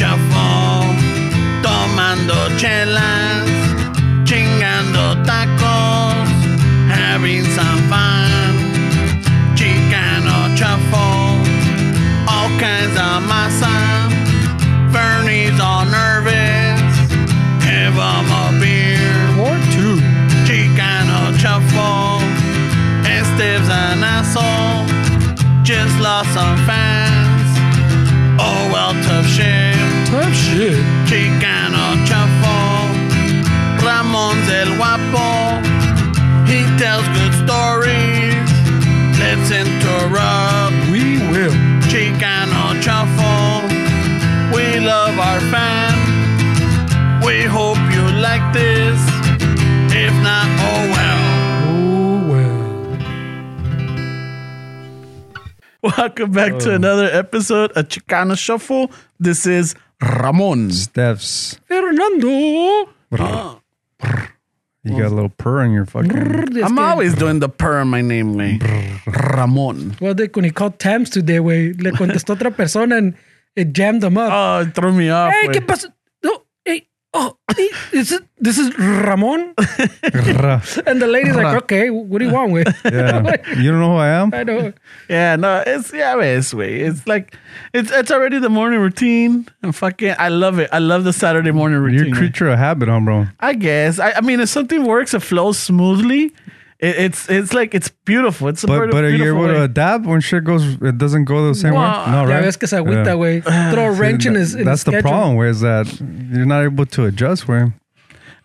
bofo, tomando chelas, chingando tacos, having some fun, chicano shuffle, all kinds of massa, Bernie's all nervous, give 'em a beer. Or two. Chicano Shuffle. And Steve's an asshole. Just lost some fans. Oh well, tough shit. Tough shit. Chicano Shuffle. Ramon's el guapo. He tells good stories. Let's interrupt We will. Chicano Shuffle. We love our fan. We hope you like this. If not, oh well. Oh, well. Welcome back to another episode of Chicana Shuffle. This is Ramon. Steph's. Fernando. You got a little purr in your fucking. I'm always doing the purr in my name way. Ramon. Well, they, when he called Tams today, güey, le contestó otra persona and it jammed them up. Oh, it threw me off. hey, güey. ¿qué pasó? No, hey, oh, hey, this is, this is Ramon. And the lady's like, okay, what do you want, güey? yeah. You don't know who I am? I know. Yeah, no, it's yeah, güey, it's way. It's like it's it's already the morning routine. And fucking I love it. I love the Saturday morning You're a routine. eh? creature of habit, huh, bro? I guess. I, I mean if something works, it flows smoothly. It, it's it's like it's beautiful. It's a But beautiful but are you able way. to adapt when shit goes? It doesn't go the same Well, way. No, Ya right? ves que se agüita, Yeah. güey. Ah, Throw a wrench in his in That's his the schedule. problem. Where is that you're not able to adjust? Where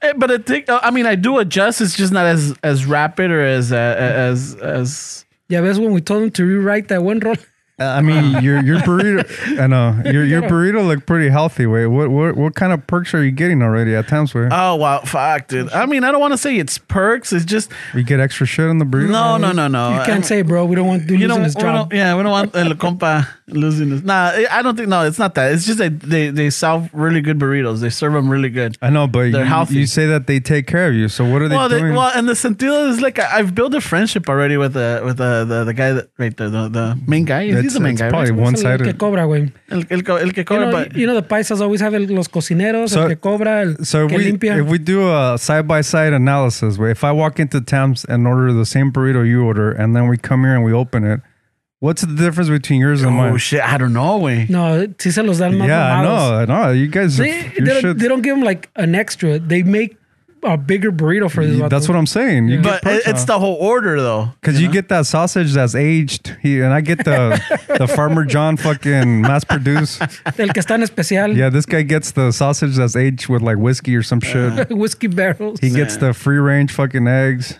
Eh, But I think I mean I do adjust. It's just not as as rapid or as uh, as as Ya ves when we told him to rewrite that one roll. Uh, I mean, your your burrito. I know your your burrito looked pretty healthy. Wait, what what what kind of perks are you getting already at times? Where Oh wow, fuck, dude. I mean, I don't want to say it's perks. It's just you get extra shit in the burrito? no, no, no, no. You can't say, bro. We don't want to You losing don't, his we don't, job. yeah, we don't want El Compa losing this. Nah, eh, I- I don't think. No, it's not that. It's just that they they serve really good burritos. They serve them really good. I know, but They're you, healthy. you say that they take care of you. So what are they well, they, doing? well, and the sentido is like I, I've built a friendship already with the with the the, the guy that right there, the, the main guy. He's That's- the main that's guy. probably right? one Es el que sided. cobra, güey. El, el, co- el que You cobra, know, but you know, the paisas always have el- los cocineros, So- el que cobra, el So if que we, limpia. if we do a side by side analysis, where if I walk into Tams and order the same burrito you order, and then we come here and we open it, what's the difference between yours and oh mine? shit, I don't know. We no, sí se los dan más yeah, I mamados. know, I know. You guys, They, your they, don't, shit- they don't give them like an extra. They make a bigger burrito for this. that's what I'm saying. You but it, it's the whole order though. because you get that sausage that's aged, he, and I get the the Farmer John fucking mass produced. El que está en especial. Yeah, this guy gets the sausage that's aged with like whiskey or some shit. Whiskey barrels. He gets the free range fucking eggs.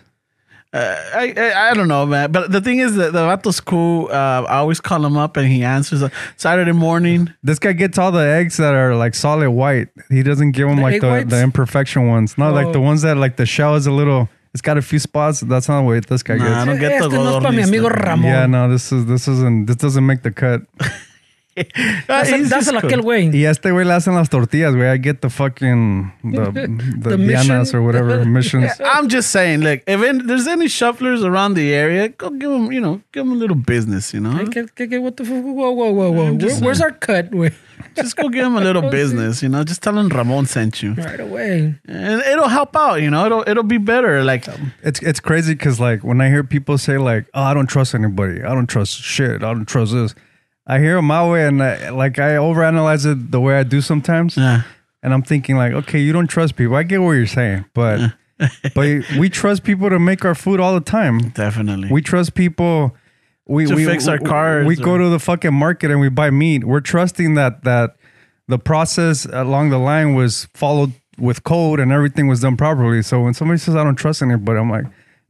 Uh, I, I I don't know, man. But the thing is that the Vato's cool. Uh, I always call him up and he answers. Uh, Saturday morning, This guy gets all the eggs that are like solid white. He doesn't give them like egg the, whites? the imperfection ones. Not like the Oh. ones that like the shell is a little. It's got a few spots. That's not what this guy Nah, I gets. don't get este the no es para mi amigo Godorniz, Ramón. Yeah, no, this is this isn't this doesn't make the cut. Uh, Dáselo- he's just Dáselo a cool. aquel güey. Y a este güey le hacen las tortillas, güey. I get the fucking the The the, dianas mission. or whatever missions. I'm just saying, like, if any, there's any shufflers around the area, go give them, you know, give them a little business, you know, ¿Qué- qué- qué- what the fuck? Whoa, whoa, whoa, whoa. Where- where's our cut, güey? just go give them a little business, you know, just tell them Ramon sent you, Right away. and it'll help out, you know, it'll it'll be better. Like, It's it's crazy because like when I hear people say like, "Oh, I don't trust anybody. I don't trust shit. I don't trust this," I hear 'em my way and I, like I overanalyze it the way I do sometimes. yeah, and I'm thinking like, okay, you don't trust people. I get what you're saying, but but we trust people to make our food all the time. definitely. We trust people. We To we fix our cars We or- go to the fucking market and we buy meat. We're trusting that that the process along the line was followed with code and everything was done properly. So when somebody says I don't trust anybody, I'm like,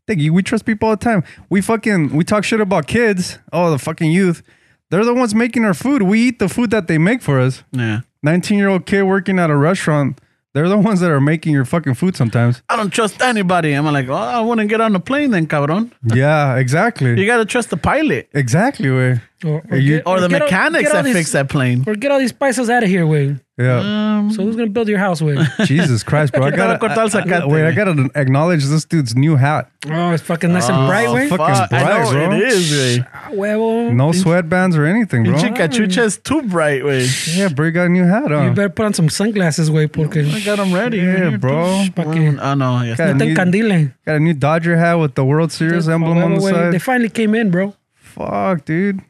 thank you. We trust people all the time. We fucking we talk shit about kids. Oh, the fucking youth. They're the ones making our food. We eat the food that they make for us. yeah, 19 year old kid working at a restaurant, they're the ones that are making your fucking food sometimes. I don't trust anybody. I'm like, oh, I want to get on the plane then, cabrón. Hmm. yeah, You exactly. gotta trust the pilot Exactly, way. Or, You- get- or the get all- mechanics get all that these- fix that plane. Or get all these paisas out of here, güey. Mm. Yeah. Um, So who's gonna build your house with? Jesus Christ, bro. I Quintana gotta, cortó el I- I- zacate. wait, I gotta acknowledge this dude's new hat. Oh, it's fucking nice Ah. and bright, oh, way. fuck. fuck, I bright, know, bro. It is, güey. Huevo. No sweatbands or anything, bro. Pinche cachucha is too bright, güey. Yeah, bro, you got a new hat You on. better put on some sunglasses, way, porque I got them ready. Yeah, güey. bro. Psh, pa' que- Oh, no. ya está. no te need- encandile. Got a new Dodger hat with the World Series emblem Huevo, on the Oh, güey. side. They finally came in, bro. Fuck, dude.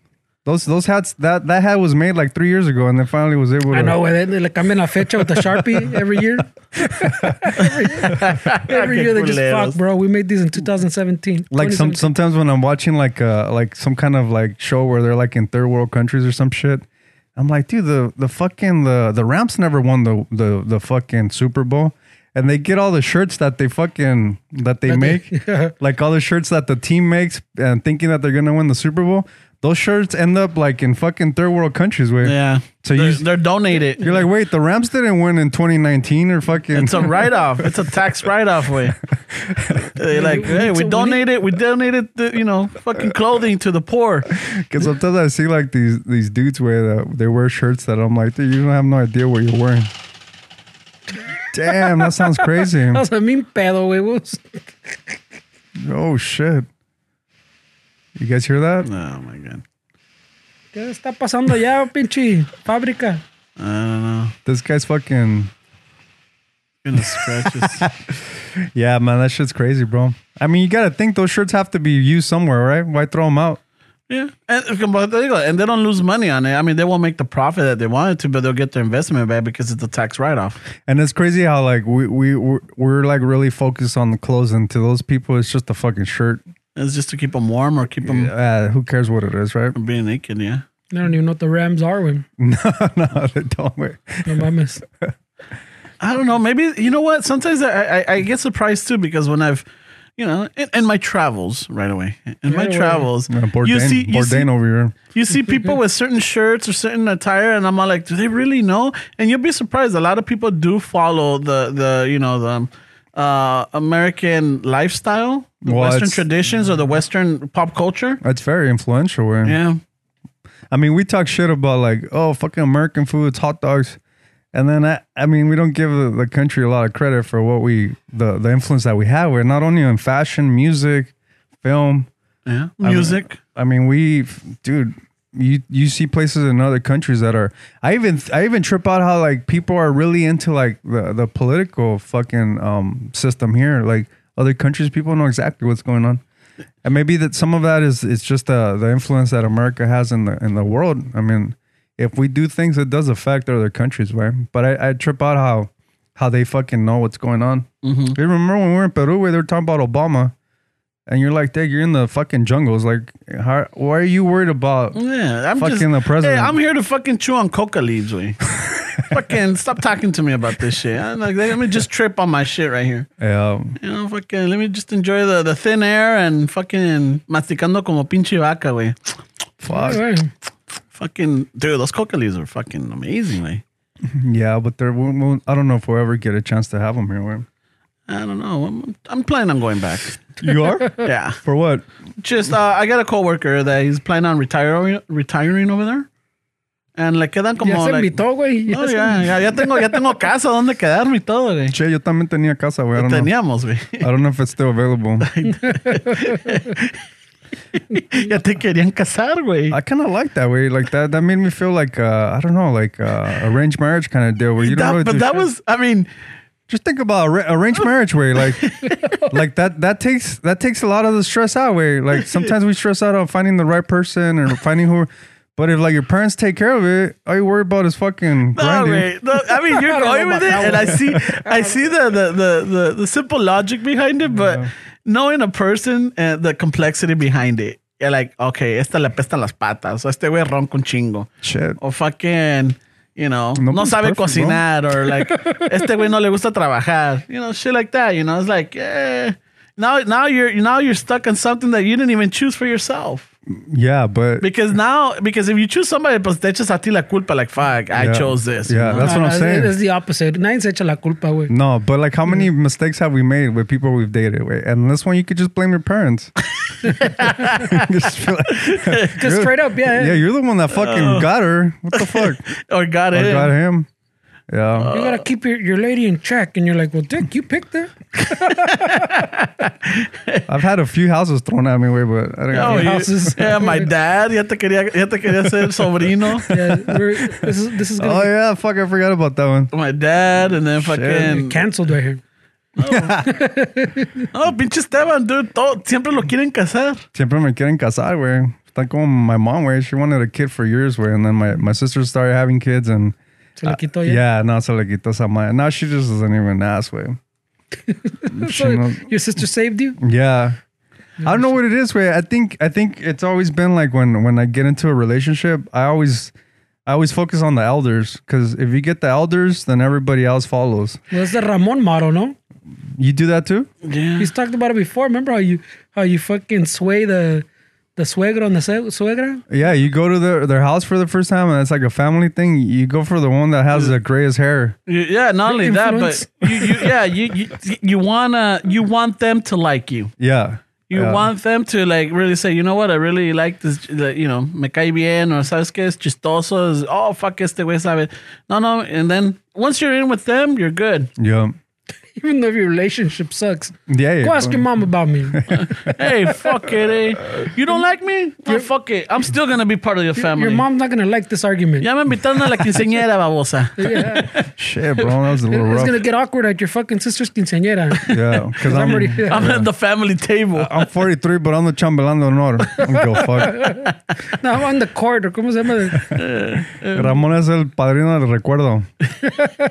Those those hats that that hat was made like three years ago, and then finally was able to. I know, güey. They, they le cambian la fecha with the Sharpie every year. every Qué year they just culeros. fuck, bro. We made these in 2017. Like some 2017. sometimes when I'm watching like uh like some kind of like show where they're like in third world countries or some shit, I'm like, dude, the the fucking the the Rams never won the the the fucking Super Bowl, and they get all the shirts that they fucking that they make, like all the shirts that the team makes, and thinking that they're gonna win the Super Bowl. Those shirts end up like in fucking third world countries, where Yeah. So So they're, you- they're donated. You're like, wait, the Rams didn't win in 2019 or fucking. It's a write off. It's a tax write off way. They're like, we need hey, we to- we need- donated, we donated, the, you know, fucking clothing to the poor. Because sometimes I see like these these dudes wear that they wear shirts that I'm like, dude, you don't have no idea what you're wearing. Damn, that sounds crazy. O sea, mi pedo, güey. What was- Oh shit. You guys hear that? Oh my god, ¿Qué está pasando allá, pinche fábrica? I don't know. This guy's fucking. Gonna scratch this. Yeah, man, that shit's crazy, bro. I mean, you gotta think those shirts have to be used somewhere, right? Why throw them out? yeah, and, but there you go. and they don't lose money on it. I mean, they won't make the profit that they wanted to, but they'll get their investment back because it's a tax write off. And it's crazy how like we we we're, we're like really focused on the clothes, and to those people, it's just a fucking shirt. It's just to keep them warm or keep them Uh, who cares what it is, right? from being naked. Yeah, I don't even know what the Rams are, güey. no, they don't. Wait. No mames. I don't know. Maybe you know what? Sometimes I I, I get surprised too because when I've you know, in, in my travels, right away. In my Right away. travels, Yeah, Bourdain, you see, you Bourdain see, over here. You see people with certain shirts or certain attire, and I'm all like, do they really know? And you'll be surprised. A lot of people do follow the the you know the um, uh, American lifestyle, the Well, Western it's- traditions, or the Western pop culture. That's very influential. Where Yeah, I mean, we talk shit about like, oh, fucking American food, it's hot dogs, and then I, I mean, we don't give the, the country a lot of credit for what we the the influence that we have. We're not only in fashion, music, film. yeah, music. I mean, we, dude, you you see places in other countries that are. I even I even trip out how like people are really into like the the political fucking um system here. Like other countries, people know exactly what's going on, and maybe that some of that is it's just the the influence that America has in the in the world. I mean, if we do things, it does affect other countries, right? But I, I trip out how how they fucking know what's going on. You remember when we were in Peru, where they were talking about Obama. And you're like, Dad, you're in the fucking jungles. Like, how, why are you worried about? Yeah, I'm Fucking just, the president. Hey, I'm here to fucking chew on coca leaves, we. fucking stop talking to me about this shit. I'm like, let me just trip on my shit right here. Yeah, You know, fucking, let me just enjoy the, the thin air and fucking masticando como pinche vaca, güey. fuck. Güey. Fucking dude, those coca leaves are fucking amazing. Like Yeah, but there, we won't, I don't know if we'll ever get a chance to have them here. Where I don't know. I'm, I'm planning on going back. you are Yeah, for what? just uh, I got a coworker that he's planning on retiring retiring over there, and le quedan como Ya se like. invitó, güey. Ya Oh, se- ya, ya, ya tengo, ya tengo casa donde quedarme y todo, güey. Che, yo también tenía casa. Wey. I don't know. Teníamos, güey. I don't know if it's still available. Ya te querían casar, güey. I kind of like that way. Like that. That made me feel like uh, I don't know, like uh, arranged marriage kind of deal where you don't. That- really do but that shit. was, I mean, just think about arra- arranged marriage way like like that that takes that takes a lot of the stress out way like sometimes we stress out on finding the right person or finding who but if like your parents take care of it all you worry about is fucking No, grinding güey. No, I mean, you're going with it, and I see, I see the the, the, the the simple logic behind it, but knowing a person and the complexity behind it, you're like, okay, esta le pestan las patas, o este güey ronca un chingo, shit o fucking, you know, no, Nobody's sabe perfect, bro. cocinar, or like, este güey no le gusta trabajar, you know, shit like that. You know, it's like, eh. Now, now you're now you're stuck in something that you didn't even choose for yourself. yeah but Because now, because if you choose somebody, pues te echas a ti la culpa. Like, fuck, I yeah. chose this. you yeah know? that's what i'm Ah, saying It's the opposite. Nadie se echa la culpa, güey. no but like how Mm. many mistakes have we made with people we've dated way and this one you could just blame your parents Just feel like- Just straight up, yeah. eh. Uh. yeah you're the one that fucking Oh, got her what the fuck or Oh, got I it. got him Uh, Yeah. You gotta keep your, your lady in check, and you're like, well, Dick, you picked her. I've had a few houses thrown at me, way, but I don't Oh, know. you- houses. yeah, my dad. Ya te quería, ya te quería ser sobrino. Yeah, we're, this is this is Oh, gonna yeah. Fuck, I forgot about that one. My dad, and then be fucking. canceled right here. No, oh, pinche Esteban, dude. todo- siempre lo quieren casar. Siempre me quieren casar, güey. Está como my mom, güey. She wanted a kid for years, way, And then my, my sister started having kids and... Se le quitó ya. Uh, Oh, Yeah, no, se le quitó esa madre. Now she just doesn't even ask, way. So your sister saved you. Yeah. I don't know what it is, where I think I think it's always been like when when I get into a relationship, I always I always focus on the elders because if you get the elders, then everybody else follows. Well, that's the Ramon model, no? You do that too? Yeah. He's talked about it before. Remember how you how you fucking sway the the suegro and the se- suegra? Yeah, you go to their their house for the first time, and it's like a family thing. You go for the one that has the grayest hair. Yeah, not only Influence. that, but you, you yeah, you, you you wanna you want them to like you. Yeah, You Yeah. want them to like really say, you know what, I really like this, like, you know, me cae bien, or sabes que es chistoso, es, oh, fuck, este güey sabe. No, no, and then once you're in with them, you're good. yeah, Even though your relationship sucks, yeah. yeah. go ask your mom about me. hey, fuck it, eh. You don't like me? No, fuck it. I'm still gonna be part of your family. Your mom's not gonna like this argument. Ya me invitaron a la quinceañera, babosa. Yeah. Shit, bro, that was a little It's rough. gonna get awkward at your fucking sister's quinceañera. yeah, because I'm already I'm I'm at the family table. I'm 43, but I'm the chambelán de honor. I'm go fuck. no, I'm on the court. or ¿Cómo se llama? Ramón es el padrino del recuerdo.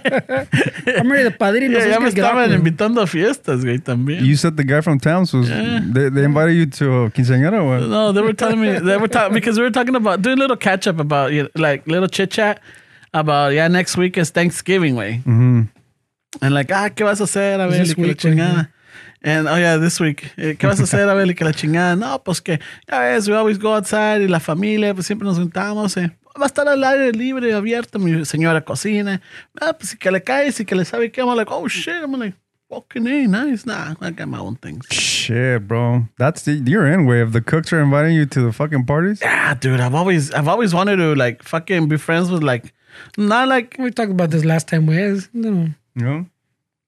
I'm already the padrino. so it's Ya, ya gonna me get estaban awkward. invitando a fiestas, güey, también. You said the guy from Towns was they, they invited you to a quinceañera. or What? No, they were telling me they were talking because we were talking about doing a little catch up about you know, like little chit chat about yeah next week is Thanksgiving way and like ah qué vas a hacer Abel Mm-hmm. This y week, güey, que la chingada and oh yeah this week eh, qué vas a hacer Abel y que la chingada no pues que ya ves we always go outside y la familia pues siempre nos juntamos eh. va a estar al aire libre abierto mi señora cocina ah pues y que le cae y que le sabe qué I'm like oh shit I'm like fucking eh, nice nah I got my own things Shit, bro, that's the, you're in way. If the cooks are inviting you to the fucking parties, Ah, dude, I've always I've always wanted to like fucking be friends with like not like We talked about this last time. We asked, you know, you know,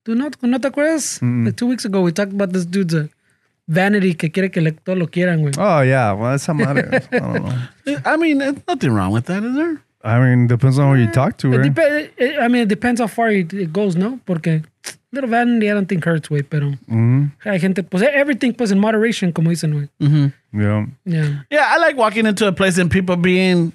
do not, no te acuerdas? Like two weeks ago, we talked about this dude's uh, vanity que quiere que le, todo lo quieran, Ah, güey. oh yeah, well that's how matter. I don't know. I mean there's nothing wrong with that, is there? I mean, depends on who you talk to. It Right? depe- it- I mean, it depends how far it, it goes, ¿no? Porque little vanity, I don't think hurts, güey, pero Mm-hmm. hay gente, pues everything, pues in moderation, como dicen, güey. Yeah, Yeah. Yeah, I like walking into a place and people being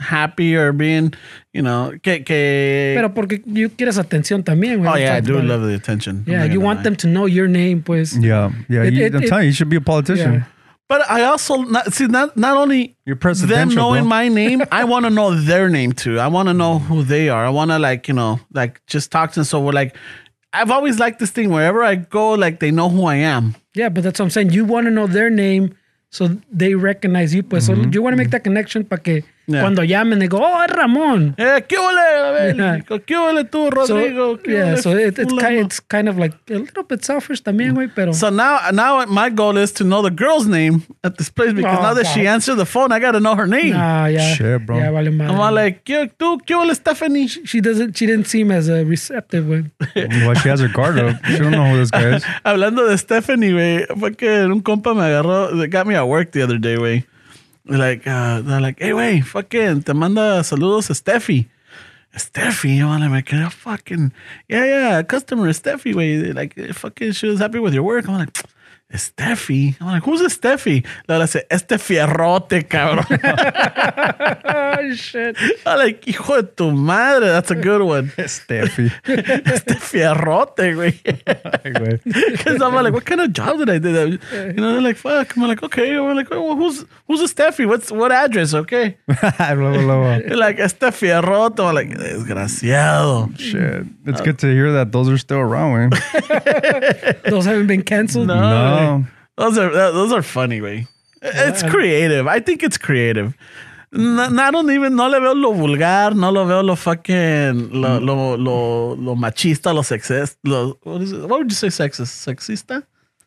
happy or being you know que, que Pero porque you quieres atención también, güey. Oh We yeah, I talked do about it. love the attention. I'm Yeah, not you gonna want lie. them to know your name, pues. yeah, yeah. It- you, it- I'm it- telling you, you should be a politician. Yeah. But I also not, see not not only You're them presidential, knowing bro. my name, I want to know their name too. I want to know who they are. I want to like you know like just talk to them. So we're like, I've always liked this thing. Wherever I go, like they know who I am. Yeah, but that's what I'm saying. You want to know their name so they recognize you, pues. So you want to make that connection para que Mm-hmm. Yeah. cuando llamen they go, oh, es Ramón. Eh, ¿qué ole, Abel? Yeah. ¿Qué ole tú, So, Rodrigo? ¿Qué yeah, ole, so it, it's, kind, fulano? it's kind of like a little bit selfish también, güey, pero... So now, now my goal is to know the girl's name at this place because Oh, now that she God. answered the phone, I got to know her name. Ah, yeah. Shit, bro. Yeah, vale madre. I'm all like, ¿qué, tú, ¿qué ole, Stephanie? she doesn't, she didn't seem as uh, receptive, güey. Well, she has her guard up. She don't know who this guy is. Hablando de Stephanie, güey, fue que un compa me agarró, they got me at work the other day, güey. Like, uh, they're like, hey, güey, fucking, te manda saludos a Steffi. Steffi, yo vale, me quedé fucking, yeah, yeah, customer Steffi, güey. Like, eh, fucking, she was happy with your work. I'm like, Steffi. I'm like, who's Steffi? La verdad, dice, este fierrote, cabrón. oh, shit. I'm like, hijo de tu madre, that's a good one. Steffi. Este fierrote, güey. Anyway. Because I'm like, what kind of job did I do? That? You know, they're like, fuck. I'm like, okay. I'm like, oh, well, who's who's a Steffi? What's what address? Okay. blah, blah, blah, blah. They're like, Steffi Arroto. I'm like, desgraciado. Shit, it's good to hear that those are still around. Man. Those haven't been canceled? No. No. Those are that- those are funny, way. It's creative. I think it's creative. No, no, I don't even, no le veo lo vulgar, no lo veo lo fucking, lo, lo, lo, lo machista, lo sexist, lo, what, is it? what would you say sexist? Sexista?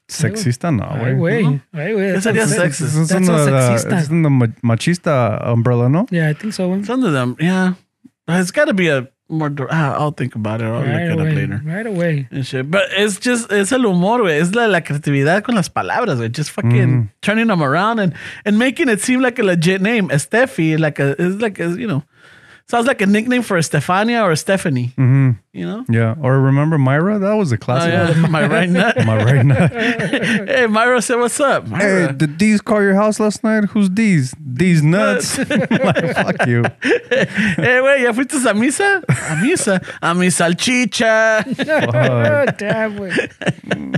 Sexista, no, Ay, way. güey. Ay, güey. Eso ya that's- es sexist. It's in That's the, not the, sexista. it's in the ma- machista umbrella, no? Yeah, I think so, güey. Some of them, yeah. It's got to be a more. dir- ah, I'll think about it. I'll Right look it away. up later. Right away. and shit. But it's just it's el humor, güey. Es la, la creatividad con las palabras, güey. Just fucking Mm. turning them around and and making it seem like a legit name. Steffi, like a it's like a, you know, sounds like a nickname for Stefania or Stephanie. Mm-hmm. You know. Yeah. Or remember Myra? That was a Oh, classic. yeah. Am I right nut? Ah, Am I right now? hey, Myra said, "What's up?" hey, Myra. did these call your house last night? Who's these? These nuts. Like, fuck you. Hey, güey, ¿ya fuiste a misa? A misa. A mi salchicha. Damn, güey.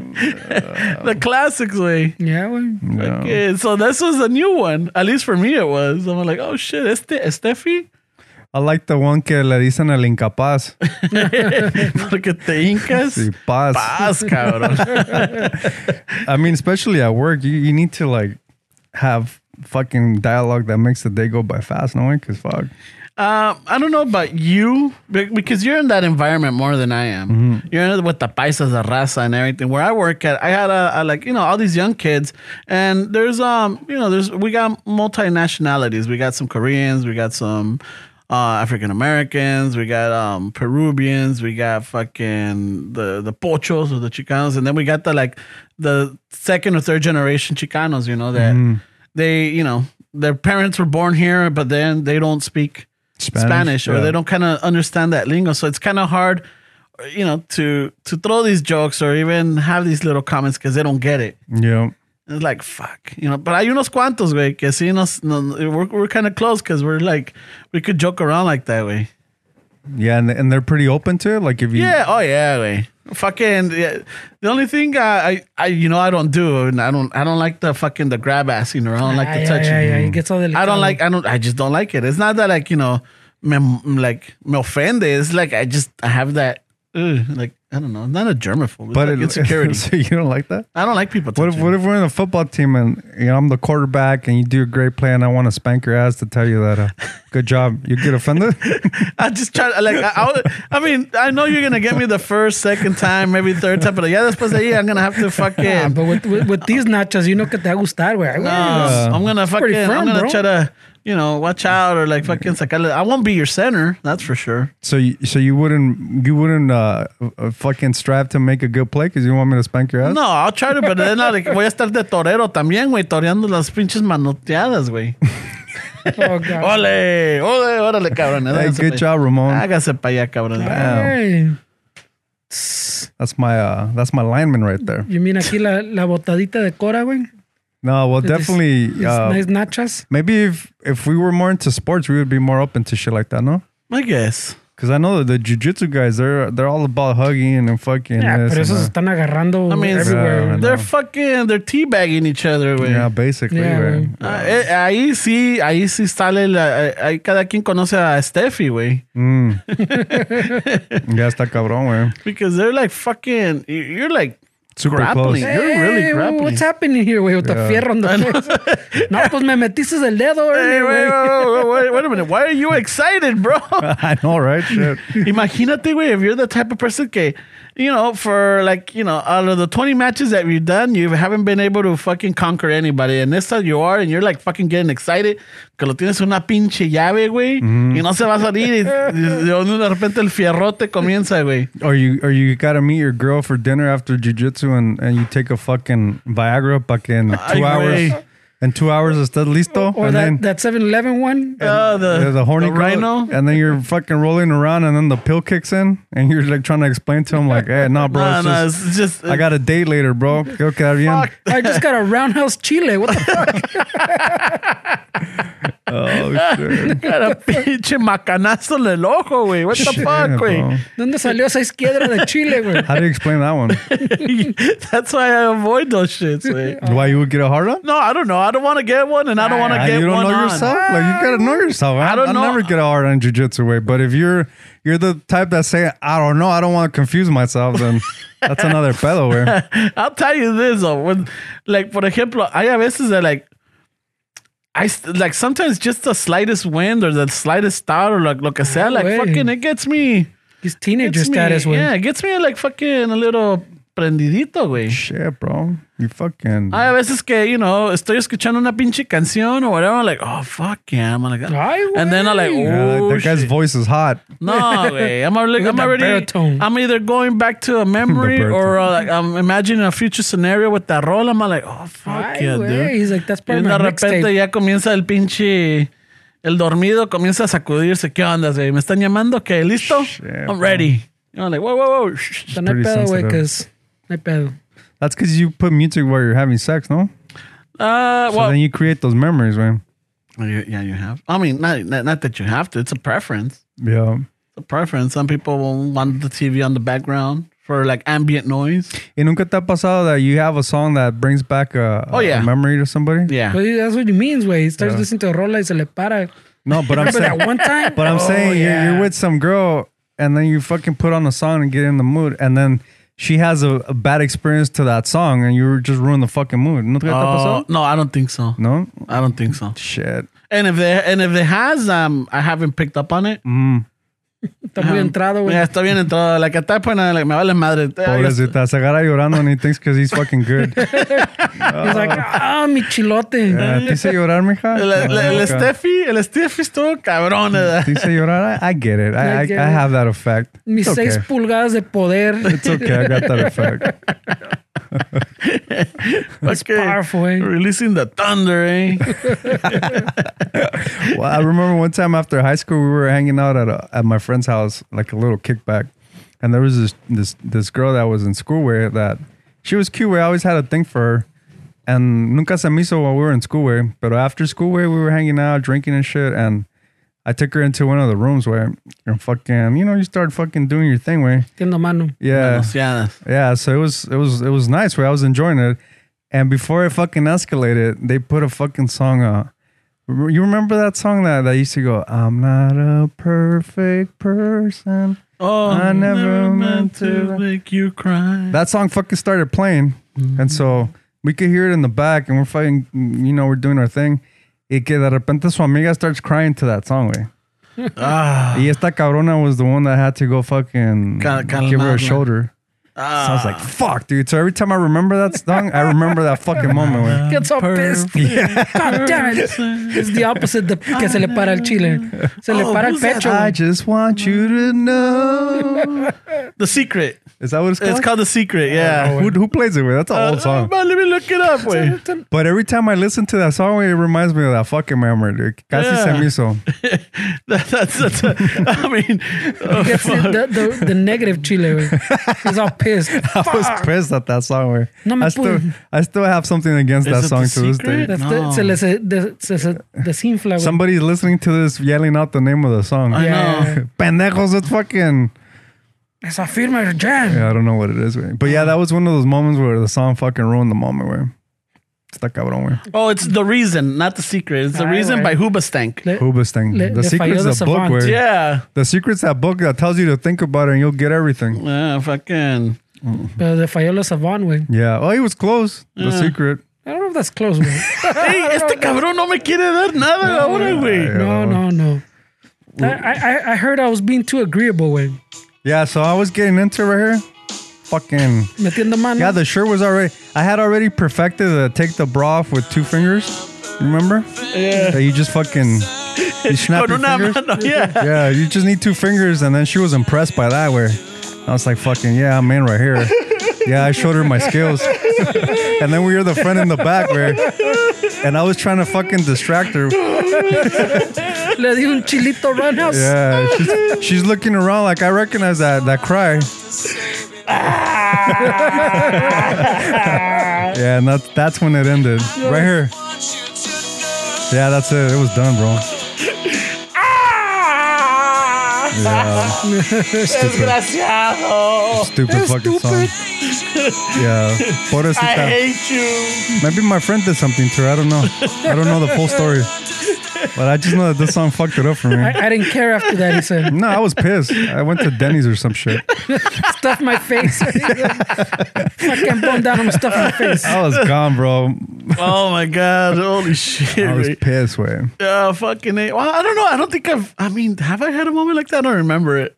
the classics, way. Yeah, güey. Yeah. Okay, so this was a new one. At least for me, it was. I'm like, oh shit, este, Steffi? I like the one que le dicen al incapaz. Porque te hincas. Sí, paz. Paz, cabrón. I mean, especially at work, you, you need to like have fucking dialogue that makes the day go by fast, no way? Cause fuck. Um, I don't know about you be- because you're in that environment more than I am. You're in it with the paisas, the raza, and everything. Where I work at, I had a, a like you know all these young kids, and there's um you know there's we got multi nationalities. We got some Koreans, we got some uh, African Americans, we got um Peruvians, we got fucking the the pochos or the Chicanos, and then we got the like the second or third generation Chicanos. You know that they you know. Their parents were born here, but then they don't speak Spanish, or yeah. they don't kind of understand that lingo. So it's kind of hard, you know, to to throw these jokes or even have these little comments because they don't get it. Yeah. It's like fuck, you know. But hay unos cuantos, güey, que sí nos, no, we're we're kind of close because we're like we could joke around like that, way. Yeah. And, and they're pretty open to it. Like if you, Yeah. Oh yeah, güey. Fucking. Yeah. The only thing I, I I you know I don't do and I don't I don't like the fucking the grab assing or I don't like the Ay, ay, touching. ay, ay, it gets all I delicado. don't like. I don't. I just don't like it. It's not that like you know, me like me offende. It's like I just I have that. Ugh, like I don't know. I'm not a germaphobe. It's but like it, insecurity. so you don't like that? I don't like people. What if, touching what me. if we're in a football team and you know, I'm the quarterback and you do a great play and I want to spank your ass to tell you that uh, good job, you get offended? I just try to like. I, I, would- I mean, I know you're gonna get me the first, second time, maybe third time, but yeah, después de ahí, I'm gonna have to Ah, fucking. but with, with, with these nachos, you know que te va a gustar, güey. Ay, güey. Uh, I'm gonna fucking. pretty I'm firm, gonna bro. try to. You know, watch out or like fucking sacarle. I won't be your center, that's for sure. so you, so you wouldn't you wouldn't uh, uh, fucking strive to make a good play because you want me to spank your ass? No, I'll try to, but then like, voy a estar de torero también, güey, toreando las pinches manoteadas, güey. Oh, God. Ole, ole, órale, cabrón. Hey, Hágase good pa- job, Ramon. Hágase para allá, cabrón. Ay. That's my uh, that's my lineman right there. You mean aquí la, la botadita de Cora, güey? No, well, These- definitely. these Uh, nice nachas. Maybe if if we were more into sports, we would be more open to shit like that, no? I guess. Because I know that the jujitsu guys, they're they're all about hugging and fucking. Yeah, this pero and esos that. están agarrando I mean, everywhere. Yeah. they're No. fucking, they're teabagging each other, güey. yeah, basically. Yeah, right. man. Ah, eh, ahí sí, ahí sí sale la, eh, ahí cada quien conoce a Steffi, güey. Ya está cabrón, güey. Because they're like fucking, you- you're like, Super close. Grappling. You're really Hey, grappling. What's happening here, güey? With the fierro on the face. no, pues me metiste el dedo, hey, earlier, wait, güey. wait, wait, wait a minute, why are you excited, bro? I know, right? Shit. Imagínate, güey, if you're the type of person que, you know, for like, you know, out of the 20 matches that you've done, you haven't been able to fucking conquer anybody. And this time you are, and you're like fucking getting excited. Que lo tienes una pinche llave, güey, Mm-hmm. y no se va a salir. Y, y de de repente el fierrote comienza, güey. Or you or you gotta meet your girl for dinner after jujitsu and and you take a fucking Viagra, fucking two güey. hours. And two hours estás listo, Or and that, then that 7-Eleven one. Uh, the, the, the horny the girl, rhino. and then you're fucking rolling around, and then the pill kicks in, and you're like trying to explain to him like, "Hey, nah, bro, No, it's no, just- it's just. I got a date later, bro. Yo quedar bien. fuck. I just got a roundhouse chile. What the fuck? Oh, shit. Got a pinche macanazo en el ojo, güey. What the Shit, bro. fuck, güey? ¿Dónde salió esa izquierda de chile, güey? How do you explain that one? That's why I avoid those shits, güey. Why you would get a hard on? No, I don't know. I don't want to get one, and I don't want to Ah, get you don't one know on. yourself. Like you gotta know yourself. I, I don't I'll know. never get a hard on jujitsu way. But if you're you're the type that say, "I don't know, I don't want to confuse myself," then that's another fellow way. I'll tell you this though, when like for example, I have veces that like I st- like sometimes just the slightest wind or the slightest thought or like look I said, like way. fucking it gets me He's gets teenager me status, güey. yeah, it gets me like fucking a little prendidito, güey. Shit, bro. You fucking. Hay veces que, you know, estoy escuchando una pinche canción o whatever, I'm like, oh, fuck yeah, I'm like, Ay, güey. and then I'm like, oh, Yeah, Ah, that- that guy's shit. voice is hot. No, güey. I'm already, Look I'm at that already, baritone. I'm either going back to a memory baritone. or uh, like I'm imagining a future scenario with that role. I'm like, oh, fuck Ay, yeah, güey. dude. He's like, that's Y part of de my repente mixtape. ya comienza el pinche, el dormido comienza a sacudirse. ¿Qué onda, güey? ¿Me están llamando? ¿Qué? ¿Listo? Shit, bro. I'm ready. And I'm like, whoa, whoa, whoa. So, Pues no hay pretty pedo, güey, sensitive. because no hay pedo. That's because you put music while you're having sex, no? Uh, So well, then you create those memories, man. you- oh, yeah, you have. I mean, not, not, not that you have to. It's a preference. Yeah. It's a preference. Some people will want the TV on the background for like ambient noise. ¿Y nunca te ha pasado that you have a song that brings back a, Oh, a yeah. memory to somebody? Yeah. But that's what he means, güey. He starts listening to a rola y se le para. No, but I'm Remember saying, that one time? but I'm Oh, saying you're, yeah. you're with some girl and then you fucking put on a song and get in the mood and then she has a, a bad experience to that song and you just ruin the fucking mood. ¿No te ha Oh, pasado? no, I don't think so. No? I don't think so. Shit. And if they and if it has, um, I haven't picked up on it. Mm. Está muy entrado, güey. Yeah, está bien entrado. Like at that point, I'm like, me vale madre. I guess- Pobrecita, se agarra llorando and he thinks because he's fucking good. He's like, ah, mi chilote. Uh, ¿Te hice llorar, mija? El, el, No, el nunca. Steffi, el Steffi estuvo cabrón. ¿verdad? ¿Te hice llorar? I, I get it. I, I, I get I it. have that effect. Mis It's okay. seis pulgadas de poder. It's okay. I got that effect. Okay. powerful, eh? Releasing the thunder, eh? Well, I remember one time after high school, we were hanging out at a, at my friend's house, like a little kickback, and there was this this this girl that was in school where that she was cute. We always had a thing for her, and nunca se me hizo while we were in school way. But after school way, we were hanging out, drinking and shit, and. I took her into one of the rooms where and fucking, you know, you start fucking doing your thing, way. Tiendo mano. Yeah. Demasiadas. Yeah, so it was it was it was nice. Where I was enjoying it, and before it fucking escalated, they put a fucking song. Uh, re- you remember that song that that used to go? I'm not a perfect person. Oh, I never meant to. make you cry. That song fucking started playing, and so we could hear it in the back, and we're fucking, you know, we're doing our thing. Y que de repente su amiga starts crying to that song, way. Ah, Y esta cabrona was the one that had to go fucking Cal- give her a calmarla. shoulder. Ah. So I was like, fuck, dude. So every time I remember that song, I remember that fucking moment. Way. Gets all pissed. God damn it. It's the opposite de que se le para el chile. Se le Oh, para el who's that? pecho. I güey. just want you to know. the secret. Is that what it's called? It's called the secret. Yeah. who, who plays it with? That's an Oh, old Uh, song. man, let me look it up. Wait. But every time I listen to that song, it reminds me of that fucking memory, dude. Casi se Yeah. me hizo. That, that's that's. A, I mean, oh, Gets fuck. the, the, the negative chile, güey. He's all pissed. I was pissed at that song. Where No me I still, pude. I still have something against Is that it song The to this Secret? day. That's No. the- se le se, de- se, se desinfla, güey. Somebody's listening to this, yelling out the name of the song. I know. Pendejos, it's fucking. Esa firma, jam. Yeah, I don't know what it is. Way. But yeah, that was one of those moments where the song fucking ruined the moment. Where está cabrón. Where Oh, it's the reason, not the secret. It's the Ay, reason güey. by Hoobastank. Le- Hubas thing. Le- the le falló secret's the a book. savant. Where Yeah. The secret's that book that tells you to think about it and you'll get everything. Uh, fucking. Pero de Fayola Savant, güey. Yeah. Oh, he was close. The secret. I don't know if that's close, güey. Hey, este cabrón no me quiere dar nada ahora, güey. No, no, no. I, I, I heard I was being too agreeable, güey. Yeah, so I was getting into it right here. Fucking. Metiendo mano. Yeah, the shirt was already. I had already perfected the take the bra off with two fingers. Remember? Yeah. That you just fucking. You snap Con your una fingers. mano, yeah. Yeah, you just need two fingers. And then she was impressed by that, where I was like, fucking, yeah, I'm in right here. Yeah, I showed her my skills. And then we were the friend in the back, where. And I was trying to fucking distract her. Le di un chilito run house. Yeah, she's, she's looking around like I recognize that that cry. yeah, and that's that's when it ended. Right here. Yeah, that's it. It was done, bro. Yeah, Desgraciado. stupid fucking song. Yeah, I Pobrecita. hate you. Maybe my friend did something to her. I don't know. I don't know the full story, but I just know that this song fucked it up for me. I, I didn't care after that, he said. No, I was pissed. I went to Denny's or some shit. Stuff my face. Fucking bone down, I'm gonna stuff my face. I was gone, bro. Oh my god. Holy shit. I was güey. pissed, way. Yeah, fucking. Mm-hmm. A. Well, I don't know. I don't think I've. I mean, have I had a moment like that? I don't remember it.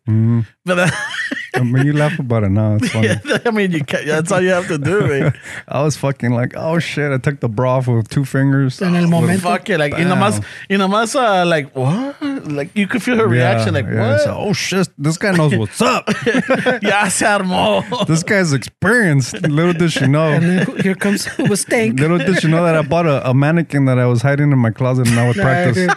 But uh, I mean, you laugh about it now. It's funny. I mean, you can that's all you have to do, right? I was fucking like, oh shit! I took the bra off with two fingers. En el momento. Fuck it, like, y nomás, y nomás, uh, like, what? Like, you could feel her reaction, like, yeah. what? So, oh shit! This guy knows what's up. ya se armó. this guy's experienced. Little did she And know. then who- here comes who stank. Little did she know that I bought a, a mannequin that I was hiding in my closet and I would practice.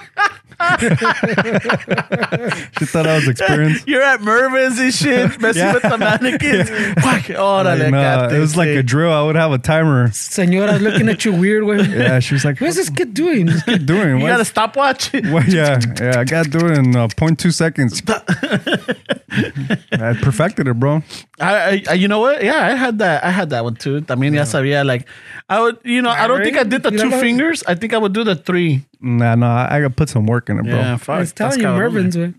She thought I was experienced. You're at Mervin's and shit, messing with the mannequins. Fuck, oh, órale, And, uh, cate, it was like sí. a drill. I would have a timer. Señora's looking at you weird, güey. Yeah, she was like, What is this kid doing? "What you doing? You What got a is- stopwatch? what- yeah, yeah, I got to do it in uh, 0.2 seconds. I perfected it, bro. I, I, you know what? Yeah, I had that. I had that one too. I mean, yes, yeah. like, I would, you know, I don't think I did the You two know what? fingers. I think I would do the three. Nah, nah, I, I gotta put some work in it, bro. Yeah, fuck. I was telling that's you, cabrón. Mervin's, güey.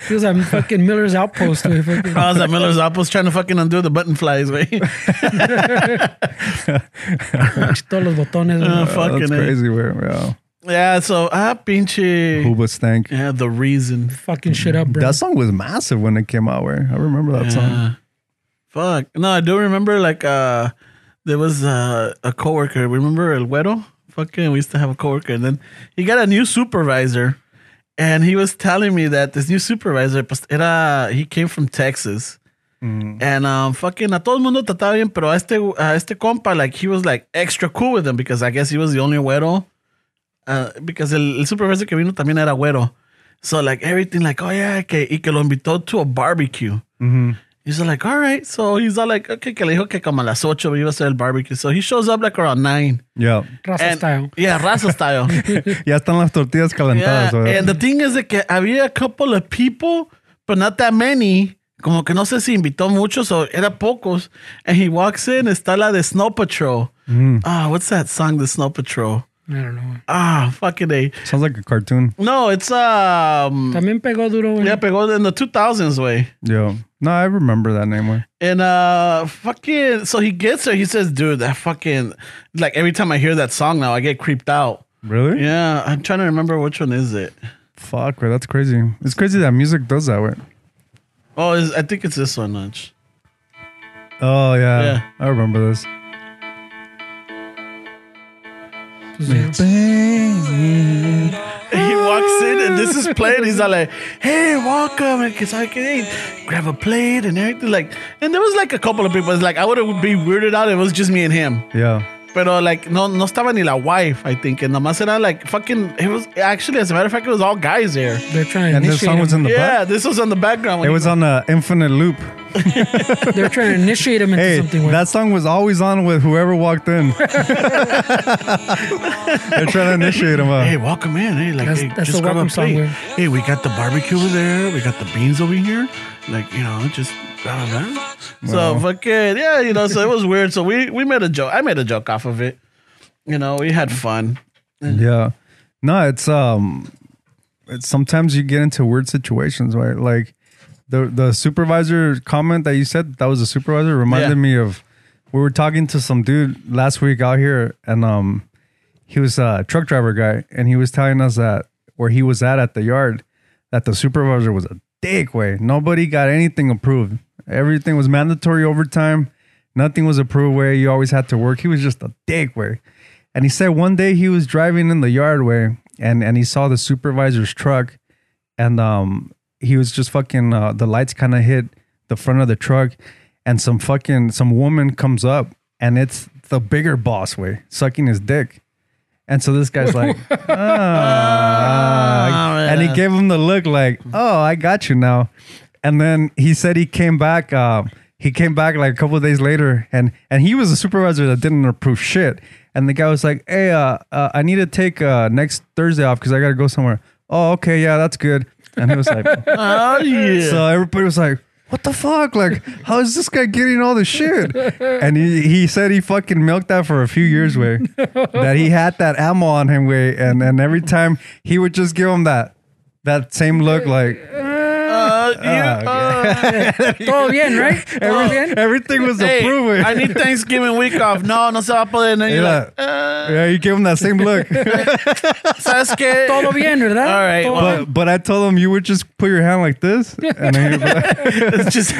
he was on fucking Miller's Outpost, güey. fucking. Uh, I was at Miller's Apples trying to fucking undo the button flies, way. Todos los botones, güey. Uh, Oh, fucking that's it. crazy. Where, yeah. Yeah, so ah, pinche. Who was thank? Yeah, the reason. fucking shit up, bro. That song was massive when it came out. Where I remember that song. Uh, fuck. No, I do remember like uh there was uh, a coworker. Remember El Güero? Fucking we used to have a coworker and then he got a new supervisor and he was telling me that this new supervisor pues, era he came from Texas. And um, fucking a todo el mundo trataba bien, pero a este, a este compa, like, he was like extra cool with him because I guess he was the only güero. Uh, because el, el supervisor que vino también era güero. So, like, everything, like, oh yeah, que, y que lo invitó to a barbecue. He's all like, all right. So he's all like, okay, que le dijo que como a las ocho iba a ser el barbecue. So he shows up like around nine. Yeah, Raza And- style. Yeah, raza style. ya están las tortillas yeah. calentadas. ¿verdad? And the thing is that que había a couple of people, but not that many. Como que no sé si invitó muchos o era pocos. And he walks in, está la de Snow Patrol. Ah, what's that song, The Snow Patrol? I don't know, güey. Ah, fucking A. Sounds like a cartoon. No, it's, um, También pegó duro, güey. yeah, pegó in the 2000s way. Yeah. No, I remember that name. Where And uh fucking so he gets her, he says, dude, that fucking like every time I hear that song now I get creeped out. really? Yeah, I'm trying to remember which one is it. Fuck, where that's crazy. It's crazy that music does that. Where. Oh, is I think it's this one, Nudge. Oh yeah. Yeah. I remember this. Pues, yeah. He walks in and this is playing. He's all like, hey, welcome. And it's like, hey, grab a plate and everything. Like, and there was like a couple of people. It's like, I would have been weirded out. It was just me and him. Yeah. Pero like, no, no estaba ni la wife, I think. And nomás era like fucking, it was actually, as a matter of fact, it was all guys there. They're trying to And this initiate song was in him. the Yeah, back. this was on the background. It when he was on an infinite loop. They're trying to initiate him into Hey, something, güey. that song was always on with whoever walked in. They're trying to initiate him. Up. Hey, welcome in. Hey, like, That's- hey, that's just the grab a welcome song, plate. yeah. Hey, we got the barbecue over there. We got the beans over here. Like, you know, just blah, blah, blah. So fucking yeah, you know. So it was weird. So we we made a joke. I made a joke off of it. You know, we had fun. Yeah. No, it's um it's sometimes you get into weird situations, right? Like the the supervisor comment that you said that was a supervisor reminded Yeah. me of we were talking to some dude last week out here and um he was a truck driver guy and he was telling us that where he was at at the yard that the supervisor was a dick way. Nobody got anything approved. Everything was mandatory overtime. Nothing was approved way. You always had to work. He was just a dick way. And he said one day he was driving in the yard way and and he saw the supervisor's truck and um he was just fucking uh, the lights kind of hit the front of the truck and some fucking some woman comes up and it's the bigger boss way sucking his dick. And so this guy's like, ah. and he gave him the look like, oh, I got you now. And then he said he came back. Uh, he came back like a couple of days later, and and he was a supervisor that didn't approve shit. And the guy was like, hey, uh, uh, I need to take uh, next Thursday off because I gotta go somewhere. Oh, okay, yeah, that's good. And he was like, Oh yeah. so everybody was like, "What the fuck? Like, how is this guy getting all this shit?" And he, he said he fucking milked that for a few years, way that he had that ammo on him, way, and and every time he would just give him that that same look, like, Oh ah, uh, you, uh, Todo bien, right? Todo bien. Everything was Ah, hey, approved. güey. I need Thanksgiving week off. No, no se va a poder. And then you're Yeah. like, uh, Yeah, you gave him that same look. ¿sabes qué? Todo bien, ¿verdad? All right, Todo well- bien. but but I told him you would just put your hand like this, and then you- It's just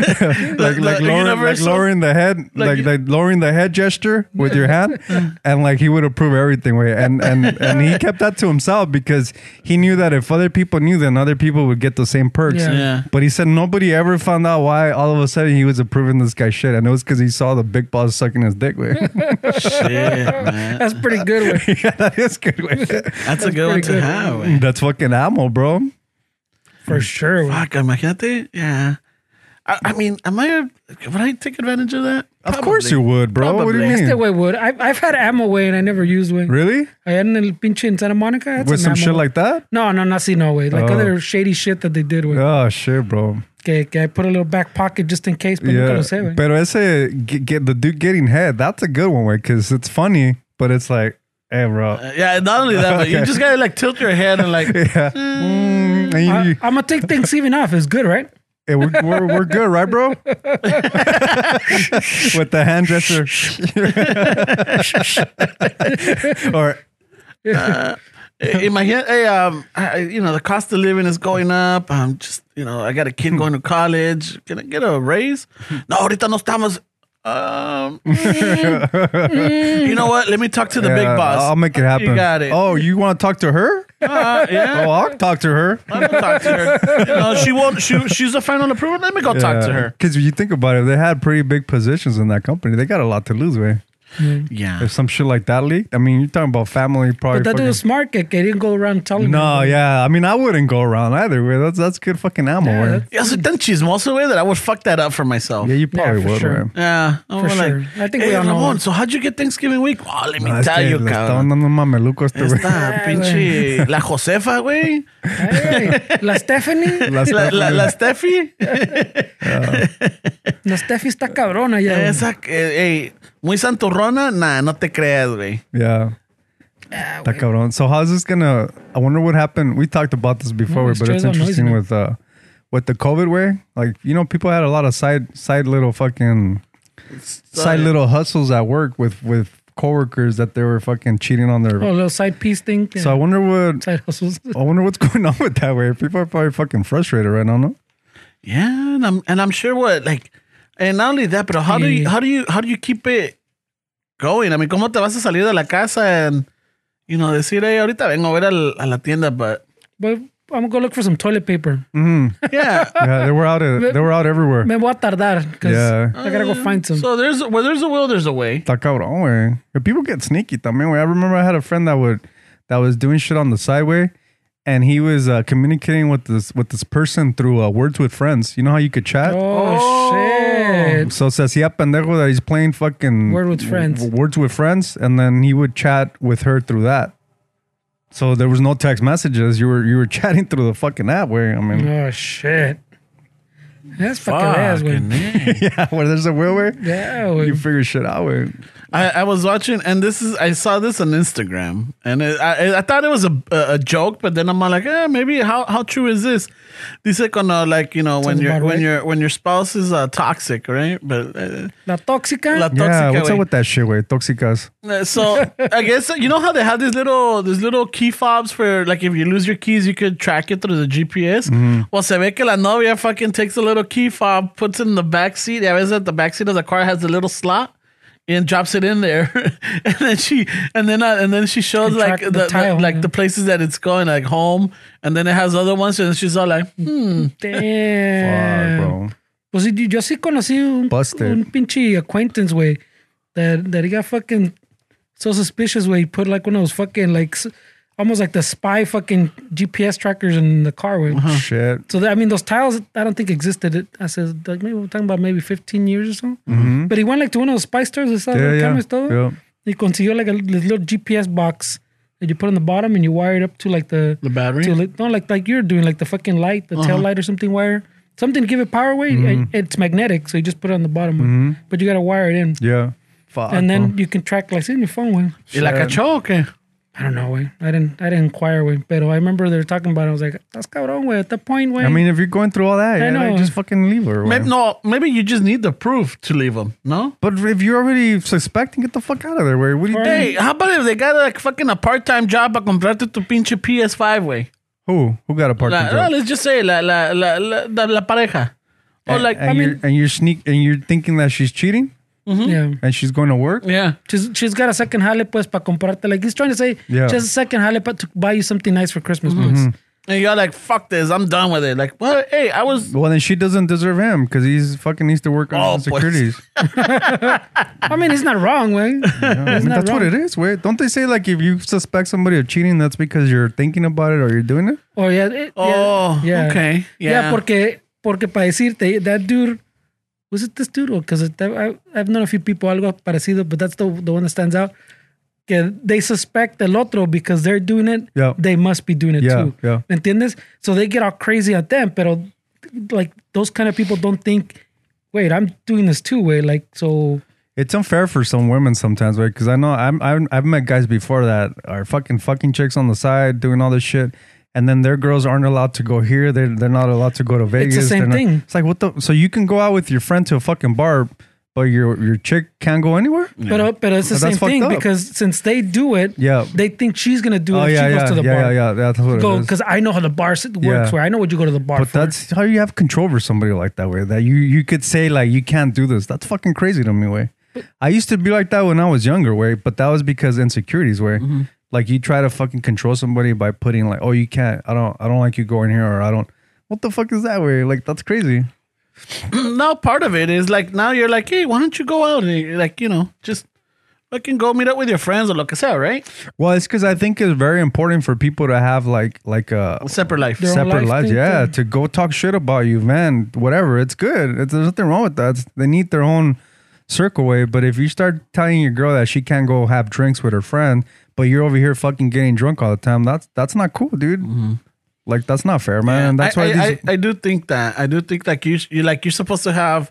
like like, lowering, like lowering the head, like, you- like lowering the head gesture with your hand, and like he would approve everything. Way and and and he kept that to himself because he knew that if other people knew, then other people would get the same perks. Yeah. Yeah. But he said nobody ever found out why all of a sudden he was approving this guy shit, and it was because he saw the big boss sucking his dick. Way Shit, man. That's pretty good. Way. yeah, that is good. Way That's a good one pretty to good. have. güey. that's fucking ammo, bro. For sure. Way. Fuck, imagínate. Yeah. I, I mean, am I, would I take advantage of that? Of course you would, bro. What do Probably. you mean? Este way would. I, I've had ammo way and I never used way. Really? Allá en el pinche en Santa Monica. I had With some ammo, shit güey. like that? No, no, not see no way. Like Oh. other shady shit that they did with. Oh shit, bro. Que, que I put a little back pocket just in case, but nunca Yeah. lo sé, güey. Pero ese get, get the dude getting head, that's a good one way because it's funny, but it's like, hey, bro. Yeah, not only that, but you Okay. just gotta like tilt your head and like, eh, Yeah. Mm, and you- I, you- am gonna take Thanksgiving off. It's good, right? hey, we're, we're, we're good, right, bro? With the hand dresser. or imagine, hey, um, I, I- you know, the cost of living is going up. I'm just, you know, I got a kid going to college. Can I get a raise? No, ahorita no estamos. Um, you know what? Let me talk to the big yeah, boss. I'll make it happen. You got it. Oh, you want to talk to her? Uh, yeah. Oh, I'll talk to her. I'm gonna talk to her. You know, she won't. She, she's a final approval. Let me go talk to her. Because you think about it, they had pretty big positions in that company. They got a lot to lose, man. Yeah. If some shit like that leaked, I mean, you're talking about family, probably. But that dude fucking- was smart. Que, que didn't go around telling No, yeah. I mean, I wouldn't go around either. Way. That's that's good fucking ammo. Yeah, Yeah, that's- Yeah, so then chismoso way that I would fuck that up for myself. yeah you probably for would. sure. Sure. Yeah, I'm For like, sure. I think we "Hey, all know Ramon, that." So how'd you get Thanksgiving week? Oh, let me No, Ah, es tell que you, le estaban cabrón. dando mameluco a este güey. Esta pinche la Josefa, güey. Hey, la Stephanie, Las- La, la, la Steffi. la Steffi está cabrona ya. güey. Esa, eh, hey, muy santurrona. Nah, no te creas, güey. yeah. Está cabrón. So how's this gonna? I wonder what happened. We talked about this before, No, güey, it's but it's just a noise, interesting man. with uh, with the COVID way. Like you know, people had a lot of side side little fucking side little hustles at work with with coworkers that they were fucking cheating on their. Oh, little side piece thing. que- So I wonder what side hustles. I wonder what's going on with that way. People are probably fucking frustrated right now. No. Yeah, and I'm and I'm sure what like, and not only that, but how do you Yeah. how do you how do you keep it going? I mean, cómo te vas a salir de la casa and you know decir, hey, ahorita vengo a ver al, a la tienda, but But I'm gonna go look for some toilet paper. yeah. Yeah, they were out. They were out everywhere. Me voy a tardar. 'cause Yeah. I gotta go find some. So there's where there's a will, there's a way. Está cabrón, güey. But People get sneaky también, güey. I remember I had a friend that would that was doing shit on the sideway and he was uh, communicating with this with this person through uh, words with friends. You know how you could chat? oh, shit. So se hacía pendejo that he's playing fucking Word with friends. words with friends and then he would chat with her through that. So there was no text messages. You were you were chatting through the fucking app where I mean Oh shit. That's fucking ass, güey. yeah, where there's a will where Yeah, you güey. figure shit out where I, I was watching, and this is I saw this on Instagram, and it, I, I thought it was a, a a joke, but then I'm like, eh, maybe how how true is this? Dice cuando like you know when Sounds your about when right. your when your spouse is uh, toxic, right? But uh, La tóxica. la Yeah, tóxica, what's güey. up with that shit way? Toxicas. Uh, So I guess you know how they have these little these little key fobs for like if you lose your keys you could track it through the GPS. Well, se ve que la novia fucking takes a little key fob, puts it in the back seat. Yeah, is the back seat of the car has a little slot and drops it in there, and then she and then uh, and then she shows Can track like the, the tile, like yeah. the places that it's going like home, and then it has other ones, and she's all like, hmm, Damn. Eh. Fuck, bro. Pues sí, yo sí conocí un, Busted. un pinche acquaintance, güey. That, that he got fucking so suspicious, güey. He put like one of those fucking, like, s- almost like the spy fucking GPS trackers in the car, güey. Uh-huh. Shit. So, that, I mean, those tiles, I don't think existed. It- I said, like, maybe we're talking about maybe 15 years or so. But he went, like, to one of those spy stores, they sell Mm-hmm. Yeah, little yeah. cameras, todo. Yeah. He consiguió, like, a li- little GPS box that you put on the bottom and you wire it up to, like, the. the battery. So like, no, like like you're doing, like the fucking light, the Uh-huh. tail light or something wire, something to give it power away. Mm-hmm. It's magnetic, so you just put it on the bottom, one. but you gotta wire it in, Yeah. Fuck. and bro. then you can track like say, in your phone. One. Y la cachó, o qué? I don't know, way. I didn't, I didn't inquire, way. But I remember they were talking about it. I was like, that's cabrón, way. At that point, way. I mean, if you're going through all that, I yeah, like, know. just fucking leave her. Maybe, güey. no, maybe you just need the proof to leave them. No. But if you're already suspecting, get the fuck out of there. Where? What do you Or- think? Hey, how about if they got like fucking a part-time job para comprarte tu pinche PS5, güey? Who? Who got a parking La- No, job? let's just say la la la la, la, la pareja. Or And- like, and I you're, mean, and you're sneak and you're thinking that she's cheating yeah. and she's going to work. yeah. She's, she's got a second jale, pues, para comprarte. Like, he's trying to say, Yeah. Mm-hmm. just a second jale, but to buy you something nice for Christmas, pues. And you're like, fuck this, I'm done with it. Like, well, hey, I was Well, then she doesn't deserve him because he's fucking needs to work on Oh, his insecurities. I mean, he's not wrong, way. I mean, that's wrong. what it is. Wait, don't they say like if you suspect somebody of cheating, that's because you're thinking about it or you're doing it? Or yeah, it, Oh, yeah, yeah. okay, yeah. yeah, porque porque para decirte that dude was it this dude or because I, I've known a few people algo parecido, but that's the the one that stands out. Que they suspect el otro because they're doing it. Yeah. they must be doing it Yeah, too. yeah. entiendes? So they get all crazy at them, pero like those kind of people don't think. Wait, I'm doing this too. Way like so. It's unfair for some women sometimes, right? Because I know I'm, I'm I've met guys before that are fucking fucking chicks on the side doing all this shit, and then their girls aren't allowed to go here. They're they're not allowed to go to Vegas. same They're not- thing. It's like what the so you can go out with your friend to a fucking bar, but your your chick can't go anywhere. Pero, pero it's the But that's same thing fucked up. because since they do it, Yeah. they think she's gonna do it Oh if yeah, she yeah, goes to the yeah, bar. yeah, yeah. That's what go it is. because I know how the bar sit- works. Yeah. Where I know what you go to the bar. But for. that's how you have control over somebody like that way. That you you could say like you can't do this. That's fucking crazy to me way. I used to be like that when I was younger way, but that was because insecurities way. Like you try to fucking control somebody by putting like, oh you can't. I don't I don't like you going here or I don't. What the fuck is that way? Like that's crazy. now part of it is like now you're like, hey, why don't you go out and like you know just fucking go meet up with your friends or lo que sea, right? Well, it's because I think it's very important for people to have like like uh, a Separate life. Their own separate life lives. thing, Yeah, too. to go talk shit about you, man, whatever. It's good. It's, there's nothing wrong with that. It's- they need their own circle way. But if you start telling your girl that she can't go have drinks with her friend, but you're over here fucking getting drunk all the time, that's that's not cool, dude. Like that's not fair, man. And that's Mm-hmm. I, why I, these. I, I do think that I do think like you you like you're supposed to have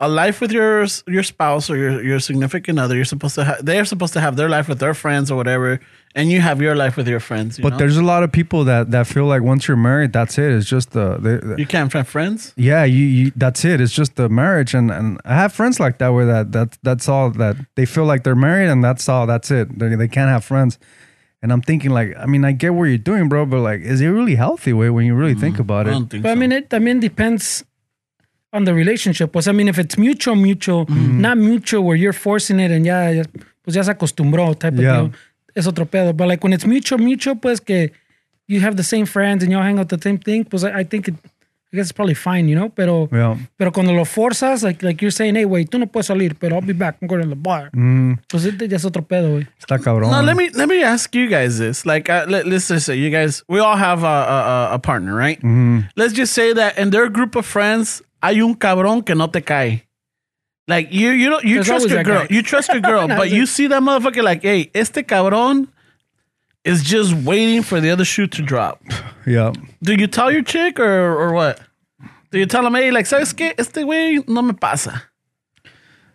a life with your your spouse or your, your significant other. You're supposed to have they're supposed to have their life with their friends or whatever, and you have your life with your friends. You but know? there's a lot of people that that feel like once you're married, that's it. It's just the. the, the you can't have friends. yeah, you, you. That's it. It's just the marriage, and, and I have friends like that where that that that's all that they feel like they're married, and that's all. That's it. They, they can't have friends, and I'm thinking like, I mean, I get what you're doing, bro, but like, is it really healthy way when you really think about I it? don't think but I so. mean, it. I mean, depends on the relationship. Pues I mean, if it's mutual, mutual, Mm. not mutual, where you're forcing it and ya, ya pues ya se acostumbró type Yeah. of deal. Es otro pedo. But like when it's mutual, mutual, pues que you have the same friends and you all hang out the same thing. Pues I, I think it. I guess it's probably fine, you know. Pero Yeah. pero cuando lo forzas, like like you're saying, hey, wait, tú no puedes salir, pero I'll be back. I'm going to the bar. Mm. Pues it, ya es otro pedo, güey. Está cabrón. No, let Um, me let me ask you guys this. Like, uh, let, let's just say you guys, we all have a a, a- a partner, right? Mm-hmm. Let's just say that in their group of friends, hay un cabrón que no te cae. Like you, you know, you There's trust always your that girl, guy. you trust your girl, but you see that motherfucker like, hey, este cabrón is just waiting for the other shoe to drop. Yeah. Do you tell your chick or or what? Do you tell him, hey, like, sabes que este güey no me pasa?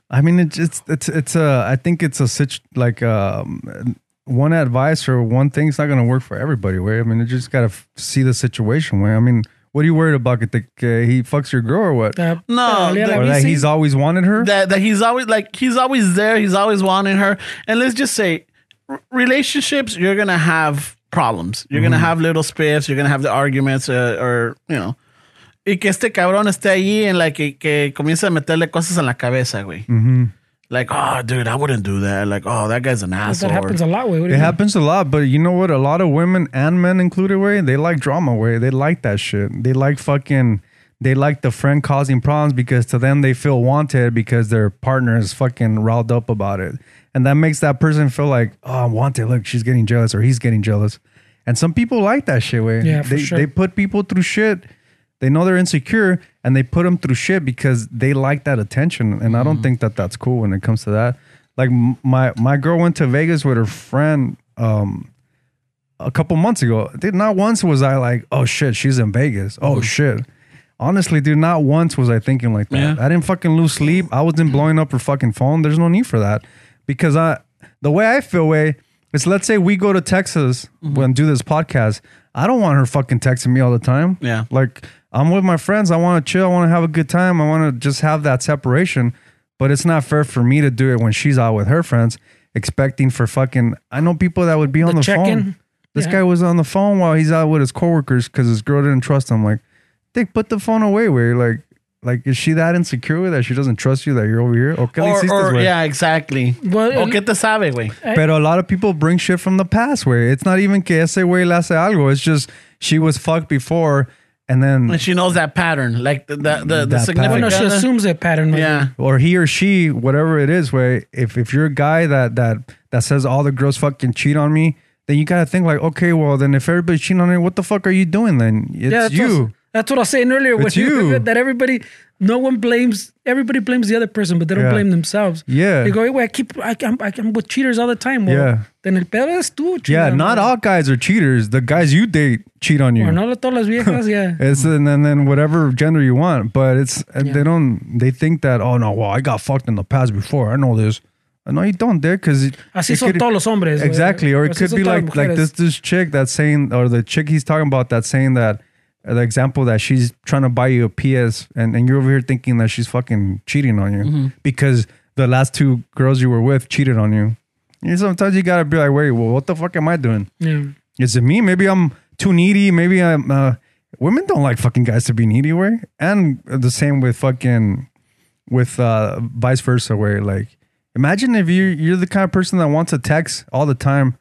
I mean, it's it's it's it's a. I think it's a such like um, one advice or one thing's not gonna work for everybody. Where I mean, you just gotta f- see the situation. Where I mean, what are you worried about? Que te- que he fucks your girl or what? Te- No, te valía la the- or that bici. he's always wanted her. that that he's always like he's always there he's always wanting her and let's just say r- relationships you're gonna have problems you're Mm-hmm. gonna have little spiffs you're gonna have the arguments uh, or you know y que este cabrón esté allí en like que, que comienza a meterle cosas en la cabeza güey Mm-hmm. like oh dude I wouldn't do that like oh that guy's an That asshole happens a lot, güey. What do It you mean? happens a lot, but you know what? A lot of women and men included, way they like drama, way they like that shit. They like fucking, they like the friend causing problems because to them they feel wanted because their partner is fucking riled up about it, and that makes that person feel like, oh, I'm wanted. Look, she's getting jealous or he's getting jealous, and some people like that shit. Way Yeah, for they sure. they put people through shit. They know they're insecure and they put them through shit because they like that attention. And I don't think that that's cool when it comes to that. Like m- my my girl went to Vegas with her friend um a couple months ago. Dude, not once was I like, oh shit, she's in Vegas. Oh shit. Honestly, dude, not once was I thinking like that. Yeah. I didn't fucking lose sleep. I wasn't blowing up her fucking phone. There's no need for that because I the way I feel way It's let's say we go to Texas and do this podcast. I don't want her fucking texting me all the time. Yeah. Like I'm with my friends. I want to chill. I want to have a good time. I want to just have that separation. But it's not fair for me to do it when she's out with her friends, expecting for fucking. I know people that would be on the, check-in. phone. This Yeah. guy was on the phone while he's out with his coworkers because his girl didn't trust him. Like, dick, put the phone away. Where like, like is she that insecure that she doesn't trust you that you're over here? Okay, Or, or- yeah, exactly. Well, o qué te sabe, güey. Pero a lot of people bring shit from the past where it's not even que ese güey le hace algo. It's just she was fucked before and then, And she knows that pattern, like the the the, the That pattern. Bueno, significant. she assumes a pattern. güey. yeah, or he or she, whatever it is, where if, if you're a guy that, that, that says all the girls fucking cheat on me, then you gotta think like, okay, well, then if everybody's cheating on me, what the fuck are you doing then? It's that's you. What, that's what I was saying earlier. It's you. That everybody, no one blames, everybody blames the other person, but they don't Yeah. blame themselves. Yeah. They go, "Hey, güey, I keep, I, I'm, I, am with cheaters all the time. Well, Yeah. Then el pedo es tú, yeah, chingada not madre. all guys are cheaters. The guys you date cheat on you. Or no, todas las viejas, yeah. It's and then, then whatever gender you want, but it's and they don't they think that oh no well I got fucked in the past before I know this. Uh, No, you don't, dick, because Así son todos los hombres. güey. Exactly, or it Así could son be todas like las like mujeres. this this chick that's saying or the chick he's talking about that's saying that uh, the example that she's trying to buy you a PS and and you're over here thinking that she's fucking cheating on you Mm-hmm. because the last two girls you were with cheated on you. And sometimes you gotta be like, wait, well, what the fuck am I doing? Yeah. Is it me? Maybe I'm too needy. Maybe I'm. Uh, women don't like fucking guys to be needy, way. And the same with fucking with uh, vice versa, where like imagine if you you're the kind of person that wants to text all the time.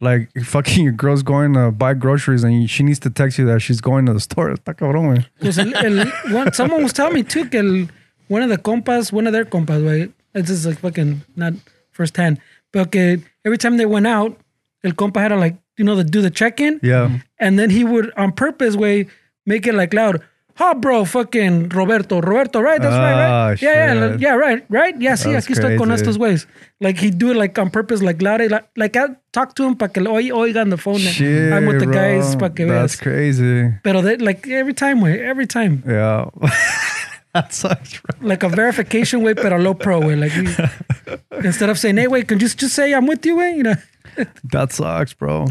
Like fucking your girl's going to buy groceries and she needs to text you that she's going to the store. Está cabrón, güey. Pues el, el- one- someone was telling me too que el, one of the compas, one of their compas, right? This is like fucking not first hand, but que every time they went out, el compa had to like you know the do the check in, Yeah. and then he would on purpose way make it like loud. Ha, bro, fucking Roberto, Roberto, right? That's right, Ah, right? Yeah, yeah, shit. yeah, right, right? Yeah, sí, That's aquí estoy con crazy. estos ways. Like he'd do it like on purpose, like loud, like, like I talk to him para que lo oy- oigan the phone. Shit, Mm-hmm. I'm with the bro. guys para que That's veas. crazy. Pero they, like every time, way, every time. Yeah. that sucks, bro. like a verification way, pero low pro way. Like we- instead of saying, hey, wait, can you just say I'm with you, way? You know, That sucks, bro.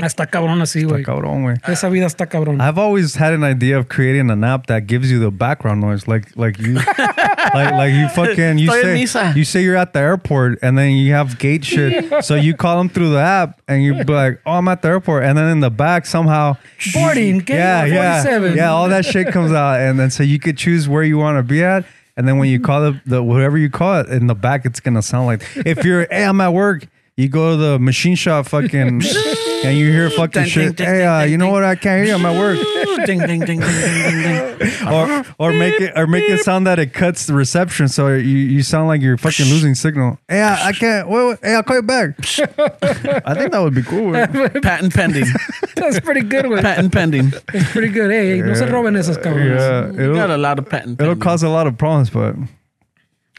hasta cabrón así, güey. Cabrón, Ah. güey. Esa vida está cabrón. I've always had an idea of creating an app that gives you the background noise, like like you, like like you fucking you Estoy en say misa. you say you're at the airport and then you have gate shit, so you call them through the app and you be like, oh, I'm at the airport, and then in the back somehow Boarding, gate yeah, yeah, 47. yeah, all that shit comes out, and then so you could choose where you want to be at, and then when you call the, the whatever you call it in the back, it's gonna sound like if you're hey, I'm at work. You go to the machine shop, fucking, and you hear fucking Ding, ding, shit. ding, Hey, ding, uh, ding, you know ding. what? I can't hear you. I'm at work ding, ding, ding, ding, ding, ding, ding. or or make it or make it sound that it cuts the reception, so you, you sound like you're fucking losing signal. Hey, I, I can't. Wait, wait, hey, I'll call you back. I think that would be cool. güey. Patent pending. That's pretty good, güey. Patent pending. It's pretty good. Hey, hey, no se roben esas cabrones. Yeah, You got a it'll, lot of patent. it'll pending. cause a lot of problems, but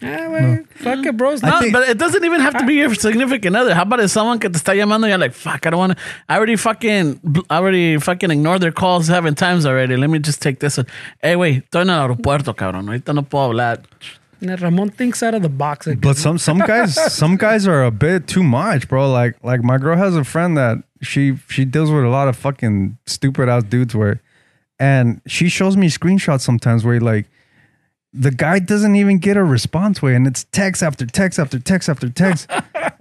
Ah, güey. Fuck it, bros. No, Not, think- but it doesn't even have to be your significant other. How about if someone que te está llamando you're like, fuck, I don't want to. I already fucking, I already fucking ignored their calls seven times already. Let me just take this one. Hey, wait, estoy en el aeropuerto, cabrón. Ahorita no puedo hablar. Ramon thinks out of the box. Like, but some some guys some guys are a bit too much, bro. Like like my girl has a friend that she she deals with a lot of fucking stupid ass dudes where, and she shows me screenshots sometimes where like. The guy doesn't even get a response way, and it's text after text after text after text,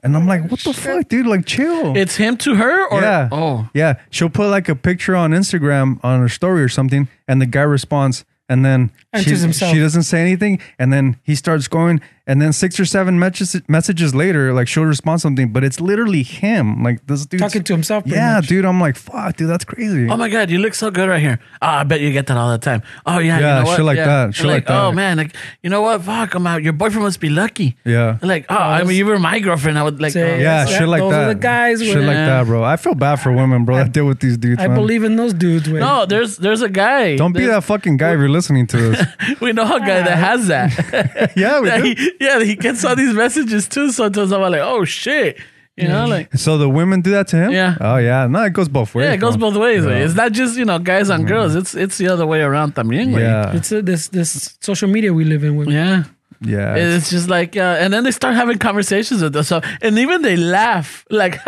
and I'm like, "What the fuck, dude? Like, chill." It's him to her or yeah. oh. Yeah. She'll put like a picture on Instagram on her story or something, and the guy responds, and then she, Answers himself. she doesn't say anything, and then he starts going, and then six or seven messages messages later, like she'll respond something, but it's literally him, like this dude Talking to himself pretty Yeah, much. dude. I'm like, fuck, dude, that's crazy. Oh my God, you look so good right here. Oh, I bet you get that all the time. Oh, Yeah, yeah. you know what? shit like yeah. that, You're shit like Oh, that. man. Like, you know what? Fuck, I'm out. Your boyfriend must be lucky. Yeah. Like, oh, I mean, you were my girlfriend. I would like, Sí. oh. yeah, That- shit like those that. are the guys shit with- like that, bro. I feel bad for women, bro. I, deal with these dudes. I man. believe in those dudes, güey. No, there's there's a guy. Don't be There's- that fucking guy if you're listening to this. We know a guy that has that. yeah, we yeah, do. he, yeah, he gets all these messages too. Sometimes I'm like, oh shit, you know, like So the women do that to him. Yeah. Oh yeah. No, it goes both ways. yeah, it goes bro. both ways. Yeah. güey. It's not just you know guys and girls. It's it's the other way around también. güey. Yeah. It's uh, this this social media we live in, güey. yeah. Yeah. And It's just like, uh, and then they start having conversations with us. So, and even they laugh, like,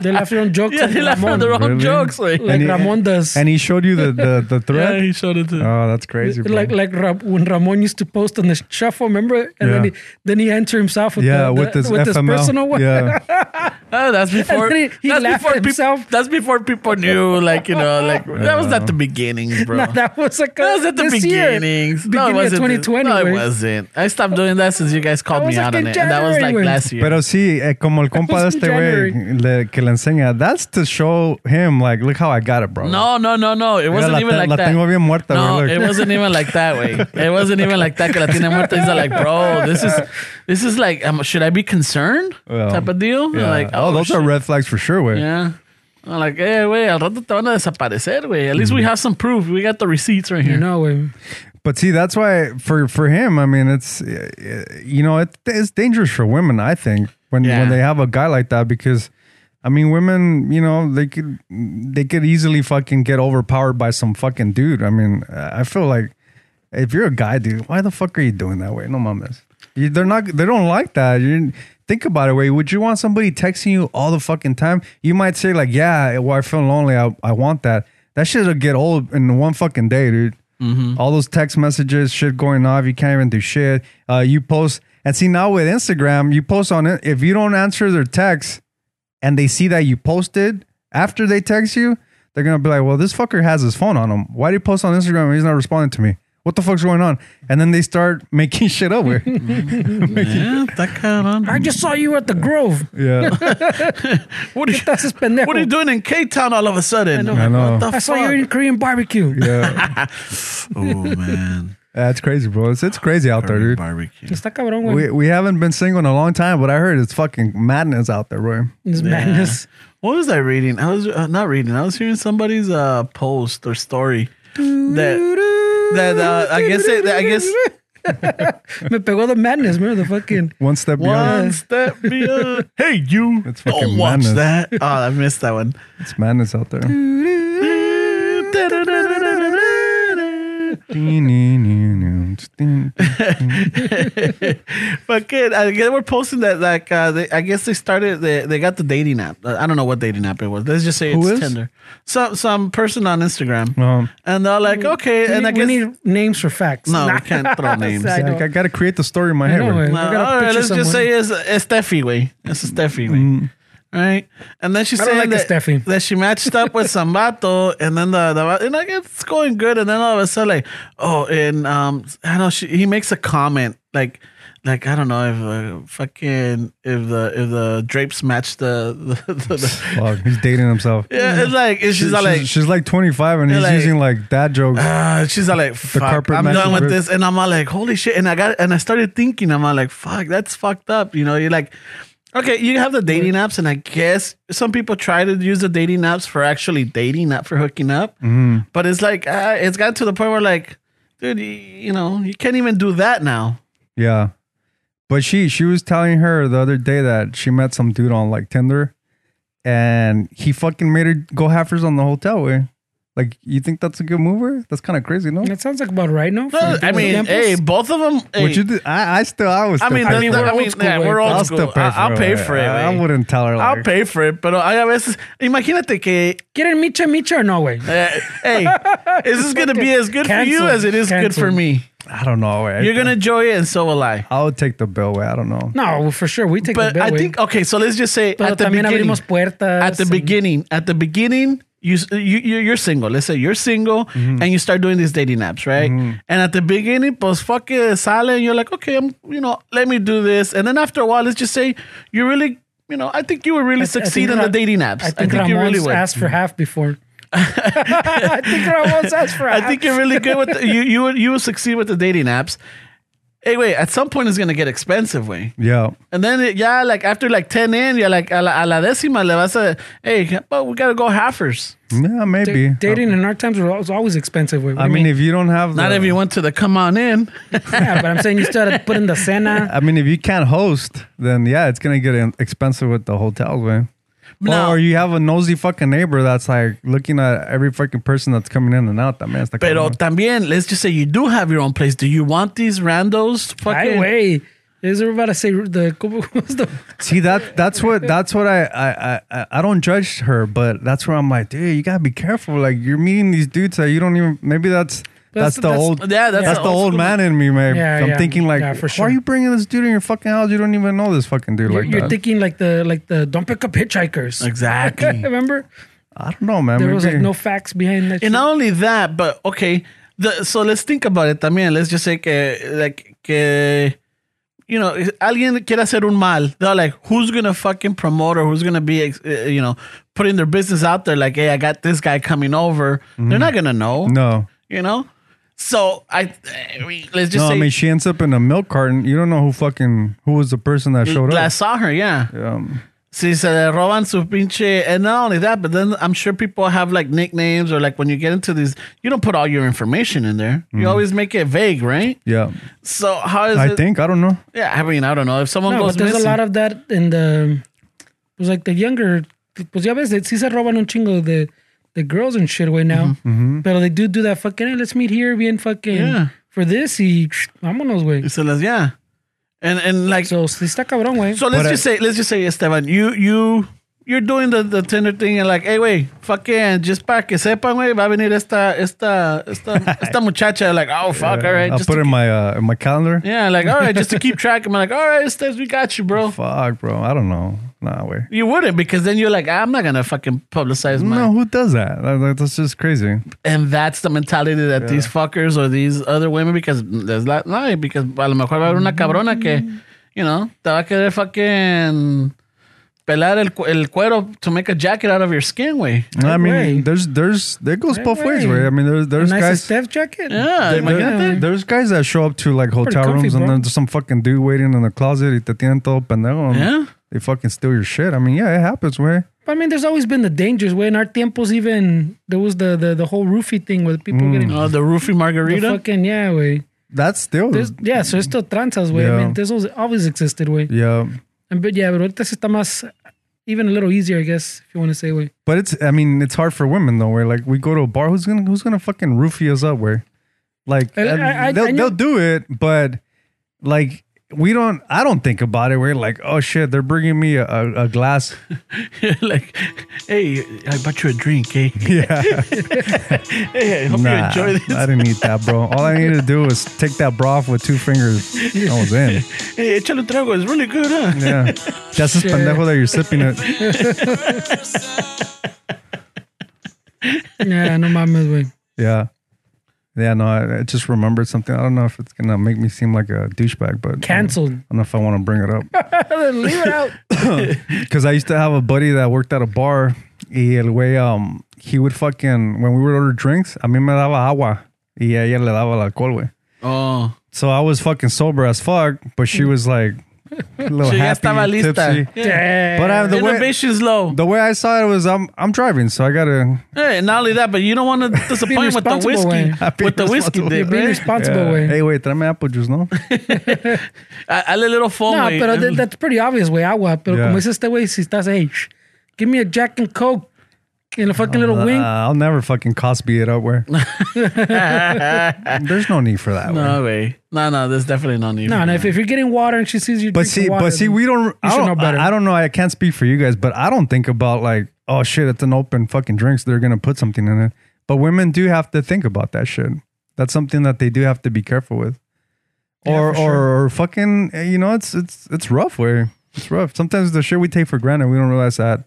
They laugh their own jokes. yeah, like they laugh at Ramon. their own Really? jokes. Like, Like And he- Ramon does. and he showed you the the, the yeah, thread. he showed it to. Oh, that's crazy. Bro. like like Ra- when Ramon used to post on the shuffle, remember? And then Yeah. he then he answered himself with yeah, the, with the- this with this FML. personal one. Yeah. Oh, that's before then he- he that's laughed before at himself. people. That's before people knew, like you know, like that was at the beginning, bro. No, that was like that was uh, at the this year. beginnings. no, it Beginning of wasn't. 2020, No, it güey. wasn't. I stopped doing that since you guys called That me was like out on in it, and that was like January, güey. last year. Pero sí, eh, como el compa It de was in este güey le- que le enseña, that's to show him, like, look how I got it, bro. no, no, no, no. It wasn't la even te- like la that. tengo bien muerta, no, güey, it look. wasn't even like that way. It wasn't even like that. Que la tiene muerta. He's like, bro, this is this is like, um, should I be concerned? Well, type of deal. Yeah. Like, oh, those shit. are red flags for sure, güey. Yeah. I'm like, hey, güey, al rato te van a desaparecer, güey. At Mm-hmm. least we have some proof. We got the receipts right here. You know, güey. But see, that's why for for him, I mean, it's eh, eh, you know, it, it's dangerous for women. I think when Yeah. when they have a guy like that, because I mean, women, you know, they could they could easily fucking get overpowered by some fucking dude. I mean, I feel like if you're a guy, dude, why the fuck are you doing that way? No mames. You, they're not. They don't like that. You think about it. Way would you want somebody texting you all the fucking time? You might say like, yeah, well, I feel lonely. I, I want that. That shit will get old in one fucking day, dude. All those text messages, shit going off. You can't even do shit. Uh, you post and see now with Instagram, you post on it. If you don't answer their text, and they see that you posted after they text you, they're gonna be like, "Well, this fucker has his phone on him. Why did he post on Instagram and he's not responding to me? What the fuck's going on?" And then they start making shit up. weird. Yeah, está cabrón. I just saw you at the Grove. yeah, What are, you, That's his pendejo. what are you doing in Cape Town all of a sudden? I know. I know. What the I fuck? saw you eating Korean barbecue. yeah, oh, man. that's crazy, bro. It's, it's crazy out there, dude. Barbecue. Está cabrón, güey. We, we haven't been single in a long time, but I heard it's fucking madness out there, bro. It's madness. What was I reading? I was uh, not reading. I was hearing somebody's uh, post or story that that uh, I guess it, I guess Me pegó the madness, man. The fucking. One step beyond, one step beyond. Hey, you! It's fucking Don't watch madness. that. Oh, I missed that one. it's madness out there. Fucking, I guess we're posting that. Like, uh, they, I guess they started. They, they got the dating app. Uh, I don't know what dating app it was. Let's just say Who it's is? Tinder. Some some person on Instagram, Um, and they're like, okay, and I we guess need names for facts. no, we can't throw names. I No, know. like, I gotta create the story in my I head. know, bro. güey. I gotta all right, picture let's just say someone. it's, it's Steffi way. It's a Steffi way. Right, and then she don't said like a that, Steffi. that she matched up with some vato, and then the, the va- and like it's going good, and then all of a sudden like oh, and um I don't know she, he makes a comment like like I don't know if uh, fucking if the if the drapes match the the, the, the Fuck, he's dating himself. yeah it's like it's she's she's, all like she's, like 25 and You're he's like- using like dad jokes. Ah, she's all like, fuck, carpet I'm matches done with with- this. And I'm all like, holy shit. And I got, and I started thinking, I'm all like, fuck, that's fucked up. You know, you're like, okay, you have the dating apps. And I guess some people try to use the dating apps for actually dating, not for hooking up. Mm-hmm. But it's like, uh, it's gotten to the point where like, dude, you, you know, you can't even do that now. Yeah. But she she was telling her the other day that she met some dude on like Tinder and he fucking made her go halfers on the hotel way. Like you think that's a good mover? That's kind of crazy, no? That sounds like about right now. No, I mean, hey, both of them. Would you do? I, I still I was I still mean, pay I mean, for it. I mean, yeah, we're I'll old still school. pay I- for I'll it. pay for it. I, I güey. wouldn't tell her like I'll pay for it, but I a veces, imagínate que ¿Quieren micha micha or no, güey? Uh, hey, is this gonna be as good for you Cancel. as it is good Cancel. for me? I don't know. Way. You're gonna enjoy it, and so will I. I would take the bill way. I don't know. No, well, for sure. We take the But bill, I güey. think okay. So let's just say Pero at the también beginning, abrimos puertas. at the and- beginning, at the beginning, you s- you you- you're single. Let's say you're single, Mm-hmm. and you start doing these dating apps, right? And at the beginning, pues fuck it, sale, and you're like, okay, I'm you know, let me do this, and then after a while, let's just say you really. You know, I think you would really I- I succeed think in Ra- the dating apps. I think, you really Ramon's would. asked for half before. I think Ramon's asked for half. I think you're really good with the, you. You would you would succeed with the dating apps. Hey, wait! At some point, it's gonna get expensive, way. Yeah. And then, it, yeah, like after like ten in, you're like a la, a la décima le vas a. Hey, but we gotta go halfers. Yeah, Da- maybe. dating in our times was always expensive, güey. What I do you mean, if you don't have Not the, if you went to the come on in. yeah, but I'm saying you started putting the cena. I mean, if you can't host, then yeah, it's gonna get in- expensive with the hotel, way. No. Or you have a nosy fucking neighbor that's like looking at every fucking person that's coming in and out. That man. Pero también, let's just say you do have your own place. Do you want these randos? Ay, Fucking güey. Is there about to say the ¿cómo- cómo es the- See that that's what that's what I I, I I- I don't judge her, but that's where I'm like, dude, you gotta be careful. Like you're meeting these dudes that you don't even. Maybe that's That's- that's, the that's- old yeah, that's that's the the old old school- man in me, man. Yeah, I'm yeah. thinking like, Yeah, for why sure. are you bringing this dude in your fucking house? You don't even know this fucking dude You're, like you're that. thinking like the like the don't pick up hitchhikers. Exactly. Remember? I don't know, man. There was Maybe- like no facts behind that. And not only that, but okay. The, so let's think about it también. Let's just say que, like, que, you know, if alguien quiere hacer un mal. They're like, who's going to fucking promote or who's going to be, ex- eh, you know, putting their business out there? Like, hey, I got this guy coming over. They're not going to know, Mm-hmm. no. you know? So I, eh, we- let's just No, say I mean she ends up in a milk carton. You don't know who fucking who was the person that showed I up. saw her, yeah. Um, Si se le roban su pinche. And not only that, but then I'm sure people have like nicknames or like when you get into these, you don't put all your information in there. Mm-hmm. You always make it vague, right? yeah, So how is I it? think I don't know. Yeah, I mean, I don't know if someone No, goes but there's missing. a lot of that in the pues like the younger pues ya ves de- sí se roban un chingo de the girls and shit way now. Pero they do do that fucking hey, let's meet here bien fucking Yeah. for this y vámonos güey. Se las- yeah, and and like so. So sí está cabrón güey. let's But just say, let's just say, Esteban, you you you're doing the the Tinder thing and like, hey, wait, fucking, just para que sepan, wey, va a venir esta esta esta esta muchacha. Like, oh fuck, all right, I'll just put to it in keep- my uh, in my calendar. yeah, like all right, just to keep track. I'm like, all right, Esteban, we got you, bro. Fuck, bro. I don't know. Nah, way. You wouldn't because then you're like, "Ah, I'm not gonna fucking publicize my. No, who does that? That- that- That's just crazy. And that's the mentality that these fuckers or these other women because there's not no, because a lo mejor va a haber una cabrona que, you know, te va a querer fucking pelar el, cu- el cuero to make a jacket out of your skin, way. I mean, way. there's there's it goes both ways, way. right? I mean, there's A there's nice guys Steph jacket. Yeah, there- imagínate. there's guys that show up to like hotel comfy, rooms and bro. then there's some fucking dude waiting in the closet. Y te tienen todo pendejo. and Yeah. They fucking steal your shit. I mean, yeah, it happens, way. But I mean, there's always been the dangers. Way in our tiempos, even there was the the, the whole roofie thing with people getting Oh, the roofie the margarita. fucking yeah, way. That's still There's yeah, so it's still tranzas way. I Yeah. mean, this was always existed way. yeah. And but yeah, but ahorita sí está más even a little easier, I guess, if you want to say way. But it's I mean, it's hard for women though. Where like we go to a bar, who's gonna who's gonna fucking roofie us up? Where like I- and I- I- they'll I know- they'll do it, but like. We don't. I don't think about it. We're like, oh shit, they're bringing me a, a, a glass. like, hey, I bought you a drink, eh? Yeah, Hey, I hope you Nah, enjoy this. I didn't need that, bro. All I needed to do was take that broth with two fingers. I was in. Hey, échale un trago. It's really good, huh? Yeah. That's this pendejo that you're sipping it. Yeah, no mames, way. Yeah. Yeah, no, I, I just remembered something. I don't know if it's going to make me seem like a douchebag, but Cancelled. I don't know if I want to bring it up. Leave it out. Because I used to have a buddy that worked at a bar. Y el güey, um, he would fucking, when we would order drinks, a mí me daba agua. Y a ella le daba el alcohol, güey. Oh, So I was fucking sober as fuck, but she was like a little she ya happy, estaba tipsy. lista. Yeah. But I, the way, Innovation's low. the way I saw it was I'm I'm driving, so I gotta Hey, not only that, but you don't want to disappoint with the responsible, whiskey. güey. Be With the whiskey, responsible. dip, Being right? responsible, eh? Yeah. way. Hey, wait, tráeme apple juice, ¿no? I, I let little foam. No, güey. pero that- that's pretty obvious, way agua. Pero eh. Yeah. como es este way, si estás, hey, shh, give me a Jack and Coke and a fucking little Uh, wing. I'll never fucking Cosby it up where. There's no need for that. where. No way. No, no, there's definitely no need. No, for and that. if, if you're getting water and she sees you But drinking see, water, but see, then- we don't. I should don't, know better. I, I don't know. I can't speak for you guys, but I don't think about like, oh shit, it's an open fucking drink, so they're gonna put something in it. But women do have to think about that shit. That's something that they do have to be careful with. Or, or, or fucking, eh, you know, it's it's it's rough. Way it's rough. Sometimes the shit we take for granted, we don't realize that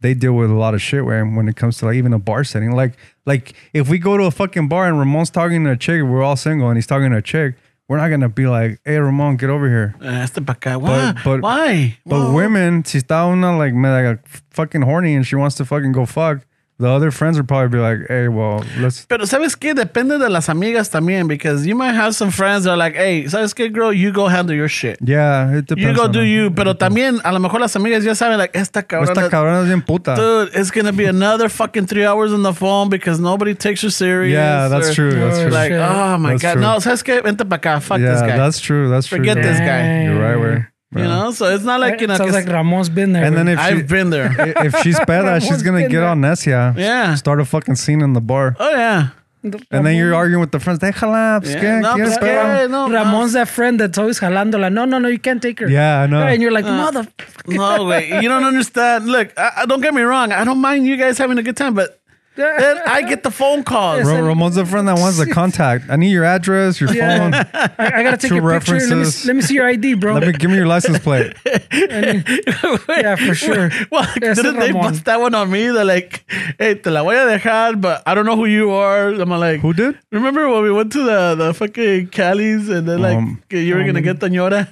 they deal with a lot of shit. Where when it comes to like even a bar setting, like like if we go to a fucking bar and Ramon's talking to a chick, we're all single and he's talking to a chick, we're not gonna be like, hey Ramon, get over here. Uh, este pa' acá. Why? but- Why? But Whoa. women, si está una like, me, like fucking horny and she wants to fucking go fuck, the other friends would probably be like, hey, well, let's. Pero sabes qué? Depende de las amigas también, because you might have some friends that are like, hey, sabes qué, girl, you go handle your shit. Yeah, it depends. You go on do them. you. Pero también, a lo mejor las amigas ya saben, like, esta Esta cabrona. cabrona es bien puta. Dude, it's gonna be another fucking three hours on the phone because nobody takes you serious. Yeah, that's or- true. That's or true. Like, Shit. oh my That's god, true. no, sabes qué? Vente pa' acá. Fuck this yeah, guy. that's true. That's true. Forget bro. this guy. You're right, where. You know, so it's not Eh, like you know. sounds 'cause like Ramon's been there. And then güey. if she, I've been there. if she's peda, she's gonna get all necia. Yeah. Start a fucking scene in the bar, oh yeah. and then you're arguing with the friends. Déjala, pues, Yeah, ¿qué? no, ¿Quieres pues, pedo?" ¿qué? no, Ramon's that friend that's always jalándola. No, no, no, you can't take her. Yeah, I know. And you're like, Ah. mother. No, wait. You don't understand. Look, I, I- don't get me wrong. I don't mind you guys having a good time, but then I get the phone calls. Ra- Ramon's the friend that wants the contact. I need your address, your phone. I, I gotta take True your picture. Let me, references. let me see your ID, bro. Let me give me your license plate. yeah, for sure. Well, Ese didn't they Ramon. bust that one on me? They're like, "Hey, te la voy a dejar," but I don't know who you are. I'm like, Who did? Remember when we went to the, the fucking Cali's and they're like, Um, "Okay, you were gonna get Tañora?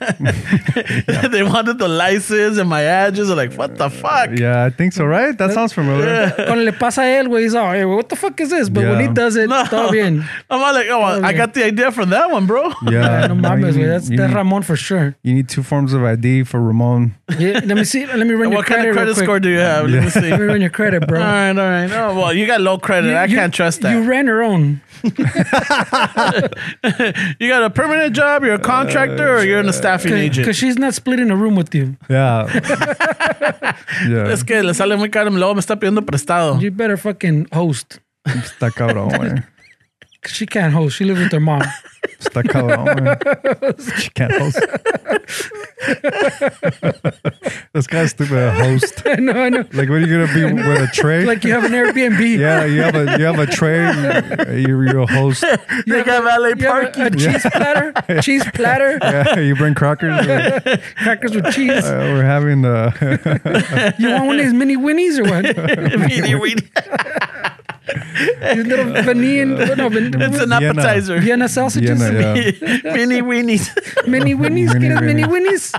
they wanted the license and my address. I'm like, what the fuck? Uh, Yeah, I think so. Right? That sounds familiar. Cuando le pasa a él, güey, he's all, hey, what the fuck is this? But when Yeah. he does it, todo bien. Ah, I'm all like, oh, well, I got the idea from that one, bro. Yeah, No mames, you, güey. That's, you that's need- Ramon for sure. you need two forms of ID for Ramon. Yeah, let me see. Let me run your what kind credit. real of credit quick. score do you have? Let me see. Let me run your credit, bro. All right, all right. Oh well, you got low credit. I You- can't trust that. You ran your own. You got a permanent job, you're a contractor, or you're in a staffing Because agent. she's not splitting a room with you. Yeah. yeah. Es que le sale muy caro, y luego me está pidiendo prestado. You better fucking host. Está cabrón, güey. 'Cause She can't host. She lives with her mom. Está cabrón, güey. She can't host. this guy's stupid. A host. I know, I know. Like, what are you gonna be with a tray? Like you have an Airbnb. yeah, you have a you have a tray. You're, you're a host. They got valet You have a, parking. a cheese platter, cheese platter, Yeah, you bring crackers. uh, crackers with cheese. we're having uh, You want one of these mini winnies or what? These little vanilla, no, van, It's an Vienna. appetizer. Vienna sausages. Vienna, yeah. Mini weenies. Mini winnies. Mini Mini, mini winnies.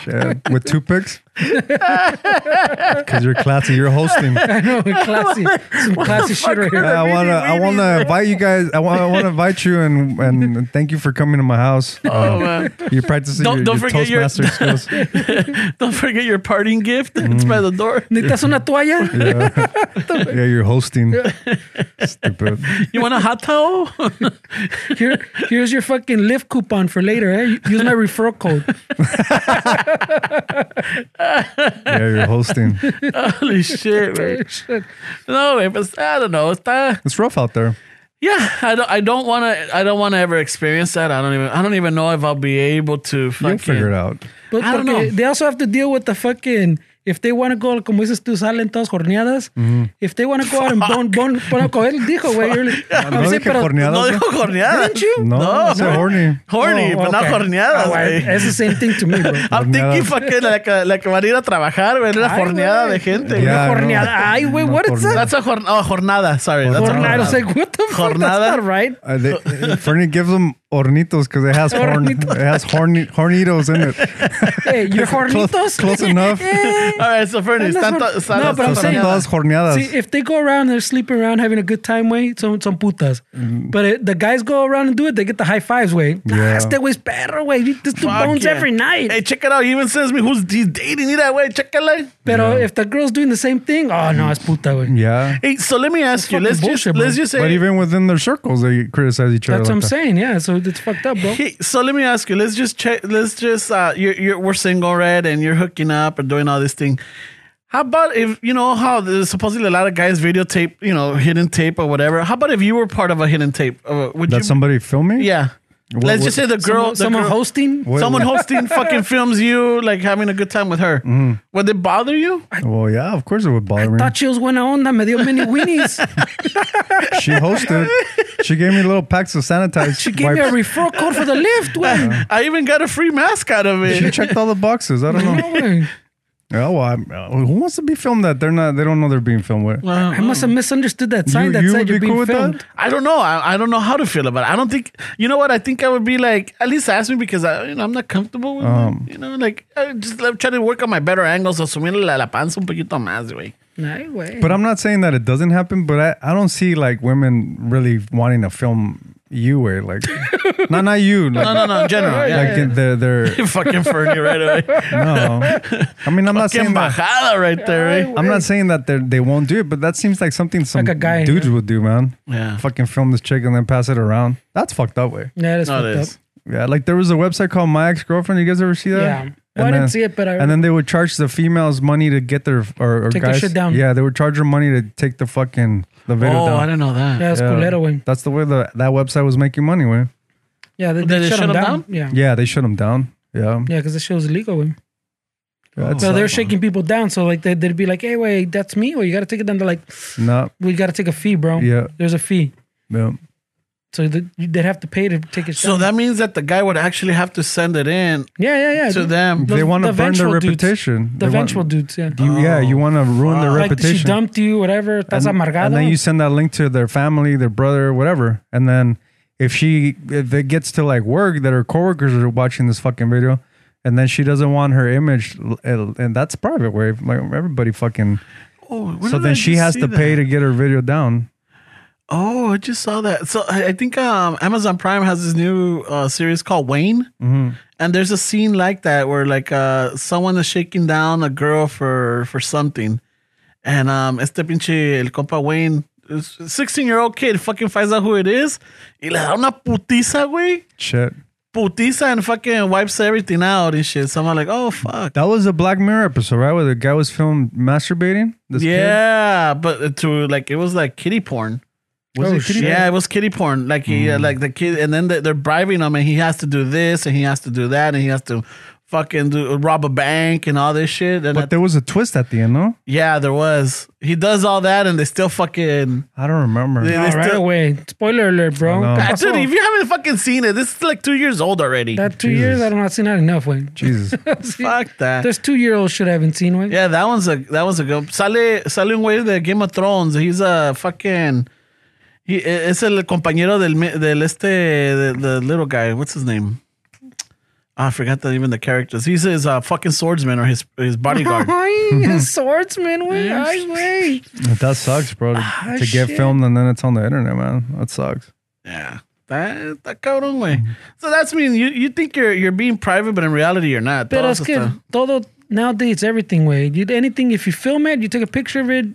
Shit. uh, With two picks? Because you're classy. You're hosting. I know, classy. Some classy shit right here. I wanna, I Really, wanna really. invite you guys. I wanna, I wanna invite you and and thank you for coming to my house. Oh, man. You're practicing Don't- your, don't your forget your- Toastmaster skills. Don't forget your parting gift. It's by the door. ¿Necesitas una toalla? Yeah. yeah, you're hosting. Stupid. You want a hot towel? Here, here's your fucking lift coupon for later. Eh? Use my referral code. Yeah, you're hosting. Holy shit, man. Shit. No, man, but I don't know. Está, It's rough out there. yeah, I don't. I don't want to. I don't want to ever experience that. I don't even. I don't even know if I'll be able to. Fucking, You'll figure it out. But I don't porque know. they also have to deal with the fucking if they want to go como dices tú salen todas jorneadas Mm-hmm. if they want to go out and bone bone bueno co- él dijo güey you're like, No, I'm dije saying, pero- No horneadas, dijo jornada. didn't you No, no, said horny. Horny, Oh, but not okay. jorneadas, Ah, güey, güey. it's the same thing to me bro I'm thinking Jornadas. fucking la que, la que van a ir a trabajar, güey. La Ay, jornada de güey. gente. Yeah, I know. jorneada ay güey No, what is jornada. that That's a jorn- oh, jornada. Sorry. That's a jornada I jornada. was like what the fuck that's Jornada. not right Uh, they, Fernie gives them hornitos because it has horn, it has horny, hornitos in it. hey Eh, your Close- jornitos close enough. Eh. All right, so Fernie, That's están what- to- están- No, but I'm están Son saying- jornadas. todas horneadas. See, if they go around, they're sleeping around, having a good time, way. Son, son putas. Mm-hmm. But it, the guys go around and do it, they get the high fives, way. Yeah. Este güey's perro, way. There's two Fuck bones yeah. every night. Hey, check it out. He even says me who's he's dating you that way. Check it out. Pero if the girl's doing the same thing, oh no, es puta, güey. yeah. Hey, so let me ask you. fucking Let's bullshit, just bro. let's just say. But even within their circles, they criticize each other. That's what I'm like that. saying, yeah. So it's fucked up, bro. Hey, so let me ask you. Let's just check. Let's just uh, you're, you're we're single, red, and you're hooking up and doing all this thing. How about if you know how there's supposedly a lot of guys videotape, you know, hidden tape or whatever. How about if you were part of a hidden tape? Uh, would That you? somebody filming? yeah. What- let's what- just say the someone, girl, someone the girl, hosting. What- someone hosting fucking films you like having a good time with her. Would it bother you? Well, yeah, of course it would bother me. Thought she was buena onda, me dio mini winnies. She hosted. she gave me little packs of sanitizer. She gave me a referral code for the lift, güey. I even got a free mask out of She it. checked all the boxes. I don't No, know. güey. Yeah, well, I'm, uh, who wants to be filmed that they're not? They don't know they're being filmed with. I must have misunderstood that sign You- that you said would you're be being cool with that? filmed. I don't know. I, I don't know how to feel about it. I don't think you know what. I think I would be like at least ask me because I you know I'm not comfortable. With it. Um. you know, like I just love trying to work on my better angles. Asumir la, la panza un poquito más, güey. Ay, güey. But I'm not saying that it doesn't happen. But I, I don't see like women really wanting to film you or like not not you. Like, No, no, no. In general, yeah. Like yeah. they're they're fucking Fernie right away. no. I mean, I'm not Fucking saying that. bajada right there, eh. right? I'm not saying that they they won't do it, but that seems like something some Like a guy, dudes would do, man. Yeah. Fucking film this chick and then pass it around. That's fucked up way. yeah, that's No, fucked it up. is. Yeah, like there was a website called My Ex Girlfriend. You guys ever see that? Yeah. Well, I didn't see it, but I- and then they would charge the females money to get their or, or Take their guys. shit down. Yeah, they would charge her money to take the fucking the video Oh, down. I didn't know that. Yeah, it's Yeah. culero, güey. That's the way the, that website was making money, way. Yeah, they, Did they they shut, shut them 'em down. down? Yeah. Yeah, they shut them down. Yeah, Yeah, because the show's illegal, güey. that's So they're shaking people down. So like they, they'd be like, "Hey, wait, that's me." Or you got to take it down. They're like, not. "We got to take a fee, bro." Yeah. There's a fee, Yeah. so the, they'd have to pay to take it. So down. that means that the guy would actually have to send it in yeah, yeah, yeah. to dude. them. they want to the burn their vengeful dudes. reputation. the They want- vengeful dudes. Yeah. you, yeah, you want to ruin their Like reputation. she dumped you, whatever. Estás and, amargada. and then you send that link to their family, their brother, whatever. And then if she if it gets to like work that her coworkers are watching this fucking video, and then she doesn't want her image, l- it'll- and that's private where like everybody fucking. Oh, where so did I then she just has see to that? pay to get her video down. Oh, I just saw that. So I I think um, Amazon Prime has this new uh, series called Wayne, Mm-hmm. and there's a scene like that where like uh, someone is shaking down a girl for for something, and um, este pinche el compa Wayne, sixteen year old kid, fucking finds out who it is, y le da una putiza, güey, Shit. putiza, and fucking wipes everything out and shit. So I'm like, oh fuck, That was a Black Mirror episode, right? Where the guy was filmed masturbating. This kid? yeah, but uh, to like it was like kitty porn. Was it Hmm. kidding? Yeah, it was kitty porn. Like he, uh, like the kid, and then they- they're bribing him, and he has to do this, and he has to do that, and he has to fucking do, rob a bank and all this shit. And I- But there was a twist at the end, no? yeah, there was. He does all that, and they still fucking. I don't remember. They, they Oh, right still, away. Spoiler alert, bro. I know. Ah, dude, Also, if you haven't fucking seen it, this is like two years old already. that two Jesus. years, I don't know. I've seen that enough, güey. Jesus. Fuck that. There's two year old shit I haven't seen, güey. yeah, that one's a that one's a good. Sale sale un güey de Game of Thrones. He's a fucking. He es el compañero del me- del este the, the little guy. What's his name? Ah, I forgot that even the characters. He's his uh, fucking swordsman or his his bodyguard. Ay, a swordsman, güey. Ay, güey. that sucks, bro. To, to get Ah, shit. filmed and then it's on the internet, man. That sucks. yeah, that that cabrón way. So that's mean you you think you're you're being private, but in reality you're not. Pero Todo es eso que está- todo nowadays everything way. You anything if you film it, you take a picture of it,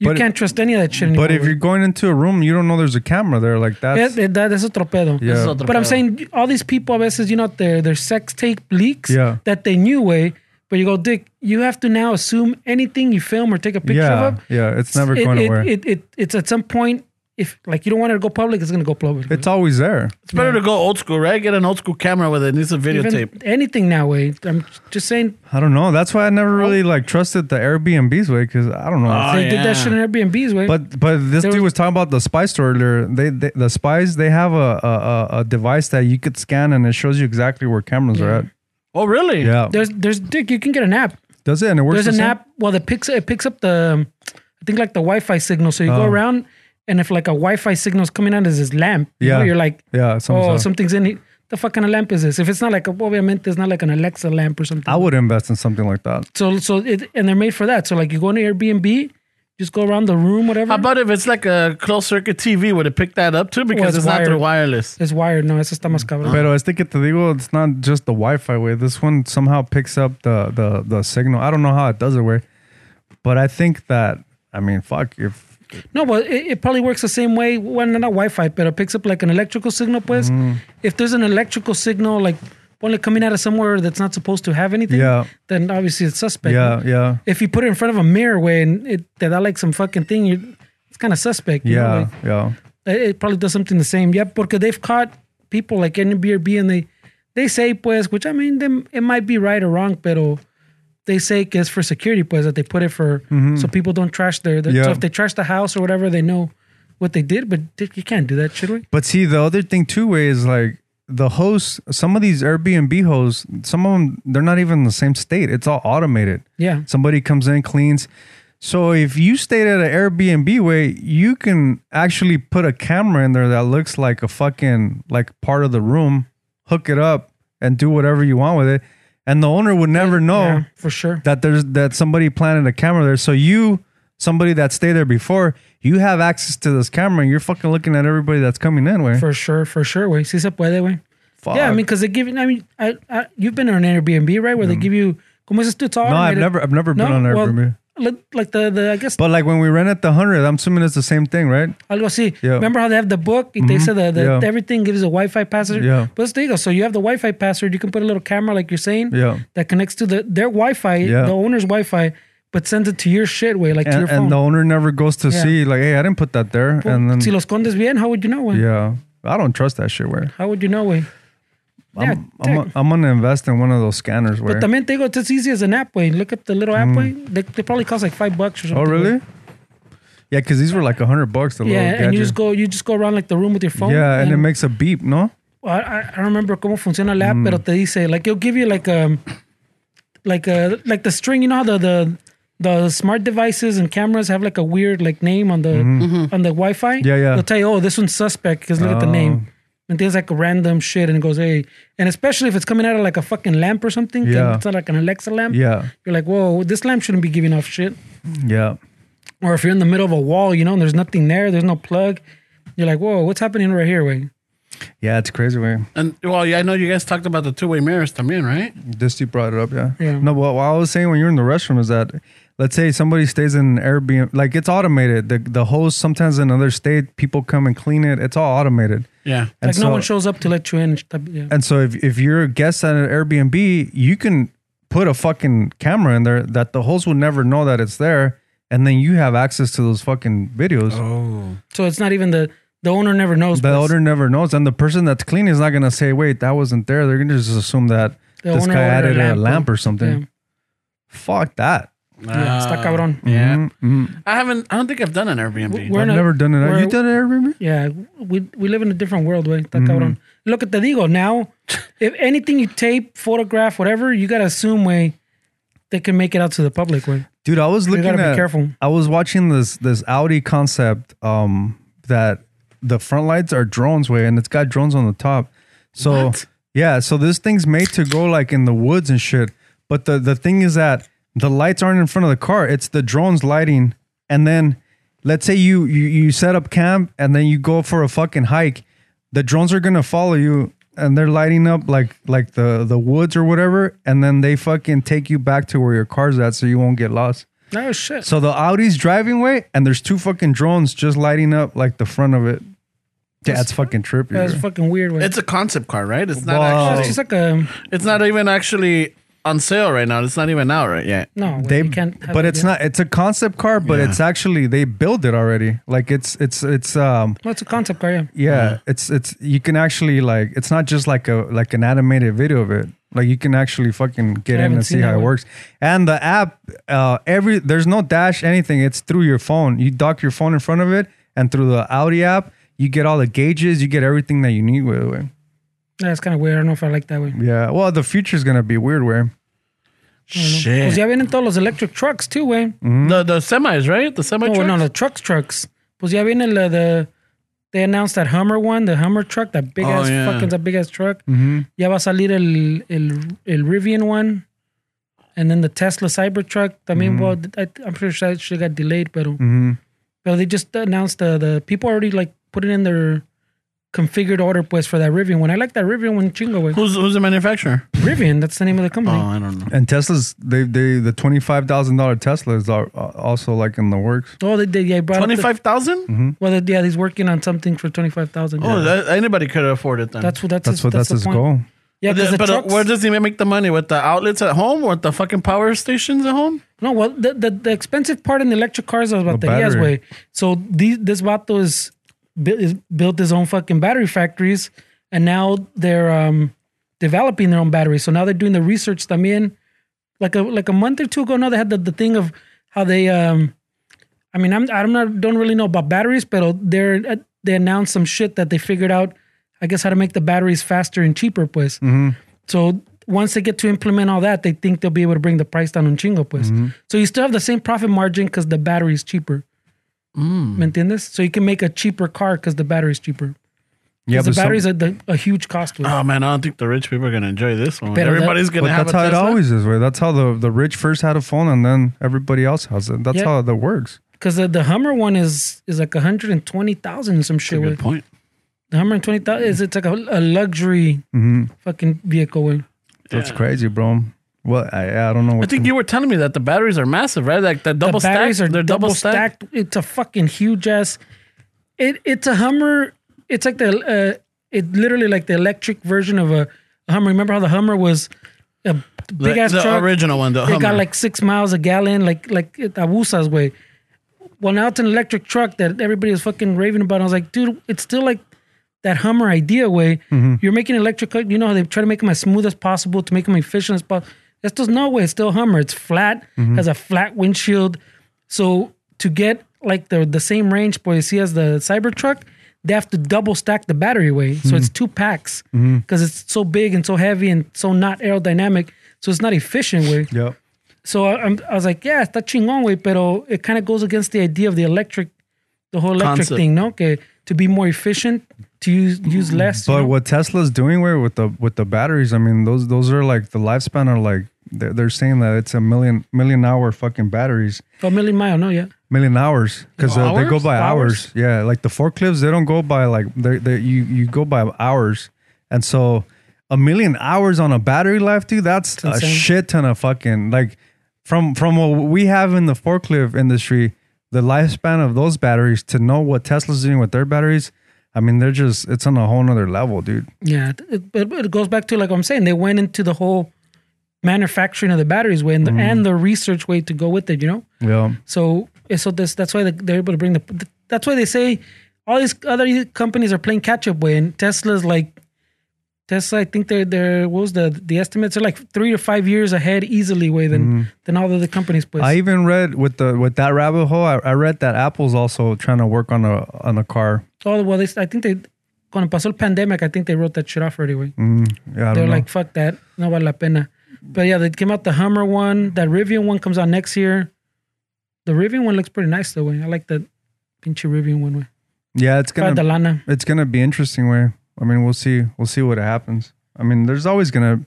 you But- can't trust any of that shit anymore. But if you're going into a room, you don't know there's a camera there. Like yeah, that's that, that es otro pedo. Yeah. Eso es otro But I'm pedo. saying all these people a veces, you know, their their sex tape leaks Yeah. that they knew way. But you go, Dick, you have to now assume anything you film or take a picture yeah, of. yeah. It's never it, going it, away. It, it, it's at some point if like you don't want it to go public, it's gonna go public. it's always there. it's better to go old school, right? Get an old school camera with it. Needs a Even videotape. anything now, way. I'm just saying I don't know. That's why I never really like trusted the Airbnb's way because I don't know. Oh, they did yeah. that shit in Airbnb's eh? way. But but this Ah. There dude was- was talking about the spy store earlier. They, they the spies they have a, a a- a device that you could scan and it shows you exactly where cameras are at. Oh, really? Yeah, there's there's Dick, you can get an app. does it and it works. There's the an same? app. Well, that picks it picks up the, um, I think like the Wi-Fi signal. So you go Oh. around, and if like a Wi-Fi signal's coming out as this lamp, you know, Yeah. you're like, Yeah, oh, something's up. something's in it. The fuck kind of lamp is this? If it's not like, a, obviamente, it's not like an Alexa lamp or something. I would invest in something like that. so so it, and they're made for that. So like you go into Airbnb, just go around the room, whatever. How about if it's like a closed circuit TV? Would it pick that up too? Because it's it's, not through wireless. it's wired. No, eso está más cabrón. Mm. Pero este que te digo, it's not just the Wi-Fi way. This one somehow picks up the the the signal. I don't know how it does it way, but I think that I mean, fuck if No, but it, it probably works the same way. Well, not Wi-Fi, but it picks up like an electrical signal, pues. Mm. If there's an electrical signal, like only coming out of somewhere that's not supposed to have anything, Yeah. then obviously it's suspect. yeah yeah If you put it in front of a mirror, way and it they got like some fucking thing, you, it's kind of suspect. you know, yeah like, yeah. it, it probably does something the same. Yeah, because they've caught people like NBRB and they they say pues, which I mean, them it might be right or wrong, pero they say que it's for security pues that they put it for so people don't trash their. their So Mm-hmm. Yeah. if they trash the house or whatever, they know what they did. But Dick, you can't do that, should we? But see, the other thing too is like the hosts. Some of these Airbnb hosts, some of them, they're not even in the same state. It's all automated. Yeah. Somebody comes in, cleans. So if you stayed at an Airbnb way, you can actually put a camera in there that looks like a fucking like part of the room, hook it up, and do whatever you want with it. And the owner would never know Yeah, for sure. that there's that somebody planted a camera there. So you, somebody that stayed there before, you have access to this camera. And you're fucking looking at everybody that's coming in. Way For sure, for sure. Way, si se puede, way. Fuck. Yeah, I mean, because they give. you- I mean, I, I you've been on Airbnb, right? Where they give you. Como dices tú, it's all Mm-hmm. no, I've automated. never, I've never been on well, Airbnb. li- like the, the I guess But like when we rent at the hundred, I'm assuming it's the same thing, right? algo así. Yeah. Mm-hmm. Remember how they have the book? It takes the, the Yeah. everything gives a Wi-Fi password. Yeah. But there you go. So you have the Wi-Fi password. You can put a little camera, like you're saying, Yeah. that connects to the their Wi-Fi, Yeah. the owner's Wi-Fi, but sends it to your shit way, like to your And, phone. and the owner never goes to Yeah. see, like, hey, I didn't put that there. And then si los condes bien, how would you know? Way? yeah, I don't trust that shit. Where How would you know? Way? Yeah, I'm, I'm, I'm gonna invest in one of those scanners. Where But también te digo, it's as easy as an app way. Look up the little app way. They, they probably cost like five bucks or Mm. oh something. güey. really? Yeah, because these were like a hundred bucks. The Yeah, little and gadget. you just go, you just go around like the room with your phone. yeah, and it makes a beep, no? I, I I don't remember cómo funciona la app, Mm. pero te dice like it'll give you like um like a like the string. You know how the the the smart devices and cameras have like a weird like name on the on the Wi-Fi. Mm-hmm. Yeah, yeah. Oh. They'll tell you, oh, this one's suspect because look at the name. And things like random shit, and it goes, hey, and especially if it's coming out of like a fucking lamp or something, Yeah. it's not like an Alexa lamp. Yeah, You're like, whoa, this lamp shouldn't be giving off shit. yeah, Or if you're in the middle of a wall, you know, and there's nothing there, there's no plug. You're like, whoa, what's happening right here, way? yeah. It's crazy. Way And well, yeah, I know you guys talked about the two way mirrors también, right? This you brought it up, yeah. Yeah. No, but what I was saying when you're in the restroom is that, let's say somebody stays in an Airbnb, like it's automated. The the host sometimes in another state, people come and clean it. It's all automated. Yeah. And like so, no one shows up to let you in. Yeah. And so if if you're a guest at an Airbnb, you can put a fucking camera in there that the host will never know that it's there, and then you have access to those fucking videos. Oh, So it's not even the the owner never knows. The but it's- owner never knows, and the person that's cleaning is not gonna say, "Wait, that wasn't there." They're gonna just assume that The this owner guy ordered a added a lamp. lamp or something. Yeah. Fuck that. Yeah, Ah. está cabrón. Yeah. Mm, mm. I haven't, I don't think I've done an Airbnb. We're I've not- never done it. we're- You done Mm-hmm. it, Airbnb? Yeah, we we live in a different world, way. Está cabrón. Look at the digo now. if anything you tape, photograph, whatever, you gotta assume way they can make it out to the public way. Dude, I was looking gotta be at. careful. I was watching this this Audi concept um that the front lights are drones way, and it's got drones on the top. So yeah, so this thing's made to go like in the woods and shit. But the the thing is that the lights aren't in front of the car; it's the drones lighting. And then, let's say you you you set up camp, and then you go for a fucking hike. The drones are gonna follow you, and they're lighting up like like the the woods or whatever. And then they fucking take you back to where your car's at, so you won't get lost. No shit. So the Audi's driving way, and there's two fucking drones just lighting up like the front of it. Yeah, that's fucking trippy. That's bro. fucking weird. Way. It's a concept car, right? It's not Wow. it's actually, just like a it's not even actually on sale right now. It's not even out right yet. no. güey, They, you can't. have but it, it's yeah. not. It's a concept car, but Yeah. it's actually they build it already. Like it's it's it's um No, it's a concept car. Yeah. yeah, it's it's you can actually like it's not just like a like an animated video of it. Like you can actually fucking get I in haven't and see seen how that it one. works. And the app, uh, every there's no dash anything. It's through your phone. You dock your phone in front of it, and through the Audi app, you get all the gauges. You get everything that you need with it. Yeah, it's kind of weird. I don't know if I like that way. Yeah. Well, the future's gonna be weird. Where Shit. Mm-hmm. Pues ya vienen todos los electric trucks too, way. Mm-hmm. The the semis, right? The semi No, trucks? Oh, no, the trucks, trucks. Pues ya viene la the they announced that Hummer one, the Hummer truck, that big Oh, ass yeah. Mm-hmm. fucking that big ass truck. Ya va a salir el, el, el Rivian one, and then the Tesla Cybertruck. También, Mm-hmm. well, I, I'm pretty sure that shit got delayed, but but they just announced the the people already like putting in their configured order pues for that Rivian one. I like that Rivian one, chingo. güey. Who's who's the manufacturer? Rivian, that's the name of the Oh, company. I don't know. and Tesla's they they the twenty five thousand dollar Tesla is al- also like in the works. Oh, they did. Yeah, brought up the- Twenty five thousand? Mm-hmm. Well, yeah, he's working on something for twenty five thousand. Oh, that, anybody could afford it then. that's what that's That's his, what that's, the his point. goal. Yeah, because the but uh, trucks. where does he make the money? With the outlets at home or at the fucking power stations at home? no, well, the, the the expensive part in the electric cars is about the yes battery. way. So these, this vato is, bu- is built his own fucking battery factories, and now they're um developing their own batteries. So now they're doing the research. También, like a like a month or two ago, now they had the, the thing of how they um, I mean, I'm I'm not don't really know about batteries, but they're uh, they announced some shit that they figured out. I guess how to make the batteries faster and cheaper, pues. So once they get to implement all that, they think they'll be able to bring the price down on chingo, pues. So you still have the same profit margin because the battery is cheaper. ¿Me entiendes? So you can make a cheaper car because the battery is cheaper. Yeah, Because the some- battery's a, the, a huge cost. güey. Oh man, I don't think the rich people are gonna enjoy this one. Pero that- Everybody's gonna but have that's a how it Tesla. always is. Where that's how the the rich first had a phone, and then everybody else has it. That's Yeah. how that works. Because the, the Hummer one is is like 120,000 and some shit. Good güey. point. The Hummer and 20,000 is it's like a, a luxury fucking vehicle. güey. That's crazy, bro. Well, I, I don't know. I What think you were telling me that the batteries are massive, right? Like the double the batteries stacked. are they're double stacked. It's a fucking huge ass. It it's a Hummer. It's like the uh, it literally like the electric version of a Hummer. Remember how the Hummer was a big ass the truck? original one, Oh, the It Hummer. got like six miles a gallon, like like it- Abusa's way. Well, now it's an electric truck that everybody is fucking raving about. I was like, dude, it's still like that Hummer idea way. You're making electric. You know how they try to make them as smooth as possible to make them efficient as possible. That's just no way. It's still Hummer. It's flat, has a flat windshield. So to get like the the same range boy you see as the Cybertruck, they have to double stack the battery way. So it's two packs because it's so big and so heavy and so not aerodynamic. So it's not efficient way. Yep. So I, I'm, I was like, yeah, está chingón, güey, pero it kind of goes against the idea of the electric, the whole electric Concept. thing, no? Que, to be more efficient, to use use less. you Mm, But know? what Tesla's doing where with the with the batteries, I mean those those are like the lifespan are like they're, they're saying that it's a million million hour fucking batteries, a million mile, no, yeah. million hours because uh, they go by hours? Yeah, like the forklifts, they don't go by like they they you you go by hours, and so a million hours on a battery life, dude, that's a insane. shit ton of fucking like from from what we have in the forklift industry, the lifespan of those batteries to know what Tesla's doing with their batteries. I mean, they're just, it's on a whole nother level, dude. Yeah, it, but but it goes back to like what I'm saying. They went into the whole manufacturing of the batteries way and the, Mm. and the research way to go with it. You know, Yeah. so eh, so this, that's why they're able to bring the. That's why they say all these other e, companies are playing catch up way, and Tesla's like Tesla. I think they're they're what was the the estimates are like three to five years ahead easily way than than all the other companies. Pues. I even read with the with that rabbit hole. I, I read that Apple's also trying to work on a on a car. oh well, they, I think they cuando pasó el pandemic, I think they wrote that shit off already. Way. Yeah, I They're don't know. like, fuck that. No vale la pena. But yeah, they came out the Hummer one. That Rivian one comes out next year. The Rivian one looks pretty nice though. Way. I like that pinche Rivian one. Way. yeah, it's Tried gonna the Lana. it's gonna be interesting. Way I mean, we'll see we'll see what happens. I mean, there's always gonna.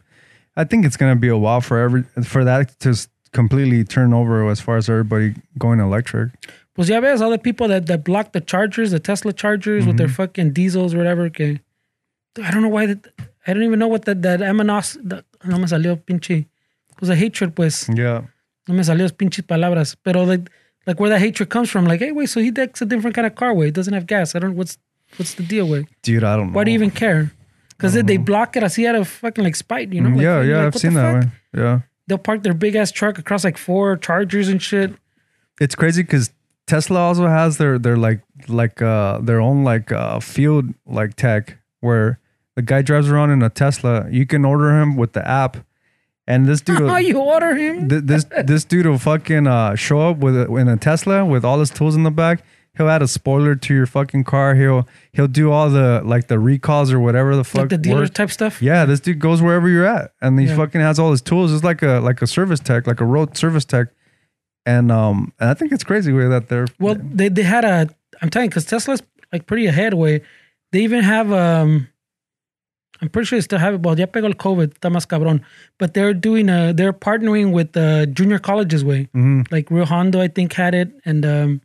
I think it's gonna be a while for every for that to s- completely turn over as far as everybody going electric. Pues ya ves, all the people that, that block the chargers, the Tesla chargers with their fucking diesels, whatever. Que, I don't know why. That, I don't even know what that, that Amanos, that, no me salió pinche. It was a hatred, pues. Yeah, No me salió las pinches palabras. Pero like, like where that hatred comes from, like, hey, wait, so he decks a different kind of car, way. It doesn't have gas. I don't, what's, what's the deal, way? dude, I don't. Why know. do you even care? Because they, they block it así out of fucking like spite, you know? Like, Oh. yeah, you're yeah, like, I've what seen the fuck? that. Way. Yeah, They'll park their big ass truck across like four chargers and shit. it's crazy because Tesla also has their their like like uh their own like uh field like tech where the guy drives around in a Tesla. You can order him with the app, and this dude. Oh, will- you order him? th- this this dude will fucking uh, show up with a, in a Tesla with all his tools in the back. He'll add a spoiler to your fucking car. He'll he'll do all the like the recalls or whatever the fuck. like the dealer work. type stuff? Yeah, this dude goes wherever you're at, and he Yeah. fucking has all his tools. It's like a like a service tech, like a road service tech, and um, and I think it's crazy way that they're Well, they, they had a. I'm telling you, because Tesla's like pretty ahead way. They even have um. I'm pretty sure they still have it, but ya pegó el COVID, está más cabrón. But they're doing a, they're partnering with uh, junior colleges way, like Real Hondo, I think had it, and um,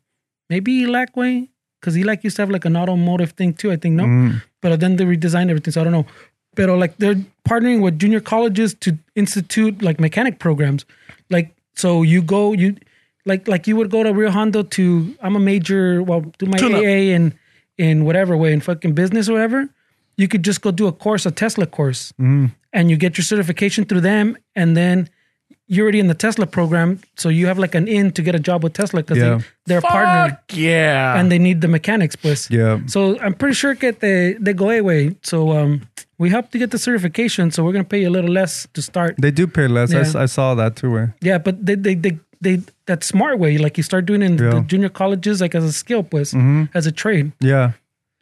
maybe ELAC way, because ELAC used to have like an automotive thing too, I think no, but then they redesigned everything, so I don't know. But like they're partnering with junior colleges to institute like mechanic programs, like so you go you like like you would go to Rio Hondo to I'm a major well do my Tuna. AA in in whatever way in fucking business or whatever. You could just go do a course, a Tesla course, and you get your certification through them, and then you're already in the Tesla program, so you have like an in to get a job with Tesla because Yeah. they, are partnered Fuck yeah. and they need the mechanics, pues. Yeah. So I'm pretty sure that they they go away. So um, we help to get the certification, so we're gonna pay you a little less to start. they do pay less. I s I Yeah. I, saw that too. Way. Yeah, but they they they, they that smart way, like you start doing it in Yeah. Mm-hmm. the junior colleges, like as a skill, pues, as a trade. Yeah.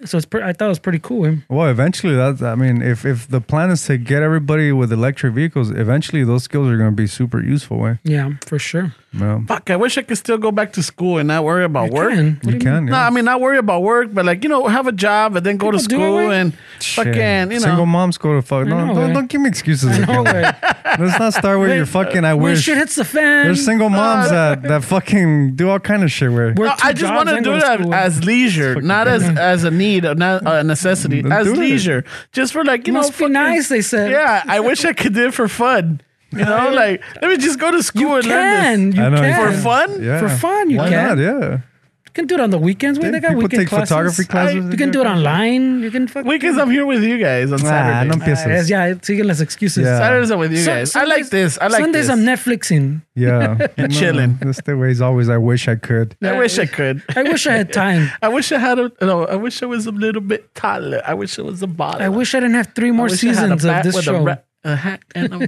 So it's pre- I thought it was pretty cool. eh? Well, eventually, that's. I mean, if if the plan is to get everybody with electric vehicles, eventually those skills are going to be super useful. Way. Yeah, for sure. Yeah. Fuck, I wish I could still go back to school and not worry about work. Can. You can. Yeah. No, I mean not worry about work, but like you know, have a job and then go to People do it, school right? and Shit. fucking you single know. moms go to fuck. No, know, don't, eh? don't give me excuses. I know, again. eh? Let's not start with your fucking. I when wish. shit Uh, hits the fan. There's single moms that that fucking do all kind of shit. Where work No, two I just jobs want to and do go that school. as leisure, not as as a need, or not a necessity, Then as do it. leisure. Just for like you Must know, be fucking- nice, they said. Yeah, I wish I could do it for fun. You know, like let me just go to school You and learn can. this You I know, can. for fun. Yeah. For fun, you Why can. not? Yeah. You can do it on the weekends. Wait, Then they got people weekend take classes. photography classes. You can do it online. You can fucking. Weekends, I'm here with you guys on Ah, Saturday. no Yes, empieces. yeah, siguen las excuses. Yeah. Saturdays are with you Sun- guys. I like Sundays- this. I like Sundays this. I'm Netflixing. Yeah. And chilling. This the way is always, I wish I could. I wish I could. I wish I had time. I wish I had a no. I wish I was a little bit taller. I wish I was a bottle. I wish I didn't have three I more wish I had a seasons of bat this with a show. ra- A hat and a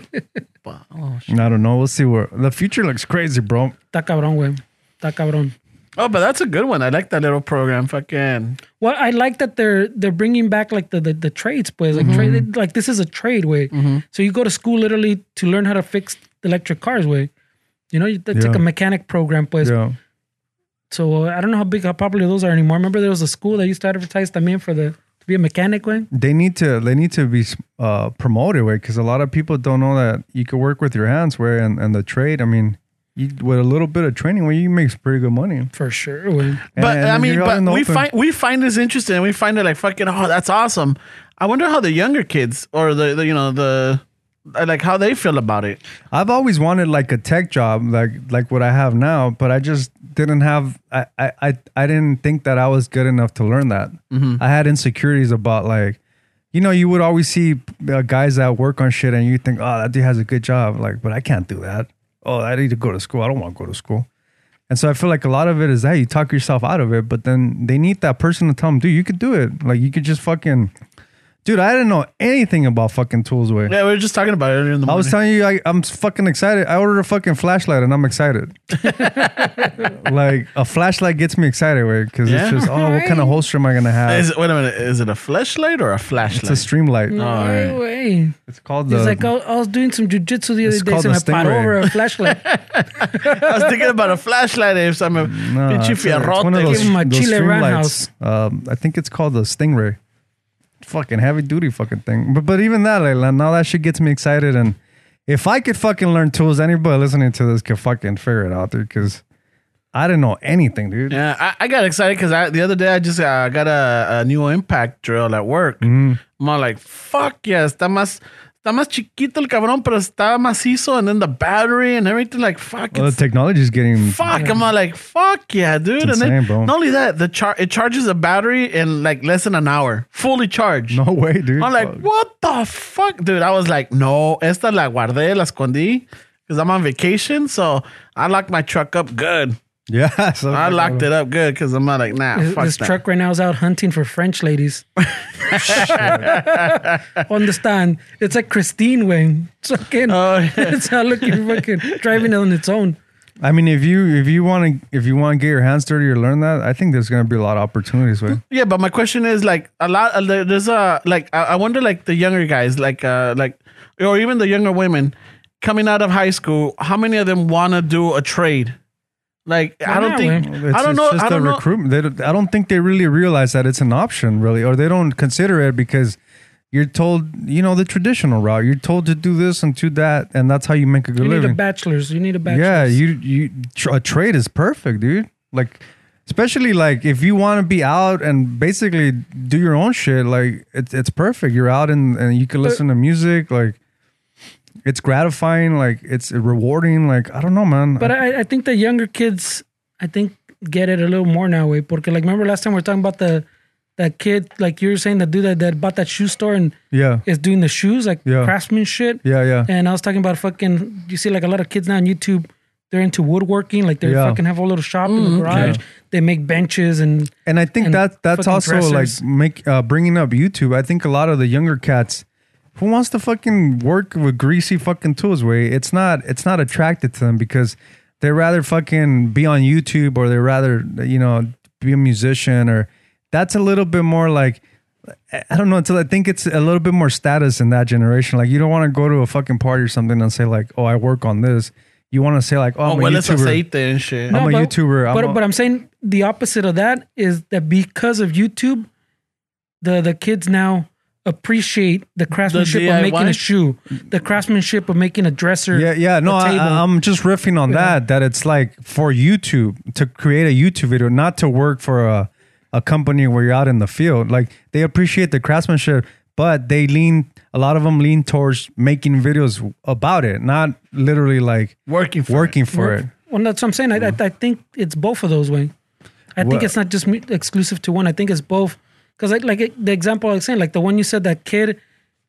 bottle. Oh, shit. I don't know. We'll see where the future looks crazy, bro. Está cabrón, güey. Está cabrón. Oh, but that's a good one. I like that little program. Fucking Well, I like that they're they're bringing back like the the, the trades, pues. Mm-hmm. Like trade, like this is a trade way. So you go to school literally to learn how to fix electric cars, way. You know, you- that's like Yeah. a mechanic program, pues. Yeah. So uh, I don't know how big how popular those are anymore. Remember there was a school that used to advertise también for the to be a mechanic, way. They need to they need to be uh, promoted, way, because a lot of people don't know that you can work with your hands, where and, and the trade. I mean, you, with a little bit of training, where you can make pretty good money. For sure, way. But And I if mean, you're out but in the we open- find we find this interesting, and we find it like fucking. Oh, that's awesome. I wonder how the younger kids or the, the you know the like how they feel about it. I've always wanted like a tech job, like like what I have now, but I just didn't have. I I I, I didn't think that I was good enough to learn that. I had insecurities about like, you know, you would always see uh, guys that work on shit, and you think, oh, that dude has a good job, like, but I can't do that. Oh, I need to go to school. I don't want to go to school. And so I feel like a lot of it is that you talk yourself out of it, but then they need that person to tell them, dude, you could do it. Like you could just fucking, dude, I didn't know anything about fucking tools way. Yeah, we were just talking about it earlier in the I morning. was telling you, I, I'm fucking excited. I ordered a fucking flashlight and I'm excited. like a flashlight gets me excited, right? Because Yeah. it's just, oh, what kind of holster am I gonna have? is it, wait a minute, is it a flashlight or a it's a flashlight? streamlight. right. No way. It's called the. It's like "Oh, I, I was doing some jujitsu the It's other day, called so a I put stingray. over a flashlight. I was thinking about a flashlight. If I'm a no, pinche it's, a- it's one of fierrote. those, Give 'em a those Chile streamlights. Um, I think it's called the Stingray. Fucking heavy duty fucking thing. But but even that, like now that shit gets me excited. And if I could fucking learn tools, anybody listening to this could fucking figure it out, dude. Because I didn't know anything, dude. Yeah, I, I got excited because I, the other day I just uh, got a, a new impact drill at work. Mm-hmm. I'm all like, fuck yeah, está más, está más chiquito el cabrón, pero está macizo. And then the battery and everything, like, fuck, Well, the it's, technology's getting fuck. I'm all like, fuck yeah, dude. and insane, then bro. not only that, the char- it charges the battery in like less than an hour, fully charged. no way, dude. I'm like, Fuck. what the fuck, dude? I was like, no, esta la guardé, la escondí, because I'm on vacation. So I locked my truck up good. Yeah, so I locked it up good because I'm not like, nah, This- fuck this that. truck right now is out hunting for French ladies. Understand? It's like Christine Wayne. It's fucking. Oh, yeah. It's out looking fucking driving on its own. I mean, if you if you want to if you want to get your hands dirty or learn that, I think there's gonna be a lot of opportunities. With Yeah, but my question is like a lot. uh, there- There's a like I I wonder like the younger guys like uh like or even the younger women coming out of high school. How many of them want to do a trade? Like I Why don't not, think man? I don't know. I don't a know. recruitment. They don't, I don't think they really realize that it's an option, really, or they don't consider it because you're told, you know, the traditional route. You're told to do this and do that, and that's how you make a good You need a living. bachelor's. You need a bachelor's. yeah, you you tr- a trade is perfect, dude. Like, especially like if you want to be out and basically do your own shit, like it's it's perfect. You're out and and you can listen to music, like it's gratifying, like it's rewarding. Like I don't know, man. But I, I think the younger kids, I think, get it a little more now, way. Porque like remember last time we were talking about the that kid, like you were saying, the dude that, that bought that shoe store and yeah, is doing the shoes, like Yeah. craftsman shit. yeah, yeah. And I was talking about fucking. You see, like a lot of kids now on YouTube, they're into woodworking. Like they Yeah. fucking have a little shop in the garage. Yeah. They make benches and And I think and that that's fucking also dressers. like make uh, bringing up YouTube. I think a lot of the younger cats who wants to fucking work with greasy fucking tools, way it's not it's not attracted to them because they rather fucking be on YouTube or they rather you know be a musician or that's a little bit more like I I don't know until I think it's a little bit more status in that generation. Like you don't want to go to a fucking party or something and say like, oh, I work on this. You want to say like, oh, Oh, I'm a well, it's YouTuber. aceite and shit. I'm a YouTuber. I'm but a- but I'm saying the opposite of that is that because of YouTube, the the kids now appreciate the craftsmanship of making DIY? a shoe, the craftsmanship of making a dresser. Yeah, yeah. No, a I, table. I'm just riffing on that. That it's like for YouTube to create a YouTube video, not to work for a a company where you're out in the field. Like they appreciate the craftsmanship, but they lean a lot of them lean towards making videos about it, not literally like Working for working for it. Well, that's what I'm saying. I, I, I think it's both of those way. I think Well- it's not just me- exclusive to one. I think it's both. Because like, like the example I was saying, like the one you said, that kid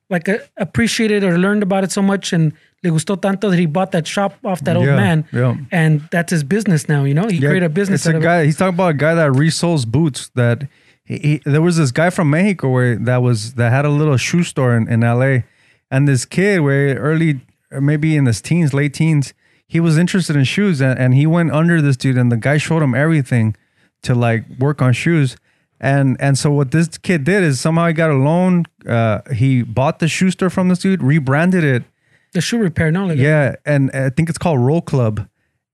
like uh, appreciated or learned about it so much and le gustó tanto that he bought that shop off that old Yeah, man. yeah. And that's his business now, you know? He created a business. It's out a of it. guy. He's talking about a guy that resells boots. That he, he, there was this guy from Mexico where that was that had a little shoe store in, in L.A. And this kid, where early or maybe in his teens, late teens, he was interested in shoes, and, and he went under this dude, and the guy showed him everything to like work on shoes. And and so what this kid did is somehow he got a loan. Uh, he bought the shoe store from this dude, rebranded it, The shoe repair, no? Like, yeah, and I think it's called Roll Club.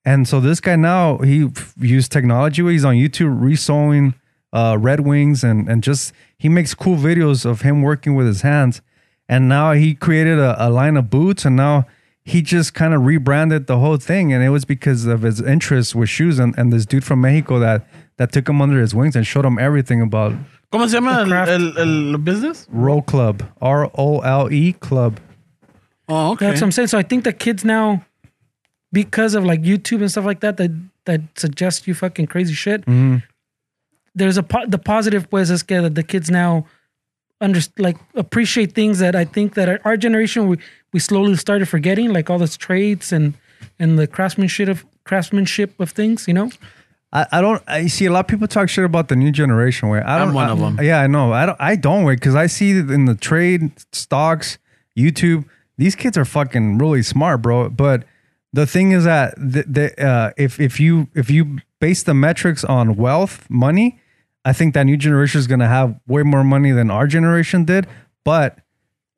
And so this guy now he f- used technology. where He's on YouTube resewing uh, Red Wings and and just he makes cool videos of him working with his hands. And now he created a, a line of boots, and now he just kind of rebranded the whole thing. And it was because of his interest with shoes and, and this dude from Mexico that that took him under his wings and showed him everything about ¿Cómo se llama el, Craft. el, el business? Roll Club, R O L E Club. Oh, okay. That's what I'm saying. So I think the kids now, because of like YouTube and stuff like that, that that suggest you fucking crazy shit. Mm-hmm. There's a po- the positive pues es que the kids now under like appreciate things that I think that our, our generation we, we slowly started forgetting, like all those trades and and the craftsmanship of craftsmanship of things. You know, I, I don't. I see a lot of people talk shit about the new generation. Where I I'm don't. one I- of 'em. Yeah, I know. I don't. I don't wait because I see it in the trade stocks, YouTube. These kids are fucking really smart, bro. But the thing is that the, the, uh, if if you if you base the metrics on wealth, money, I think that new generation is gonna have way more money than our generation did. But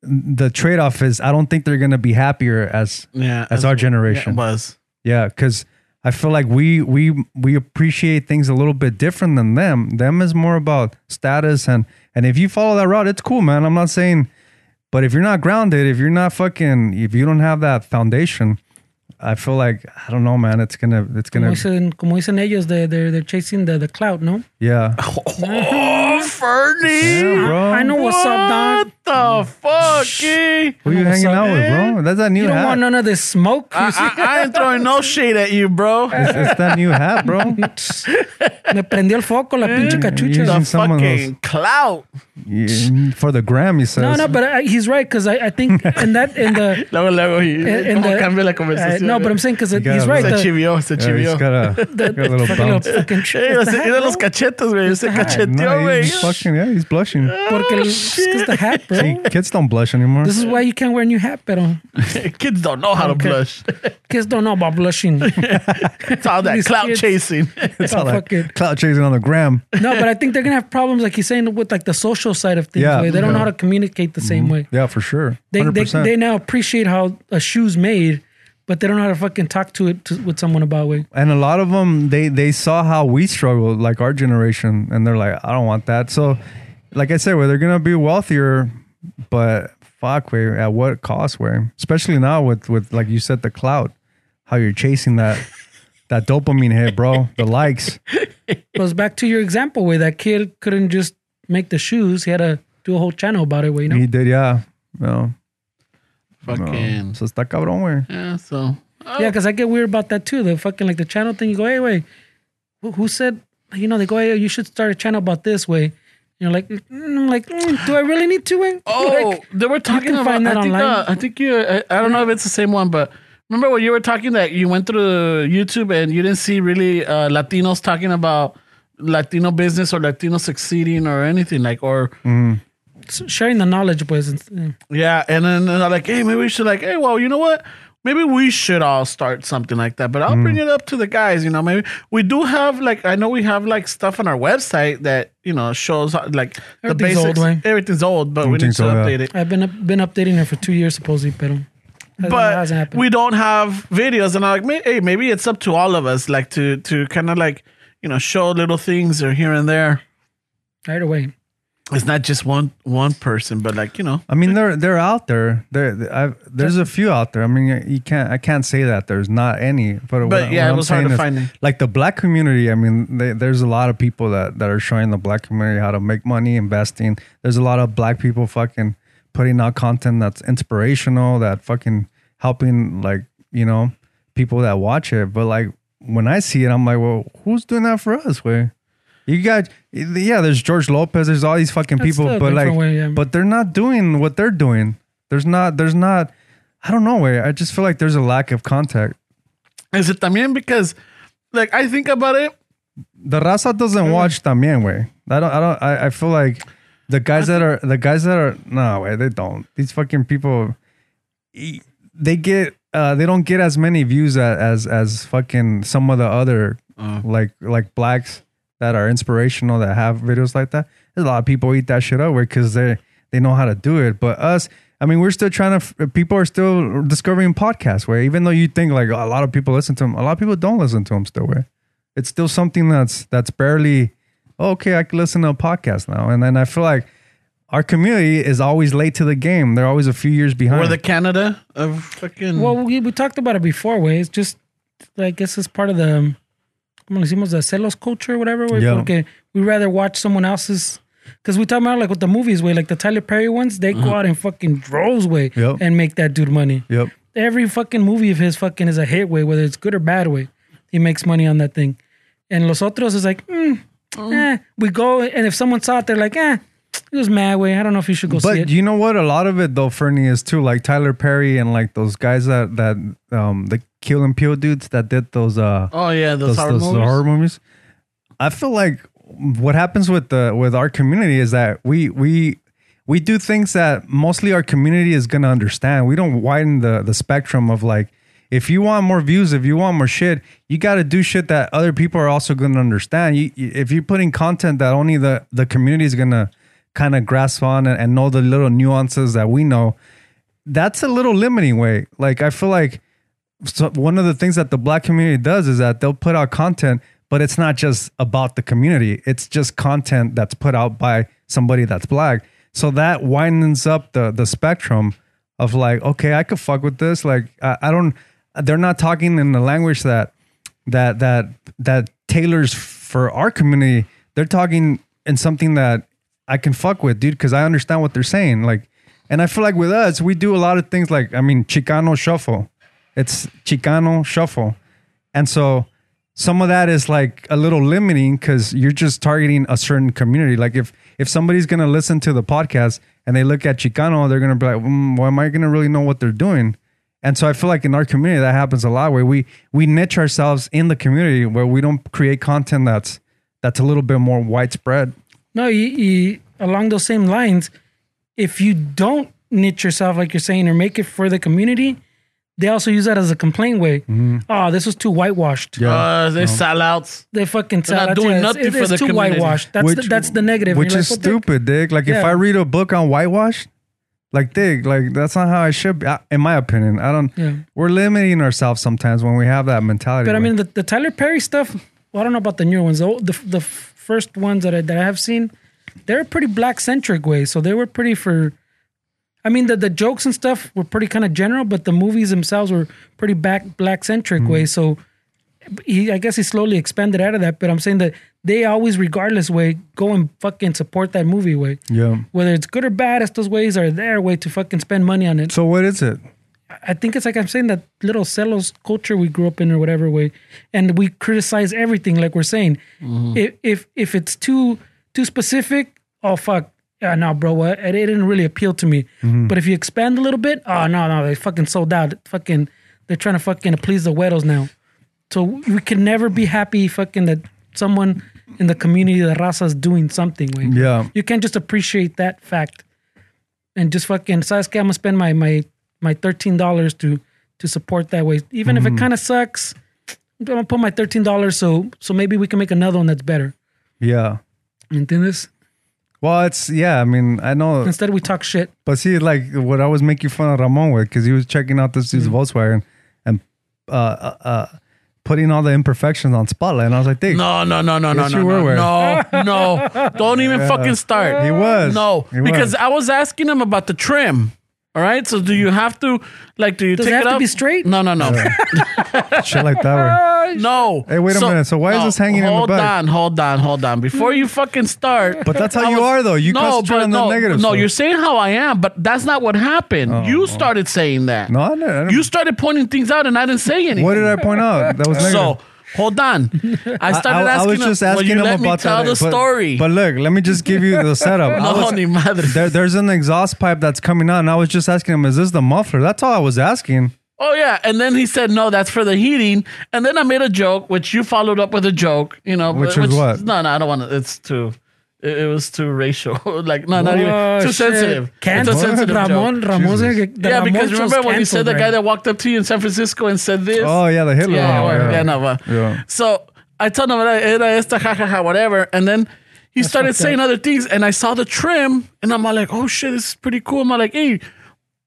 the trade off is I don't think they're gonna be happier as Yeah, as, as- our Yeah, generation. was. Yeah, because I feel like we we we appreciate things a little bit different than them. Them is more about status and and if you follow that route, it's cool, man. I'm not saying, but if you're not grounded, if you're not fucking, if you don't have that foundation, I feel like I don't know, man. It's gonna it's como gonna dicen, como dicen ellos, they they're they're chasing the the clout. No, yeah. Oh, Fernie! Yeah, bro. I know what's up, dog. What the fuck? eh? Who you hanging out with, bro? That's that new You don't hat. want none of this smoke. You see? I, I ain't throwing no shade at you, bro. it's, it's that new hat, bro. Me prendió el foco la pinche cachucha. you- The someone else. fucking clout. Yeah, For the gram, he says. No, no, but I, he's right because I, I think in that in the Luego, luego, y, in, in Eh, ¿cómo the cambia la uh, conversación? eh? no, but I'm saying because gotta he's right. Se The, chivió, se Yeah, he's chivió. got a, got a little fucking little bounce. fucking Eh, shit. what the se- heck, de los bro? cachetes, güey. Se cacheteó, No, güey. he's fucking, yeah, he's blushing. Porque el- it's 'cause the hat, See, bro. kids don't blush anymore. Oh. This is why you can't wear a new hat, pero Kids don't know how to Okay. blush. kids don't know about blushing. About It's all that These clout kids. chasing. All that fucking- clout chasing on the gram. No, but I think they're gonna have problems, like he's saying, with like the social side of things. Yeah, way. They don't know yeah. how to communicate the same way. Yeah, for sure. They, they 100%. they now appreciate how a shoe's made, but they don't know how to fucking talk to it to, with someone about way. and a lot of them, they they saw how we struggled, like our generation, and they're like, I don't want that. So, like I said, where they're gonna be wealthier, but fuck, where at what cost? Where especially now with with like you said, the clout, how you're chasing that that dopamine hit, bro, the likes. goes back to your example where that kid couldn't just make the shoes. He had to do a whole channel about it. Where, you know, He did, yeah, no, no. Fucking. So está cabrón, where Yeah, so. yeah, because I get weird about that too. The fucking like the channel thing. You go, hey, wait, who, who said? You know, they go, hey, you should start a channel about this way. You're like, mm, I'm like, mm, do I really need to? Wait? Oh, like, they were talking can about. find that I, think, online. uh, I think you. I, I don't know if it's the same one, but remember when you were talking that you went through YouTube and you didn't see really uh, Latinos talking about Latino business or Latino succeeding or anything like or s- sharing the knowledge, boys. and- eh, yeah. yeah, and then and I'm like, hey, maybe we should like, hey, well, you know what? Maybe we should all start something like that. But I'll bring it up to the guys. You know, maybe we do have like I know we have like stuff on our website that you know shows like the Everything's old, basics. right? everything's old, but we need to Everything's old, yeah. update it. I've been up- been updating it for two years supposedly, but hasn't but happened. we don't have videos and i'm like may- hey maybe it's up to all of us like to to kind of like you know show little things or here and there right away. it's not just one one person but like you know I mean, they're they're out there. There, I've, there's a few out there. I mean, you can't. I can't say that there's not any. But, But yeah, it I'm was hard saying to is, find it. Like the black community. I mean, they, there's a lot of people that that are showing the black community how to make money investing. There's a lot of black people fucking putting out content that's inspirational, that fucking helping like, you know, people that watch it. But like when I see it, I'm like, well, who's doing that for us? Way you got yeah, there's George Lopez, there's all these fucking That's people, still a but different like way, yeah. but they're not doing what they're doing. There's not there's not I don't know, way. I just feel like there's a lack of contact. Is it también because, like, I think about it. The raza doesn't watch también, way. I don't I don't I, I feel like the guys that are the guys that are no way, they don't. These fucking people e- they get uh they don't get as many views a- as as fucking some of the other Uh. like like blacks that are inspirational that have videos like that. There's a lot of people eat that shit up because they they know how to do it. But us, I mean, we're still trying to. f- People are still discovering podcasts. Where even though you think like a lot of people listen to them, a lot of people don't listen to them still. Where it's still something that's that's barely oh, okay. I can listen to a podcast now, and then I feel like our community is always late to the game. They're always a few years behind. Or the Canada of fucking. Well, we, we talked about it before, way. It's just, I guess it's part of the, como le decimos, the celos culture, whatever. Way, Yeah. Porque we rather watch someone else's, because we talk about like with the movies, way, like the Tyler Perry ones, they go out and fucking droves, way, Uh-huh. Yep. and make that dude money. yep. Every fucking movie of his fucking is a hit, way, whether it's good or bad, way. He makes money on that thing. And Los Otros is like, mm, eh. We go, and if someone saw it, they're like, eh, it was mad, way. I don't know if you should go see But it. you know what? A lot of it though, Fernie is too like Tyler Perry and like those guys that that um the Kill and Peel dudes that did those uh oh yeah, those, those, horror those movies. horror movies. I feel like what happens with the with our community is that we we we do things that mostly our community is gonna understand. We don't widen the the spectrum of like if you want more views, if you want more shit, you got to do shit that other people are also gonna understand. You, you- if you're putting content that only the the community is gonna kind of grasp on and, and know the little nuances that we know, that's a little limiting way. Like I feel like so one of the things that the black community does is that they'll put out content, but it's not just about the community. It's just content that's put out by somebody that's black. So that widens up the the spectrum of like, okay, I could fuck with this. Like I, I don't they're not talking in the language that that that that tailors for our community. They're talking in something that I can fuck with, dude, because I understand what they're saying. Like, and I feel like with us, we do a lot of things like I mean, Chicano shuffle. It's Chicano shuffle, and so some of that is like a little limiting because you're just targeting a certain community. Like if if somebody's gonna listen to the podcast and they look at Chicano, they're gonna be like, mm, "Well, am I gonna really know what they're doing?" And so I feel like in our community that happens a lot where we we niche ourselves in the community where we don't create content that's that's a little bit more widespread. No, you, you, along those same lines, if you don't niche yourself, like you're saying, or make it for the community, they also use that as a complaint way. Mm-hmm. Oh, this was too whitewashed. Uh, they're sellouts. They fucking They're not sell. doing it. nothing It's- for it's the too community. whitewashed. That's, the, that's the negative. Which You're like, is well, dick, stupid, Dick. Like if Yeah. I read a book on whitewash, like Dick, like that's not how I should be. I, in my opinion, I don't. Yeah. We're limiting ourselves sometimes when we have that mentality. But I mean, the, the Tyler Perry stuff. Well, I don't know about the newer ones. The old- the, the first ones that I, that I have seen, they're pretty black centric way. So they were pretty for. I mean, the the jokes and stuff were pretty kind of general, but the movies themselves were pretty back black centric way. So he, I guess he slowly expanded out of that. But I'm saying that they always, regardless way, go and fucking support that movie way. yeah. Whether it's good or bad, it's those ways are their way to fucking spend money on it. So what is it? I think it's like I'm saying that little celos culture we grew up in or whatever way, and we criticize everything like we're saying. If if if it's too too specific, oh fuck, yeah, no, bro, what? It, it didn't really appeal to me. But if you expand a little bit, oh no, no, they fucking sold out. Fucking, they're trying to fucking please the weddles now. So we can never be happy fucking that someone in the community, the raza, is doing something. Way. Yeah. You can't just appreciate that fact and just fucking size I'm gonna spend my my my thirteen dollars to to support that way. Even Mm-hmm. if it kind of sucks, I'm gonna put my thirteen dollars so so maybe we can make another one that's better. Yeah. Entiendes? Well, it's yeah. I mean, I know. Instead we talk shit. But see, like what I was making fun of Ramon with, because he was checking out this Mm. dude's Volkswagen and uh, uh, uh, putting all the imperfections on spotlight, and I was like, "Dick, No, no, no, no, Yes, no, you were no, aware. no, no, no. Don't even fucking start. he was No, He was. because I was asking him about the trim. All right. So do you have to like do you Does take it it have to up? be straight? No, no, no. Shit like that. Way. No. Hey, wait a minute. So why is this hanging in the hold back? on, hold on, hold on. Before you fucking start. But that's how I you was- are, though. You concentrate but on the no, negative No, stuff. you're saying how I am, but that's not what happened. you started saying that. No, I didn't. I didn't- You started pointing things out, and I didn't say anything. what did I point out? That was negative. So hold on. I started I, I asking. was just well, asking you him let about me tell that, eh, the but- story. But look, let me just give you the setup. I no, was- ni madre. there, there's an exhaust pipe that's coming out, and I was just asking him, "Is this the muffler?" That's all I was asking. Oh yeah, and then he said no, that's for the heating. And then I made a joke, which you followed up with a joke. You know, Which but- is what? No, no, I don't want to. It's too. It, it was too racial. like no, not Oh, even too shit. sensitive. Can't It's a sensitive Ramon, joke. Ramon, Jesus. said que- the yeah, Ramon because show's remember when you said canceled, the guy right? that walked up to you in San Francisco and said this? Oh yeah, the Hitler. yeah, one, well, yeah. yeah, no, but- Yeah. So I told him "Era- era esta jajaja whatever, and then he started fucked saying up. other things, and I saw the trim, and I'm all like, oh shit, this is pretty cool. I'm all like, hey,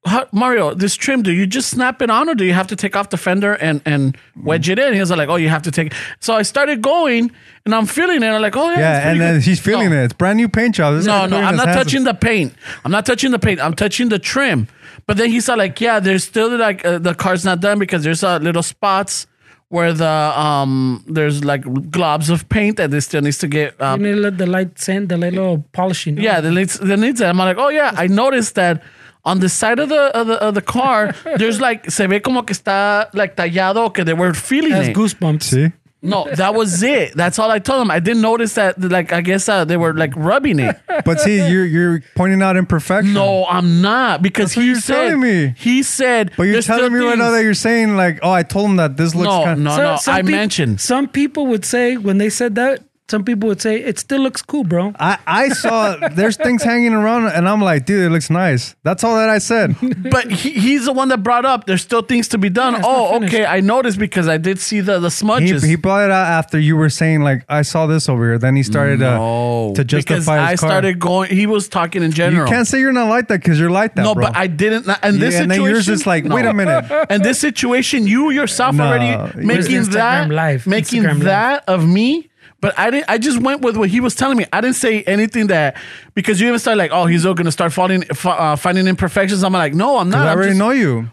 how- Mario, this trim, do you just snap it on, or do you have to take off the fender and and wedge it in? He was like, oh, you have to take. So I started going, and I'm feeling it. I'm like, oh yeah, it's Yeah, pretty and then good." he's feeling No. it. It's brand new paint job. This No, guy's no, putting I'm his not hands- touching the paint. I'm not touching the paint. I'm touching the trim. But then he said, like, yeah, there's still like uh, the car's not done because there's uh, little spots where the um there's like globs of paint that they still needs to get. You Um, need to let the light send the little polishing. yeah, the needs the needs. that. I'm like, oh yeah, I noticed that on the side of the of the, of the car, there's like se ve como que está like tallado que they were feeling That's it. goosebumps. See, No, that was it. That's all I told him. I didn't notice that. Like I guess uh, they were like rubbing it. but see, you're you're pointing out imperfection. No, I'm not because That's what he you're said telling me. he said. but you're there's still telling me right now that things- you're saying like, "Oh, I told him that this looks." no, kind no, no. I peop- mentioned. Some people would say when they said that, some people would say it still looks cool, bro. I, I saw there's things hanging around and I'm like, dude, it looks nice. That's all that I said. But he, he's the one that brought up. There's still things to be done. Yeah, it's not oh, finished. okay. I noticed because I did see the the He, smudges. he brought it out after you were saying like, I saw this over here. Then he started oh, uh, to because justify I his car. started going. He was talking in you general. can't say you're not like that because you're like that, no, bro. but I didn't. not- And Yeah, this and then situation, you're just like, no. wait a minute. And this situation, you yourself No. already making Instagram that Live. making Instagram Live. that of me. But I didn't. I just went with what he was telling me. I didn't say anything that because you even started like, oh, he's going to start finding uh, finding imperfections. I'm like, no, I'm not. I I'm already just- know you.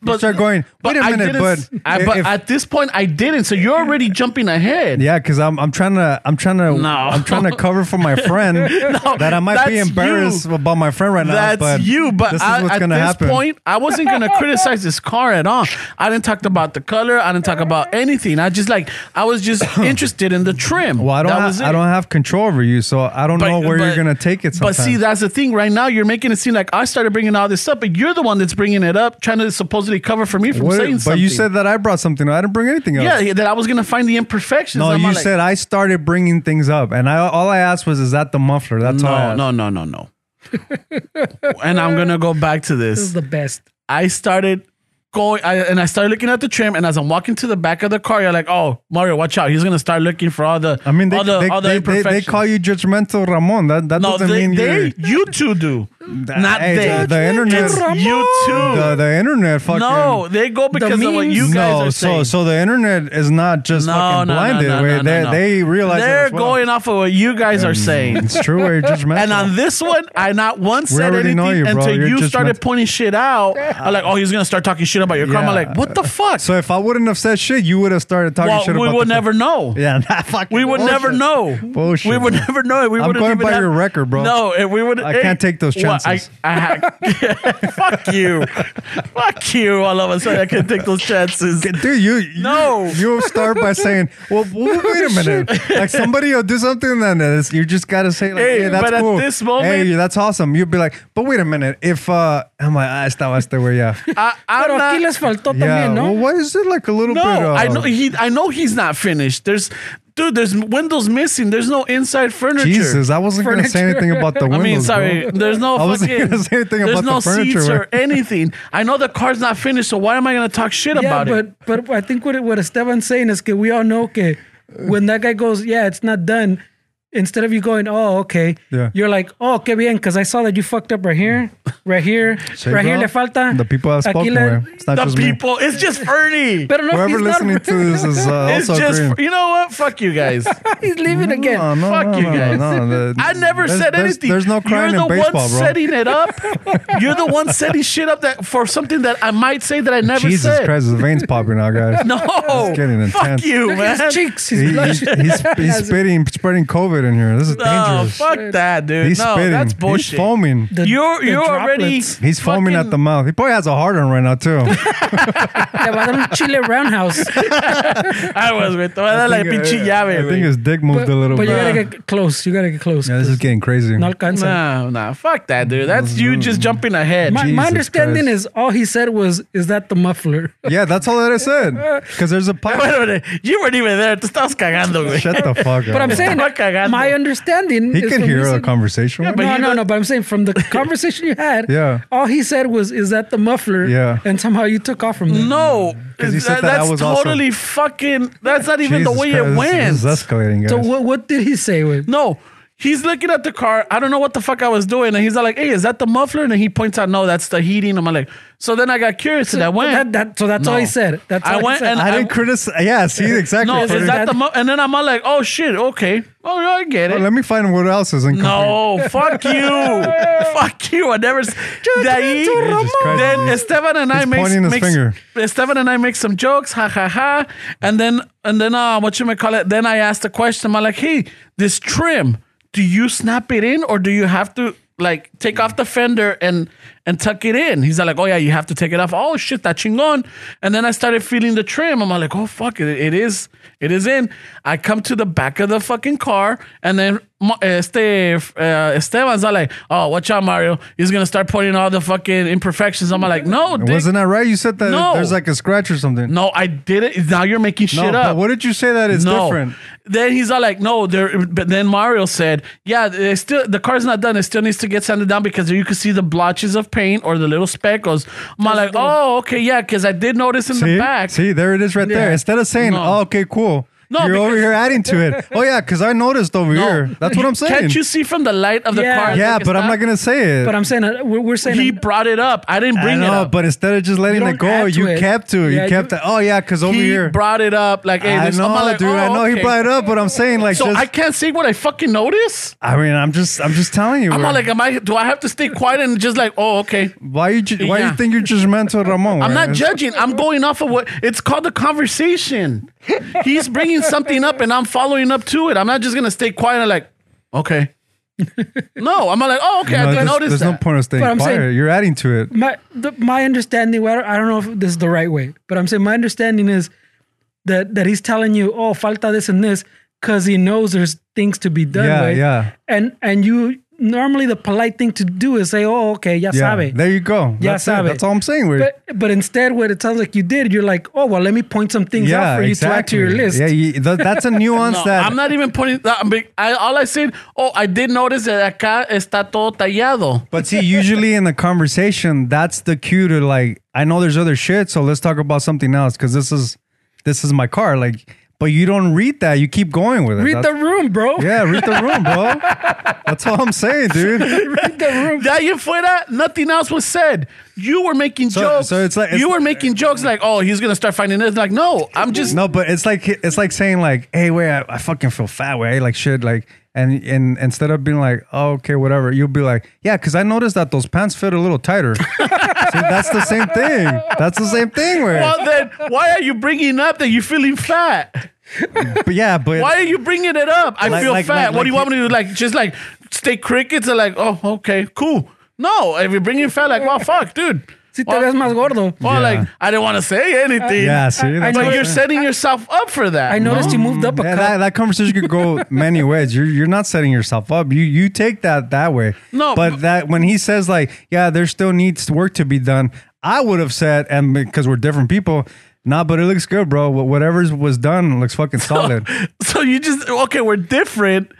but- start going, but "Wait a I minute," didn't- but I, but if- at this point, I didn't. So you're already jumping ahead. Yeah, because I'm I'm trying to I'm trying to No. I'm trying to cover for my friend that I might be that's embarrassed you. about my friend right That's now. But you, but this I- is what's at gonna this happen. point, I wasn't gonna criticize this car at all. I didn't talk about the color. I didn't talk about anything. I just like I was just interested in the trim. well, I don't That have, was I it. don't have control over you, so I don't But- know where you're but- gonna take it. Sometimes. But see, that's the thing. Right now, you're making it seem like I started bringing all this up, but you're the one that's bringing it up, trying to supposedly cover for me from What- saying but something. you said that I brought something. I didn't bring anything else. yeah, that I was gonna find the imperfections. No, I'm you like, said I started bringing things up, and I all I asked was, "Is that the muffler?" That's all. I no, asked. no, no, no, no. and I'm gonna go back to This is the best. I started going, I, and I started looking at the trim. And as I'm walking to the back of the car, you're like, "Oh, Mario, watch out! He's gonna start looking for all the, I mean, they, all the, they, all the they, they, they imperfections." call you judgmental, Ramon. That that no, doesn't they, mean they, you're you two do, not Hey, they. the, the internet. It's you two. The, the internet fucking no, they go because of what memes. you guys no, are saying. so so the internet is not just no, no, fucking no, blinded. no, where no, they no. they realize it they're as well. Mm. going off of what you guys are saying. It's true. We're judgmental. And on this one, I not once We said already anything know you, bro. until You're you just started meant- pointing shit out. I'm like, oh, he's gonna start talking shit about your car. I'm Yeah. like, what the fuck? so if I wouldn't have said shit, you would have started talking well, shit we about. will the- never know. Yeah, nah, fucking We would never bullshit. know. Bullshit, We would bro. never know. We I'm wouldn't going even by have- your record, bro. No, and we would. I can't take those Well, I- chances. I, fuck you, fuck you. All of a sudden, I can't take those chances. Dude, you, you No. you start by saying, "Well, w- wait a minute." Like somebody will do something, then it's- you just gotta say, "Like, Hey, hey, that's but at cool." this moment- hey, that's awesome. You'd be like, "But wait a minute." If uh, I'm like, "Ah, esta va este way, yeah, I, Pero I'm aquí not. les faltó yeah." también, ¿no? Well, why is it like a little No, bit? Uh, I know he. I know he's not finished. There's, dude. There's windows missing. There's no inside furniture. Jesus, I wasn't gonna say Furniture. anything about the windows. I mean, sorry. bro. There's no I wasn't fucking. gonna say anything there's about no the furniture. seats bro. or anything. I know the car's not finished, so why am I gonna talk shit yeah, about but it? but I think what what Esteban's saying is that we all know que when that guy goes, yeah, it's not done. Instead of you going, oh okay, Yeah. you're like, oh, que bien, because I saw that you fucked up right here. Right here. Shake right here up. le falta. The people have Aquí spoken. le- güey. It's not The just me. people. It's just Fernie. Pero no, Whoever he's not- listening to this is uh, it's also just. agreeing. You know what? Fuck you guys. he's leaving again. No, no, Fuck no, you no, guys. no, no. I never There's- said there's- anything. There's no crime You're in the baseball, one bro. setting it up. You're the one setting shit up that for something that I might say that I never Jesus said. Christ, his veins popping out, guys. No, getting fuck intense. you, Look at man. his cheeks. His He- blood- he's, he's, he's spitting, spreading COVID in here. This is No, dangerous. fuck that, dude. he's no, spitting. that's He's bullshit. foaming. the- you're the you're already. droplets. He's foaming at fucking- the mouth. He probably has a hard on right now too. Le va a dar un chile roundhouse. I was with. Te voy a dar la pinche llave, I think güey. his dick moved But, a little but you bit. gotta get close. You gotta get close. Yeah, this is getting crazy. no alcanza. No, no, fuck that, dude. That's you Mm-hmm. just jumping ahead. My, my Jesus understanding Christ. is all he said was, "Is that the muffler?" Yeah, that's all that I said. Because there's a Wait pipe. a minute. You weren't even there. Te estabas cagando, güey. Shut the fuck up. But I'm saying Estaba cagando. my understanding. he is could from hear the recent- conversation. Yeah, Yeah, but no, he no, does- no. But I'm saying from the conversation you had, Yeah. all he said was, "Is that the muffler?" Yeah. and somehow you took off from there. No, 'Cause he said that- that I that's was also- totally fucking. That's not even the way it This, went. is escalating, guys. So what? What did he say? Wait, No, he's looking at the car. I don't know what the fuck I was doing, and he's like, "Hey, is that the muffler?" And then he points out, "No, that's the heating." I'm like, so then I got curious, and I went. That, that, so that's all he No. said. That's I all went he said. and I I- didn't criticize. Yeah, see, exactly. no, is Freddie. that the mu-? And then I'm all like, "Oh shit, okay, oh yeah, I get Oh, it." let me find what else is in No, fuck you, fuck you. I never. s- De ahí, Jesus Christ. then Esteban and I He's make, pointing his make finger. Esteban and I make some jokes, ha ha ha, and then and then uh, what you may call it. Then I asked the question. I'm like, hey, this trim, do you snap it in or do you have to like take off the fender and and tuck it in? He's like, oh yeah, you have to take it off. Oh shit, that chingon. And then I started feeling the trim. I'm like, oh fuck, it, it is it is in. I come to the back of the fucking car and then. Ma- eh, Este, uh, Esteban's all like, oh, watch out, Mario. He's gonna start pointing all the fucking imperfections. I'm like, no, dick. Wasn't that right? You said that No. there's like a scratch or something. No, I did it. Now you're making shit no up. but what did you say that is no. different? Then he's all like, "No, there." But then Mario said, "Yeah, they still the car's not done. It still needs to get sanded down because you can see the blotches of paint or the little speckles." I'm like, "Oh, okay, yeah," because I did notice in See? the back. See, there it is right there. Yeah. Instead of saying, No. oh, okay, cool. No, You're over because- here adding to it. Oh, yeah, because I noticed over here. That's what I'm saying. Can't you see from the light of the Yeah. car? yeah, like, but I'm it's not going to say it. but I'm saying uh, we're, we're saying He brought it up. I didn't I bring it know, up. but instead of just letting You it don't go, add to you it. kept to. Yeah, you you- kept that. Oh, yeah, because over he here. brought it up. Like, hey, I this, know, I'm like, dude. "Oh, I know he okay." brought it up, but I'm saying, like, So just. I can't see what I fucking notice. I mean, I'm just, I'm just telling you. I'm bro. all like, am I? Do I have to stay quiet and just like, oh, okay? why you, ju- why Yeah. you think you're judgmental, Ramon? I'm bro? not judging. I'm going off of what it's called the conversation. He's bringing something up and I'm following up to it. I'm not just gonna stay quiet and like, okay. No, I'm like, oh, okay, I No, didn't there's, notice there's that. no point of staying But I'm quiet. saying- you're adding to it. my the, my understanding. well, I don't know if this is the right way, but I'm saying my understanding is that that he's telling you, oh, falta this and this, because he knows there's things to be done. Yeah, right? yeah. And and you normally the polite thing to do is say, oh, okay, ya Yeah, sabe. there you go. Ya That's sabe. it. That's all I'm saying. We're, But but instead, what it sounds like you did, you're like, oh well, let me point some things out for you to add to your list. Yeah, you, tha- that's a nuance No, that I'm not even putting that. I'm big, I, all I said, oh, I did notice that acá está todo tallado. But see, usually in the conversation, that's the cue to like, I know there's other shit, so let's talk about something else because this is this is my car. Like, but you don't read that. You keep going with it. Read the That's- room, bro. yeah, read the room, bro. That's all I'm saying, dude. Read the room. That you fuera, nothing else was said. You were making So- jokes. so it's like- you it's- were making jokes like, oh, he's gonna start finding this. Like, no, I'm just No, but it's like it's like saying like, hey, wait, I, I fucking feel fat, way like shit, like. And, and instead of being like, oh, okay, whatever, you'll be like, yeah, because I noticed that those pants fit a little tighter. See, that's the same thing. That's the same thing, where. Well, then why are you bringing up that you're feeling fat? but yeah, but Why are you bringing it up? I Like- feel like- fat. like- what do you like- want me to do? Like, just like stay crickets and like, oh, okay, cool. No, if you're bringing fat, like, well, fuck, dude. Si te Well, ves más gordo. well, Yeah. like, I didn't want to say anything. yeah, see, I that's But what I'm you're saying. setting yourself up for that. I noticed you moved up a Yeah, cup. that, that conversation could go many ways. You're you're not setting yourself up. You you take that that way. No, but m- that when he says like, yeah, there still needs work to be done. I would have said, and because we're different people, nah, but it looks good, bro. Wh- Whatever's was done looks fucking solid. So you just, okay, we're different.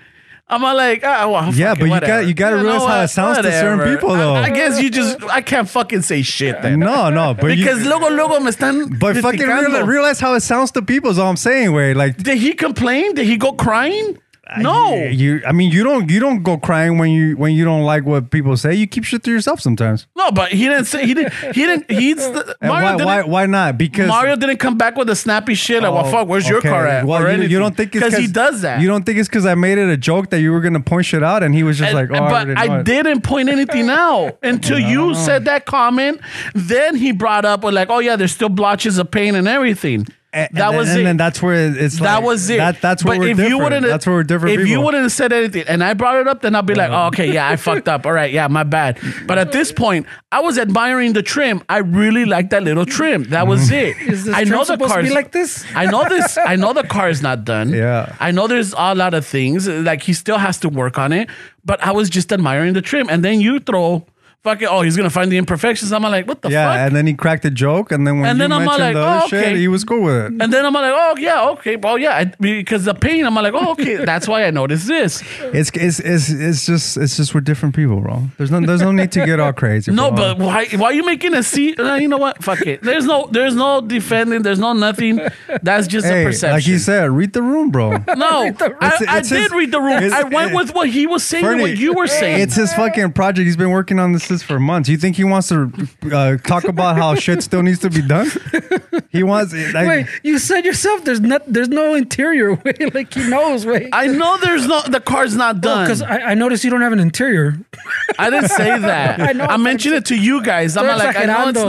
I'm all like, ah, well, Yeah, fuck it, but you whatever. gotta- you gotta know realize how what? it sounds to certain Whatever. people, I- though. I, guess you just, I can't fucking say shit then. no, no, but you- Because luego, luego me están but fucking criticando. reali- realize how it sounds to people is all I'm saying. Way like Did he complain? Did he go crying? Ah, No. You, you- I mean, you don't you don't go crying when you when you don't like what people say. You keep shit to yourself sometimes. No, but he didn't say he didn't. He didn't. He's the, And Mario. why, didn't, why why not? Because Mario didn't come back with a snappy shit. Like, well, Oh, fuck, where's your okay. car at? Well, or you, you anything. don't think it's because he does that. You don't think it's because I made it a joke that you were gonna point shit out, and he was just like, And- "Oh, I but already know I, it." didn't point anything out until you said that comment. Then he brought up with like, oh yeah, there's still blotches of paint and everything. And, that and was then, it. and then that's where it's that like- was it. That, that's where But we're if you different. wouldn't- that's where we're different. If you people. Uh-huh. wouldn't have said anything and I brought it up, then I'll be like, oh, okay, yeah, I fucked up. All right, yeah, my bad. But at this point, I was admiring the trim. I really like that little trim. That was Mm. it. Is this I trim know the supposed to car's be like this? I know this. I know the car is not done. Yeah. I know there's a lot of things. Like he still has to work on it. But I was just admiring the trim, and then you throw. Fucking, oh, he's gonna find the imperfections. I'm like, what the yeah, fuck? and then he cracked a joke, and then when And you then I'm all mentioned like, the "Oh, other okay." shit, he was cool with it. And then I'm like, oh yeah, okay, well yeah, I, because the pain. I'm like, oh okay, that's why I noticed this. It's, it's it's it's just it's just we're different people, bro. There's no there's no need to get all crazy. No, bro. but why? Why are you making a seat? Uh, you know what? Fuck it. There's no, there's no defending. There's no nothing. That's just a hey, perception. like you said, read the room, bro. no, I, It's- I it's did his- read the room. it's- I went it- with what he was saying and Fernie, what you were saying. It's his fucking project. He's been working on this for months. You think he wants to uh, talk about how shit still needs to be done? He wants. Like, Wait, you said yourself there's not there's no interior way like he knows way. I know there's no the car's not done. Because I, I noticed you don't have an interior. I didn't say that. I, I know. mentioned it to you guys. I'm Estoy like, I know exagerando, it's estoy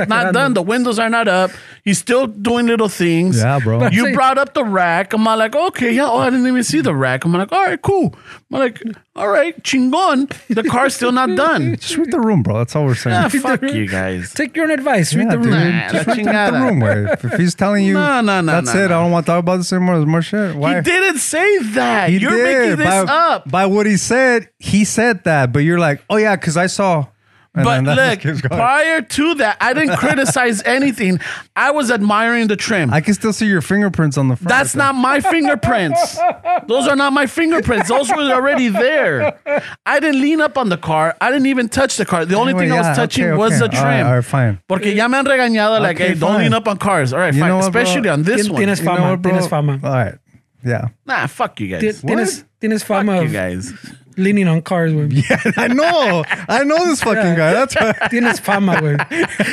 not, not exagerando. done. The windows are not up. He's still doing little things. Yeah, bro. But You see- brought up the rack. I'm like, okay, yeah. Oh, I didn't even see the rack. I'm like, all right, cool. I'm like, all right, chingon. The car's still not done. just read the room, bro. That's all we're saying. Ah, fuck you guys. Take your own advice. Read Yeah, the room. dude. Nah, Just la read the- the chingada. room. Way. If if he's telling you, No, no, no, that's no, it. no. I don't want to talk about this anymore. There's more shit. Why? He didn't say that. He You're making did. this by, up. By what he said, he said that. But you're like, oh yeah, because I saw. And But then that just keeps look, going. prior to that, I didn't criticize anything. I was admiring the trim. I can still see your fingerprints on the front. That's not my fingerprints. Those are not my fingerprints. Those were already there. I didn't lean up on the car. I didn't even touch the car. The only Anyway, thing I yeah, was touching okay, was okay. the All trim. right, all right, fine. Porque ya me han regañado, like, Okay, hey, don't fine. lean up on cars. All right, You fine. know what, bro? Especially on this Tien- one. Tienes You know fama. what, bro? Tienes fama. All right. Yeah. Nah, fuck you Ti- guys. Tienes, tienes fama Fuck you of guys. leaning on cars, güey. Yeah, I know. I know this fucking guy. That's why. Tienes fama, güey.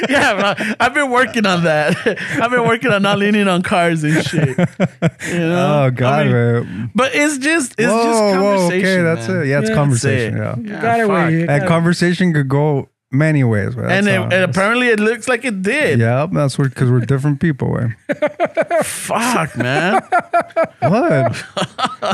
yeah, bro, I've been working on that. I've been working on not leaning on cars and shit. You know? Oh god, I mean, man. But it's just, it's whoa, just whoa, conversation. okay, that's man. it. Yeah, it's Yeah, that's conversation. it. Yeah. You got it, fuck. güey. You And got it. conversation could go many ways. man. That's And, it, all. and apparently it looks like it did. yeah, that's what because we're different people. Man. Fuck, man. What?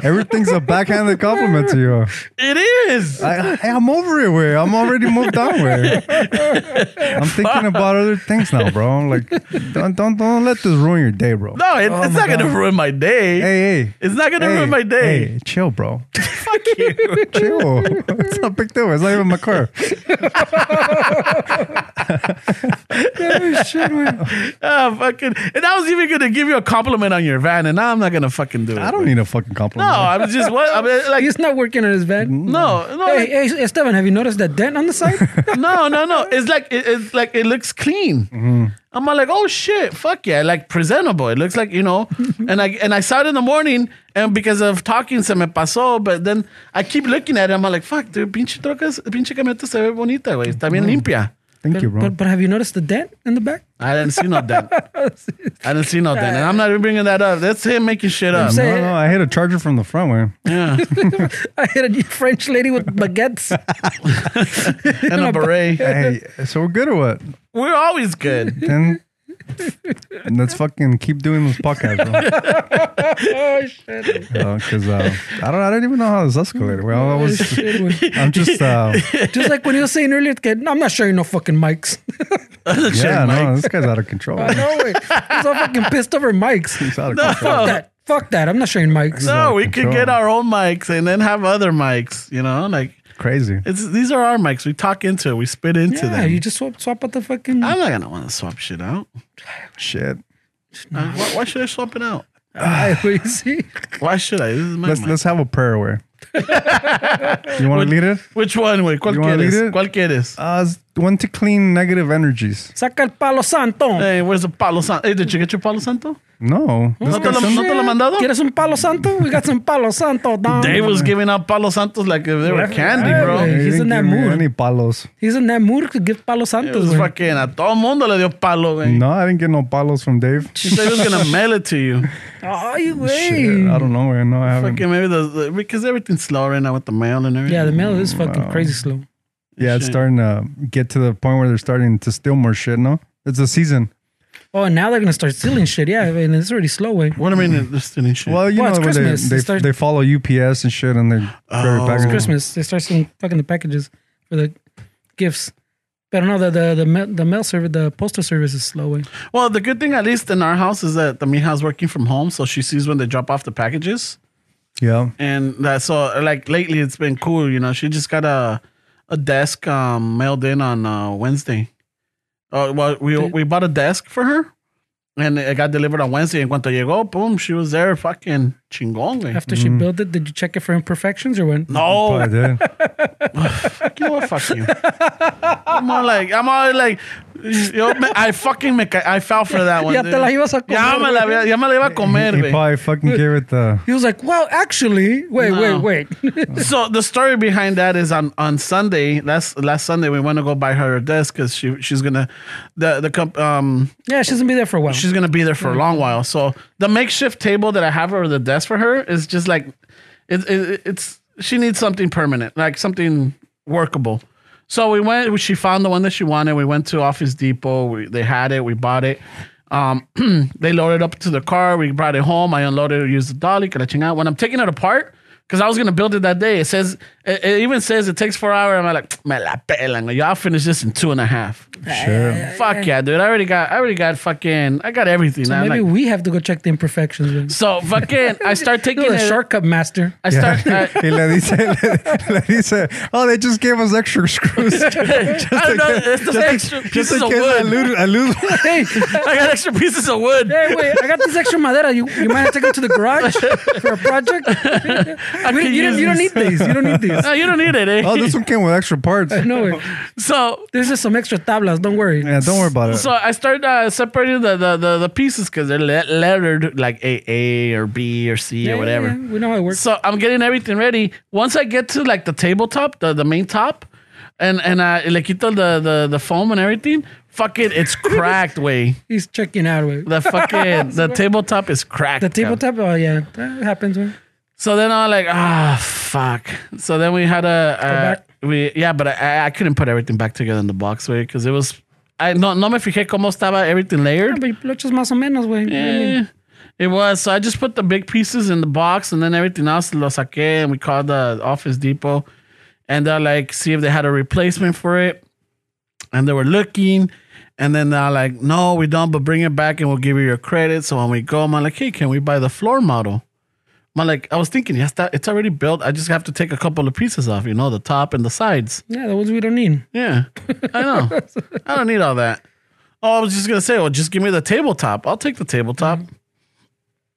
Everything's a backhanded compliment to you. It is. I, I, am over it, way. I'm already moved on, way. I'm thinking about other things now, bro. I'm like, don't, don't, don't let this ruin your day, bro. no, it, it's not gonna ruin my day. Hey, hey. It's not gonna hey, ruin my day. Hey, chill, bro. Fuck you. Chill. it's not a big deal. It's not even my car. Ah, fucking. And I was even gonna give you a compliment on your van, and now I'm not gonna fucking do it. I don't need a fucking compliment. No, I was just what I mean, like. He's not working on his Mm. van. No, no, Hey, hey, Esteban, have you noticed that dent on the side? no, no, no. It's like it, it's like it looks clean. Mm-hmm. I'm like, oh shit, fuck yeah, like presentable. It looks like you know. and I and I saw it in the morning, and because of talking, se me pasó. But then I keep looking at it. I'm like, fuck, dude, pinche trocas, pinche camioneta se ve bonita, güey, está bien Mm. limpia. Thank you, bro. But, but have you noticed the dent in the back? I didn't see no dent. I didn't see no dent. And I'm not even bringing that up. That's him making shit up. saying- no, no, I hit a charger from the front way. Yeah. I had a French lady with baguettes. And a beret. hey, so we're good or what? We're always good. Then and let's fucking keep doing this podcast, bro. oh, shit. Because uh, I don't, I don't even know how this escalated. Well, I was, Oh, Shit, güey. I'm just, uh, Just like when you were saying earlier, kid, no, I'm not showing no fucking mics. yeah, no, Mike. this guy's out of control. no way. I'm so fucking pissed over mics. He's out of control. No. That, fuck that. I'm not sharing mics. No, we could control. get our own mics and then have other mics, you know? Like Crazy. it's these are our mics. We talk into it, we spit into yeah, them. you just swap, swap out the fucking. I'm not gonna wanna swap shit out. Shit. Uh, why, why should I swap it out? I, we see. Why should I? This is my Let's mic. let's have a prayer away. you want to lead it? Which one, wait? ¿Cuál You wanna lead quieres? it? ¿Cuál quieres? Uh, s- when to clean negative energies. Saca el palo santo. Hey, where's the palo santo? Hey, did you get your palo santo? No. this No te, lo, guy's- no te lo han mandado? ¿Quieres un palo santo? We got some palo santo. Don. They was giving out palo santos like if they were candy, Hey, bro. güey. He He's didn't in that give me mood. Any palos? He's in that mood to give palo It santos. was güey. fucking a todo mundo le dio palo, güey. No, I didn't get no palos from Dave. She said he was gonna mail it to you. Ay, Shit, I güey. don't know. man. No, I haven't. Fucking maybe the, the- because everything's slow right now with the mail and everything. Yeah, the mail is fucking crazy slow. Yeah, it's shit. starting to get to the point where they're starting to steal more shit. No, it's the season. Oh, and now they're gonna start stealing shit. Yeah, and it's already slow, way. What do you mean they're stealing shit? Well, you Well, it's know, when they, Christmas. they, It starts- they follow UPS and shit, and they grab Oh. it back. It's Christmas. They start seeing fucking the packages for the gifts. But no, the the the mail, the mail service, the postal service is slow. eh? Way. Well, the good thing, at least in our house, is that the Mija's working from home, so she sees when they drop off the packages. Yeah, And that so like lately it's been cool, you know. She just got a a desk um mailed in on uh Wednesday. Uh well we we bought a desk for her and it got delivered on Wednesday. And cuanto llegó, boom, she was there fucking chingón. güey. After she built it, did you check it for imperfections or when? No, I did. you know what? Fuck you. I'm all like, I'm all like, yo, me, I fucking me, ca- I fell for that one. Ya te dude. la ibas a comer, Ya me la, güey. ya me la iba a comer, he güey. probably fucking gave it the. He was like, "Well, actually, wait, No. wait, wait." So the story behind that is on on Sunday last last Sunday we want to go buy her a desk because she she's gonna the the comp, um yeah, she's gonna be there for a while. she's gonna be there for a long while. So the makeshift table that I have or the desk for her is just like it, it it's she needs something permanent like something workable. So we went. She found the one that she wanted. We went to Office Depot. We, they had it. We bought it. Um, they loaded up to the car. We brought it home. I unloaded it, used the dolly, que la chingada. When I'm taking it apart, because I was gonna build it that day, it says it, it even says it takes four hours. I'm like, me la pelan. Y'all finish this in two and a half. Sure. Fuck yeah, dude! I already got, I already got fucking, I got everything. I'm Maybe like, we have to go check the imperfections. When. so fucking, I start taking You're the it. shortcut master. I start. uh, I, He le dice, le, le dice, oh, they just gave us extra screws. just I don't know. It's the extra just pieces in of case I wood. lose, I lose. one. hey, I got extra pieces of wood. hey, wait! I got this extra madera. You, you might have to go to the garage for a project. We- could you, don't, use you don't need this. these. You don't need these. No, you don't need it, eh? Oh, this one came with extra parts. Yeah, No way. so, There's just some extra tablas. Don't worry. don't worry about it. so I started uh, separating the, the, the, the pieces because they're le- lettered like A, A or B or C or whatever. yeah, we know how it works. So I'm getting everything ready. Once I get to like the tabletop, the, the main top, and and I le quito the, the, the foam and everything, fuck it, it's cracked, way. He's checking out. Wait. The fucking the tabletop is cracked. The cabrón. tabletop. Oh yeah, that happens. When, So then I'm like, ah, fuck. So then we had a, back? uh we yeah, but I, I couldn't put everything back together in the box way because it was I no no me fijé cómo estaba everything yeah, layered. but Ah, lo echas más o menos, güey. Eh, it was so I just put the big pieces in the box and then everything else lo saqué and we called the Office Depot and they're like see if they had a replacement for it and they were looking and then they're like no we don't but bring it back and we'll give you your credit so when we go I'm like hey can we buy the floor model I'm like I was thinking yes that it's already built I just have to take a couple of pieces off you know the top and the sides Yeah, the ones we don't need. yeah, I know. I don't need all that. Oh, I was just gonna say, well, just give me the tabletop. I'll take the tabletop.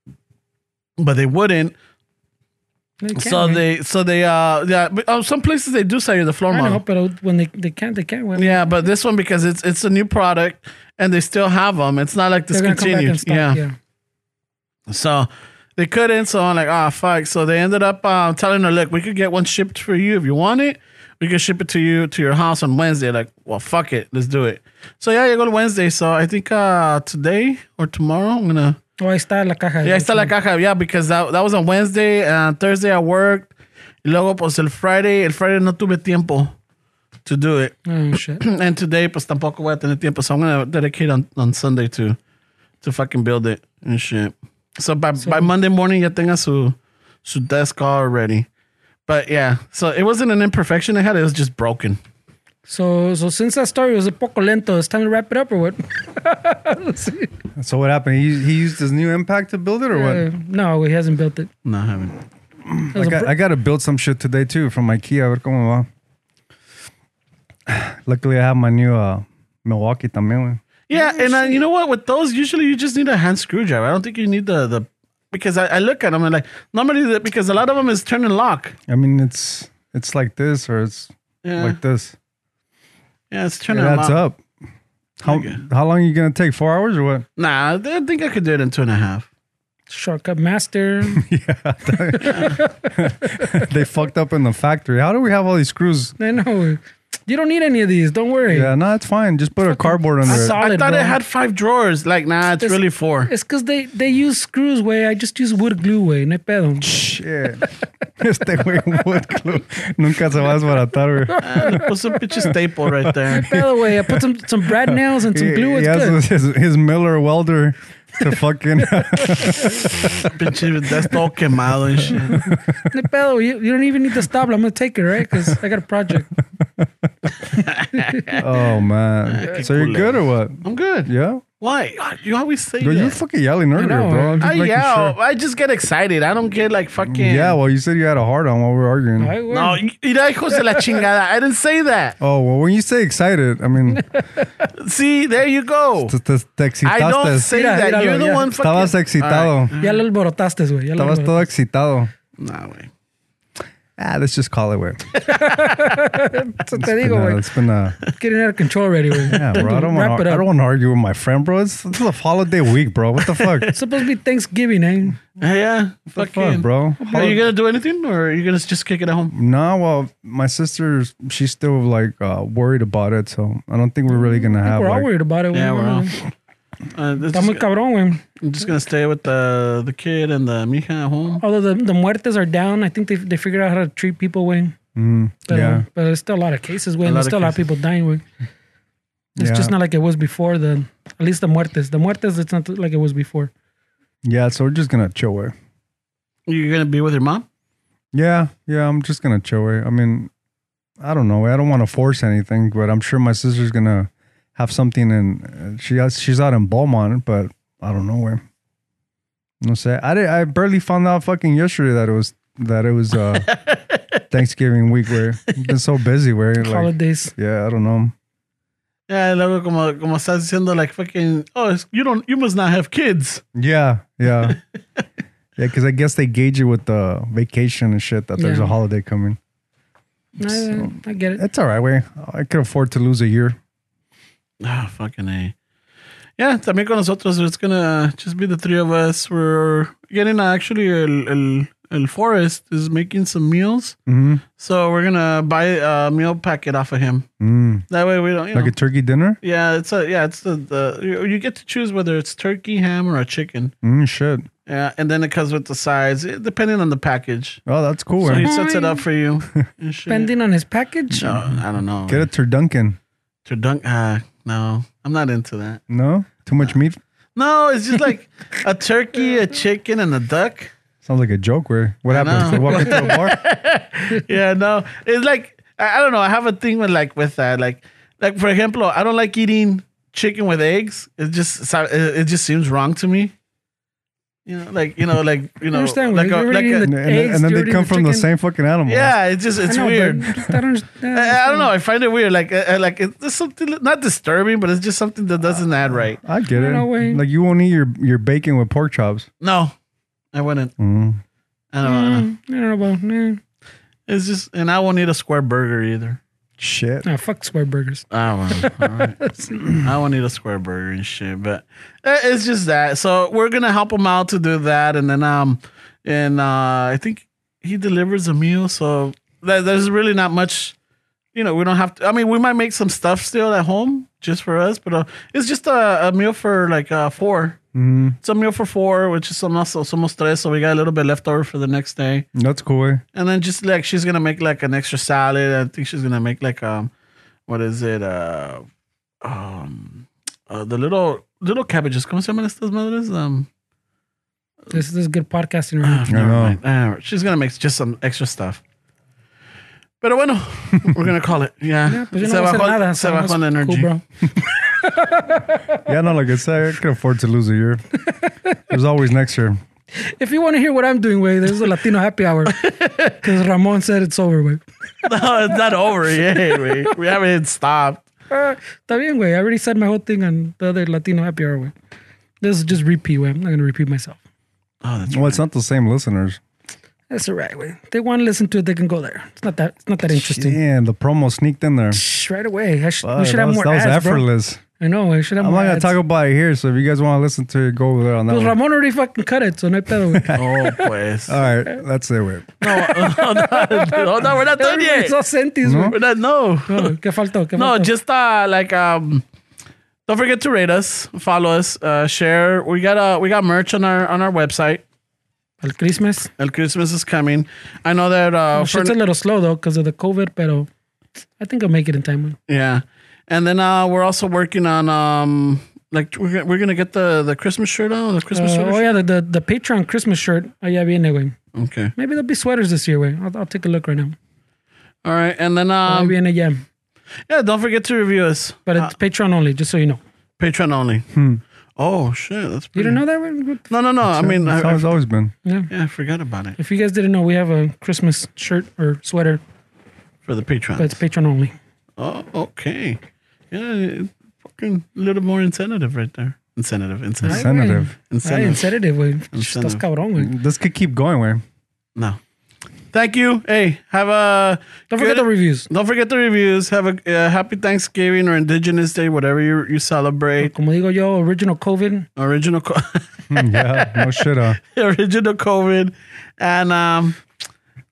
Mm-hmm. But they wouldn't. They can't, so güey. they, so they, uh, yeah. But, oh, some places they do sell you the floor I know, model. but when they they can't, they can't. When Yeah, but this one because it's it's a new product and they still have them. It's not like they're gonna come back discontinued. and stop. yeah. So they couldn't. So I'm like, ah, fuck. So they ended up um, telling her, look, we could get one shipped for you if you want it. We could ship it to you to your house on Wednesday. Like, well, fuck it, let's do it. So yeah, you go to Wednesday. So I think uh, today or tomorrow I'm gonna. Oh, ahí está la caja. Yeah, está la caja. "Ah, Yeah, because that that was on Wednesday. Uh, Thursday I worked. Y luego pues el Friday, el Friday no tuve tiempo to do it. Oh shit. and today pues tampoco voy a tener tiempo. So I'm gonna dedicate on, on Sunday to to fucking build it and shit. So by by Monday morning ya tenga su su desk already. But yeah, so it wasn't an imperfection I had, it was just broken. So so since that story was a poco lento, it's time to wrap it up or what? So what happened? He, he used his new impact to build it, or what? Uh, no, he hasn't built it. No, I haven't. It I was a got, br- I got to build some shit today too from IKEA. A ver cómo va. Luckily, I have my new uh, Milwaukee también. güey. Yeah, and uh, you know what? With those, usually you just need a hand screwdriver. I don't think you need the the because I, I look at them and like normally the, because a lot of them is turn and lock. I mean, it's it's like this or it's Yeah. like this. Yeah, it's turning Yeah, that's out. up. How, Okay. how long are you gonna take? Four hours or what? Nah, I th- I think I could do it in two and a half. Shortcut master. they fucked up in the factory. How do we have all these screws? I know. You don't need any of these. Don't worry. Yeah, no, it's fine. Just put a cardboard under I it. saw- Solid, I thought bro. it had five drawers. Like, nah, it's This- really four. It's because they, they use screws way. I just use wood glue way. No hay pedo. Shit. este güey wood glue. Nunca se va a desbaratar, güey. I put some pinche staple right there. pedo way. I put some, some brad nails and some glue. It's He good. has his, his Miller welder to fucking. Pinche, that's all quemado and shit. No hay pedo. You, you don't even need the stop. I'm going to take it, right? Because I got a project. oh man. So you're good or what? I'm good. Yeah. Why? God, You always say Dude, you that. fucking yelling earlier, know, bro. I'm just I Ah, making yell. sure. I just get excited. I don't get like fucking. Yeah. Well, you said you had a hard on while we were arguing. Ay, güey. No, y- mira, hijos de la chingada. I didn't say that. Oh well, when you say excited, I mean See, there you go. te, te, te I don't excitaste. say Mira, that. míralo, You're the ya. one Estabas fucking. mm. excitado. Ya lo alborotaste, güey. Ya lo Estabas alborotaste. todo excitado. Nah, güey. Ah, let's just call it way. Eso te digo, güey. It's been a Getting out of control already, güey. yeah, bro. I don't Wrap want it to. I up. don't want to argue with my friend, bro. It's, it's a holiday week, bro. What the fuck? It's supposed to be Thanksgiving, eh? Yeah, yeah. What the fucking. fuck, bro? Are you gonna do anything, or are you gonna just kick it at home? No, well, my sister, she's still like uh, worried about it, so I don't think we're really gonna have. Mm, We're all like- worried about it, güey. Yeah, we're all- Mm-hmm. Está Uh, this muy is- cabrón, güey. I'm just gonna stay with the the kid and the mija at home. Although the, the muertes are down, I think they, they figured out how to treat people, güey. Mm, But, yeah, but there's still a lot of cases, güey. A and lot There's of still a lot of cases. people dying, güey. It's Yeah. just not like it was before the, at least the muertes. The muertes, it's not like it was before. yeah. So we're just gonna chill way. You're gonna be with your mom. Yeah, yeah. I'm just gonna chill way. I mean, I don't know. I don't want to force anything, but I'm sure my sister's gonna have something, and she has, she's out in Beaumont, but I don't know where. No sé. I did, I barely found out fucking yesterday that it was that it was uh Thanksgiving week. Where I've been so busy, where like Holidays. yeah, I don't know. Yeah, luego como como estás diciendo like fucking. Oh, it's- you don't. You must not have kids. Yeah, yeah, yeah. Because I guess they gauge it with the vacation and shit that there's Yeah. a holiday coming. I, I get it. That's all right. Way I could afford to lose a year. Ah, fucking a. Yeah, también con nosotros. It's gonna just be the three of us. We're getting uh, actually el, el el forest is making some meals, hmm so we're gonna buy a meal packet off of him. Mm. That way we don't. You Like know. a turkey dinner. yeah, it's a yeah, it's the, the you, you get to choose whether it's turkey, ham, or a chicken. Mm, shit. Yeah, and then it comes with the sides, eh, depending on the package. Oh, that's cool. So eh? he sets it up for you. and shit. Depending on his package. No, I don't know. Get a turduncan. To dunk, ah, no, I'm not into that. No, too much meat. No, it's just like a turkey, a chicken, and a duck. Sounds like a joke. Where what I happens? know. You walk into a bar. Yeah, no, it's like I, I don't know. I have a thing with like with that, like like for example, I don't like eating chicken with eggs. It just so- it, it just seems wrong to me. You know, like you know, like you know, understand, like you're like eating a, And, The and then- eggs, and then they dirty, come the from the chicken. same fucking animal. yeah, it's just I it's know, but weird. I don't, understand. I, I don't know. I find it weird. Like I, I- like it's just something not disturbing, but it's just something that doesn't add right. I get No way. it. Like you won't eat your, your bacon with pork chops. No, I wouldn't. Mm. I don't, know. Mm, I don't know about. Nah. It's just, and I won't eat a square burger either. Shit. Nah, fuck square burgers. I won't. All right. I won't eat a square burger and shit, but it- it's just that. So we're gonna help him out to do that, and then um, and uh, I think he delivers a meal, so there- there's really not much. You know, we don't have to. I mean, we might make some stuff still at home just for us, but uh, it's just a, a meal for like uh, four. Mm. It's a meal for four, which is somos, somos tres, so we got a little bit left over for the next day. That's cool. eh? And then just like she's gonna make like an extra salad. I think she's gonna make like um, what is it? Uh, um, uh, the little little cabbages. ¿Cómo se llaman estas madres? Um, This, this is good podcasting right never know. mind. Uh, she's gonna make just some extra stuff. Pero bueno, we're gonna call it. Yeah. now. Pues yo no voy a hacer nada. se bajó Estamos la energy. Cool, bro. Yeah, no, like I said, I could afford to lose a year. There's always next year. If you want to hear what I'm doing, way there's a Latino happy hour. Because Ramon said it's over, güey. no, it's not over yet. We, we haven't even stopped. Uh, Está bien, güey. I already said my whole thing on the other Latino happy hour, güey. This is just repeat, güey. I'm not going to repeat myself. Oh, that's Well, it's not the same listeners. That's all right, way. They want to listen to it, they can go there. It's not that it's not that interesting. Yeah, the promo sneaked in there. Shh, Right away. I sh- Wow, we should that have was, more that was ads, bro. effortless. I know, we should have I'm more not gonna ads. talk about it here, so if you guys want to listen to it, go over there on that. Pues One. Ramon already fucking cut it, so no hay pedo, güey. Oh, pues. All right, that's it. Wait. no, no, we're not done yet. It's all sentis, güey. We're not, no. No, ¿Qué faltó? ¿Qué No, faltó? just uh, like um, don't forget to rate us, follow us, uh, share. We got uh, we got merch on our on our website. Al Christmas. El Christmas is coming. I know that uh, for, Oh, Shit's a little slow, though, because of the COVID, pero I think I'll make it in time, güey. yeah, and then uh, we're also working on um, like we're, gonna- we're gonna get the the Christmas shirt on the Christmas Uh, shirt. oh, yeah, the, the, the Patreon Christmas shirt. Oh, yeah, viene, güey. Okay, Maybe there'll be sweaters this year, güey. I'll, I'll take a look right now. all right, and then Um, um, viene, yeah. yeah, don't forget to review us. Uh, But it's Patreon only, just so you know. Patreon only. Oh shit, that's You pretty. don't know that, güey? No, no, no. I mean, that's how I, I, it's always been. Yeah. yeah, I forgot about it If you guys didn't know, we have a Christmas shirt or sweater, for the but Patreon. it's Patreon only. Oh, okay. Yeah, fucking a little more incentive right there. Incentive, incentive, Sensitive. Ay, incentive. incentive, güey. Incentive. Estás cabrón, güey. This could keep going. Wait. No. Thank you. Hey, have a Don't forget good- the reviews. Don't forget the reviews. Have a uh, happy Thanksgiving or Indigenous Day, whatever you you celebrate. Como digo yo, original COVID. Original, co- Hmm, yeah, no shit. Uh, original COVID, and um,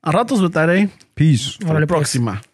a ratos with that, eh? peace. Hasta la Órale, pues. próxima.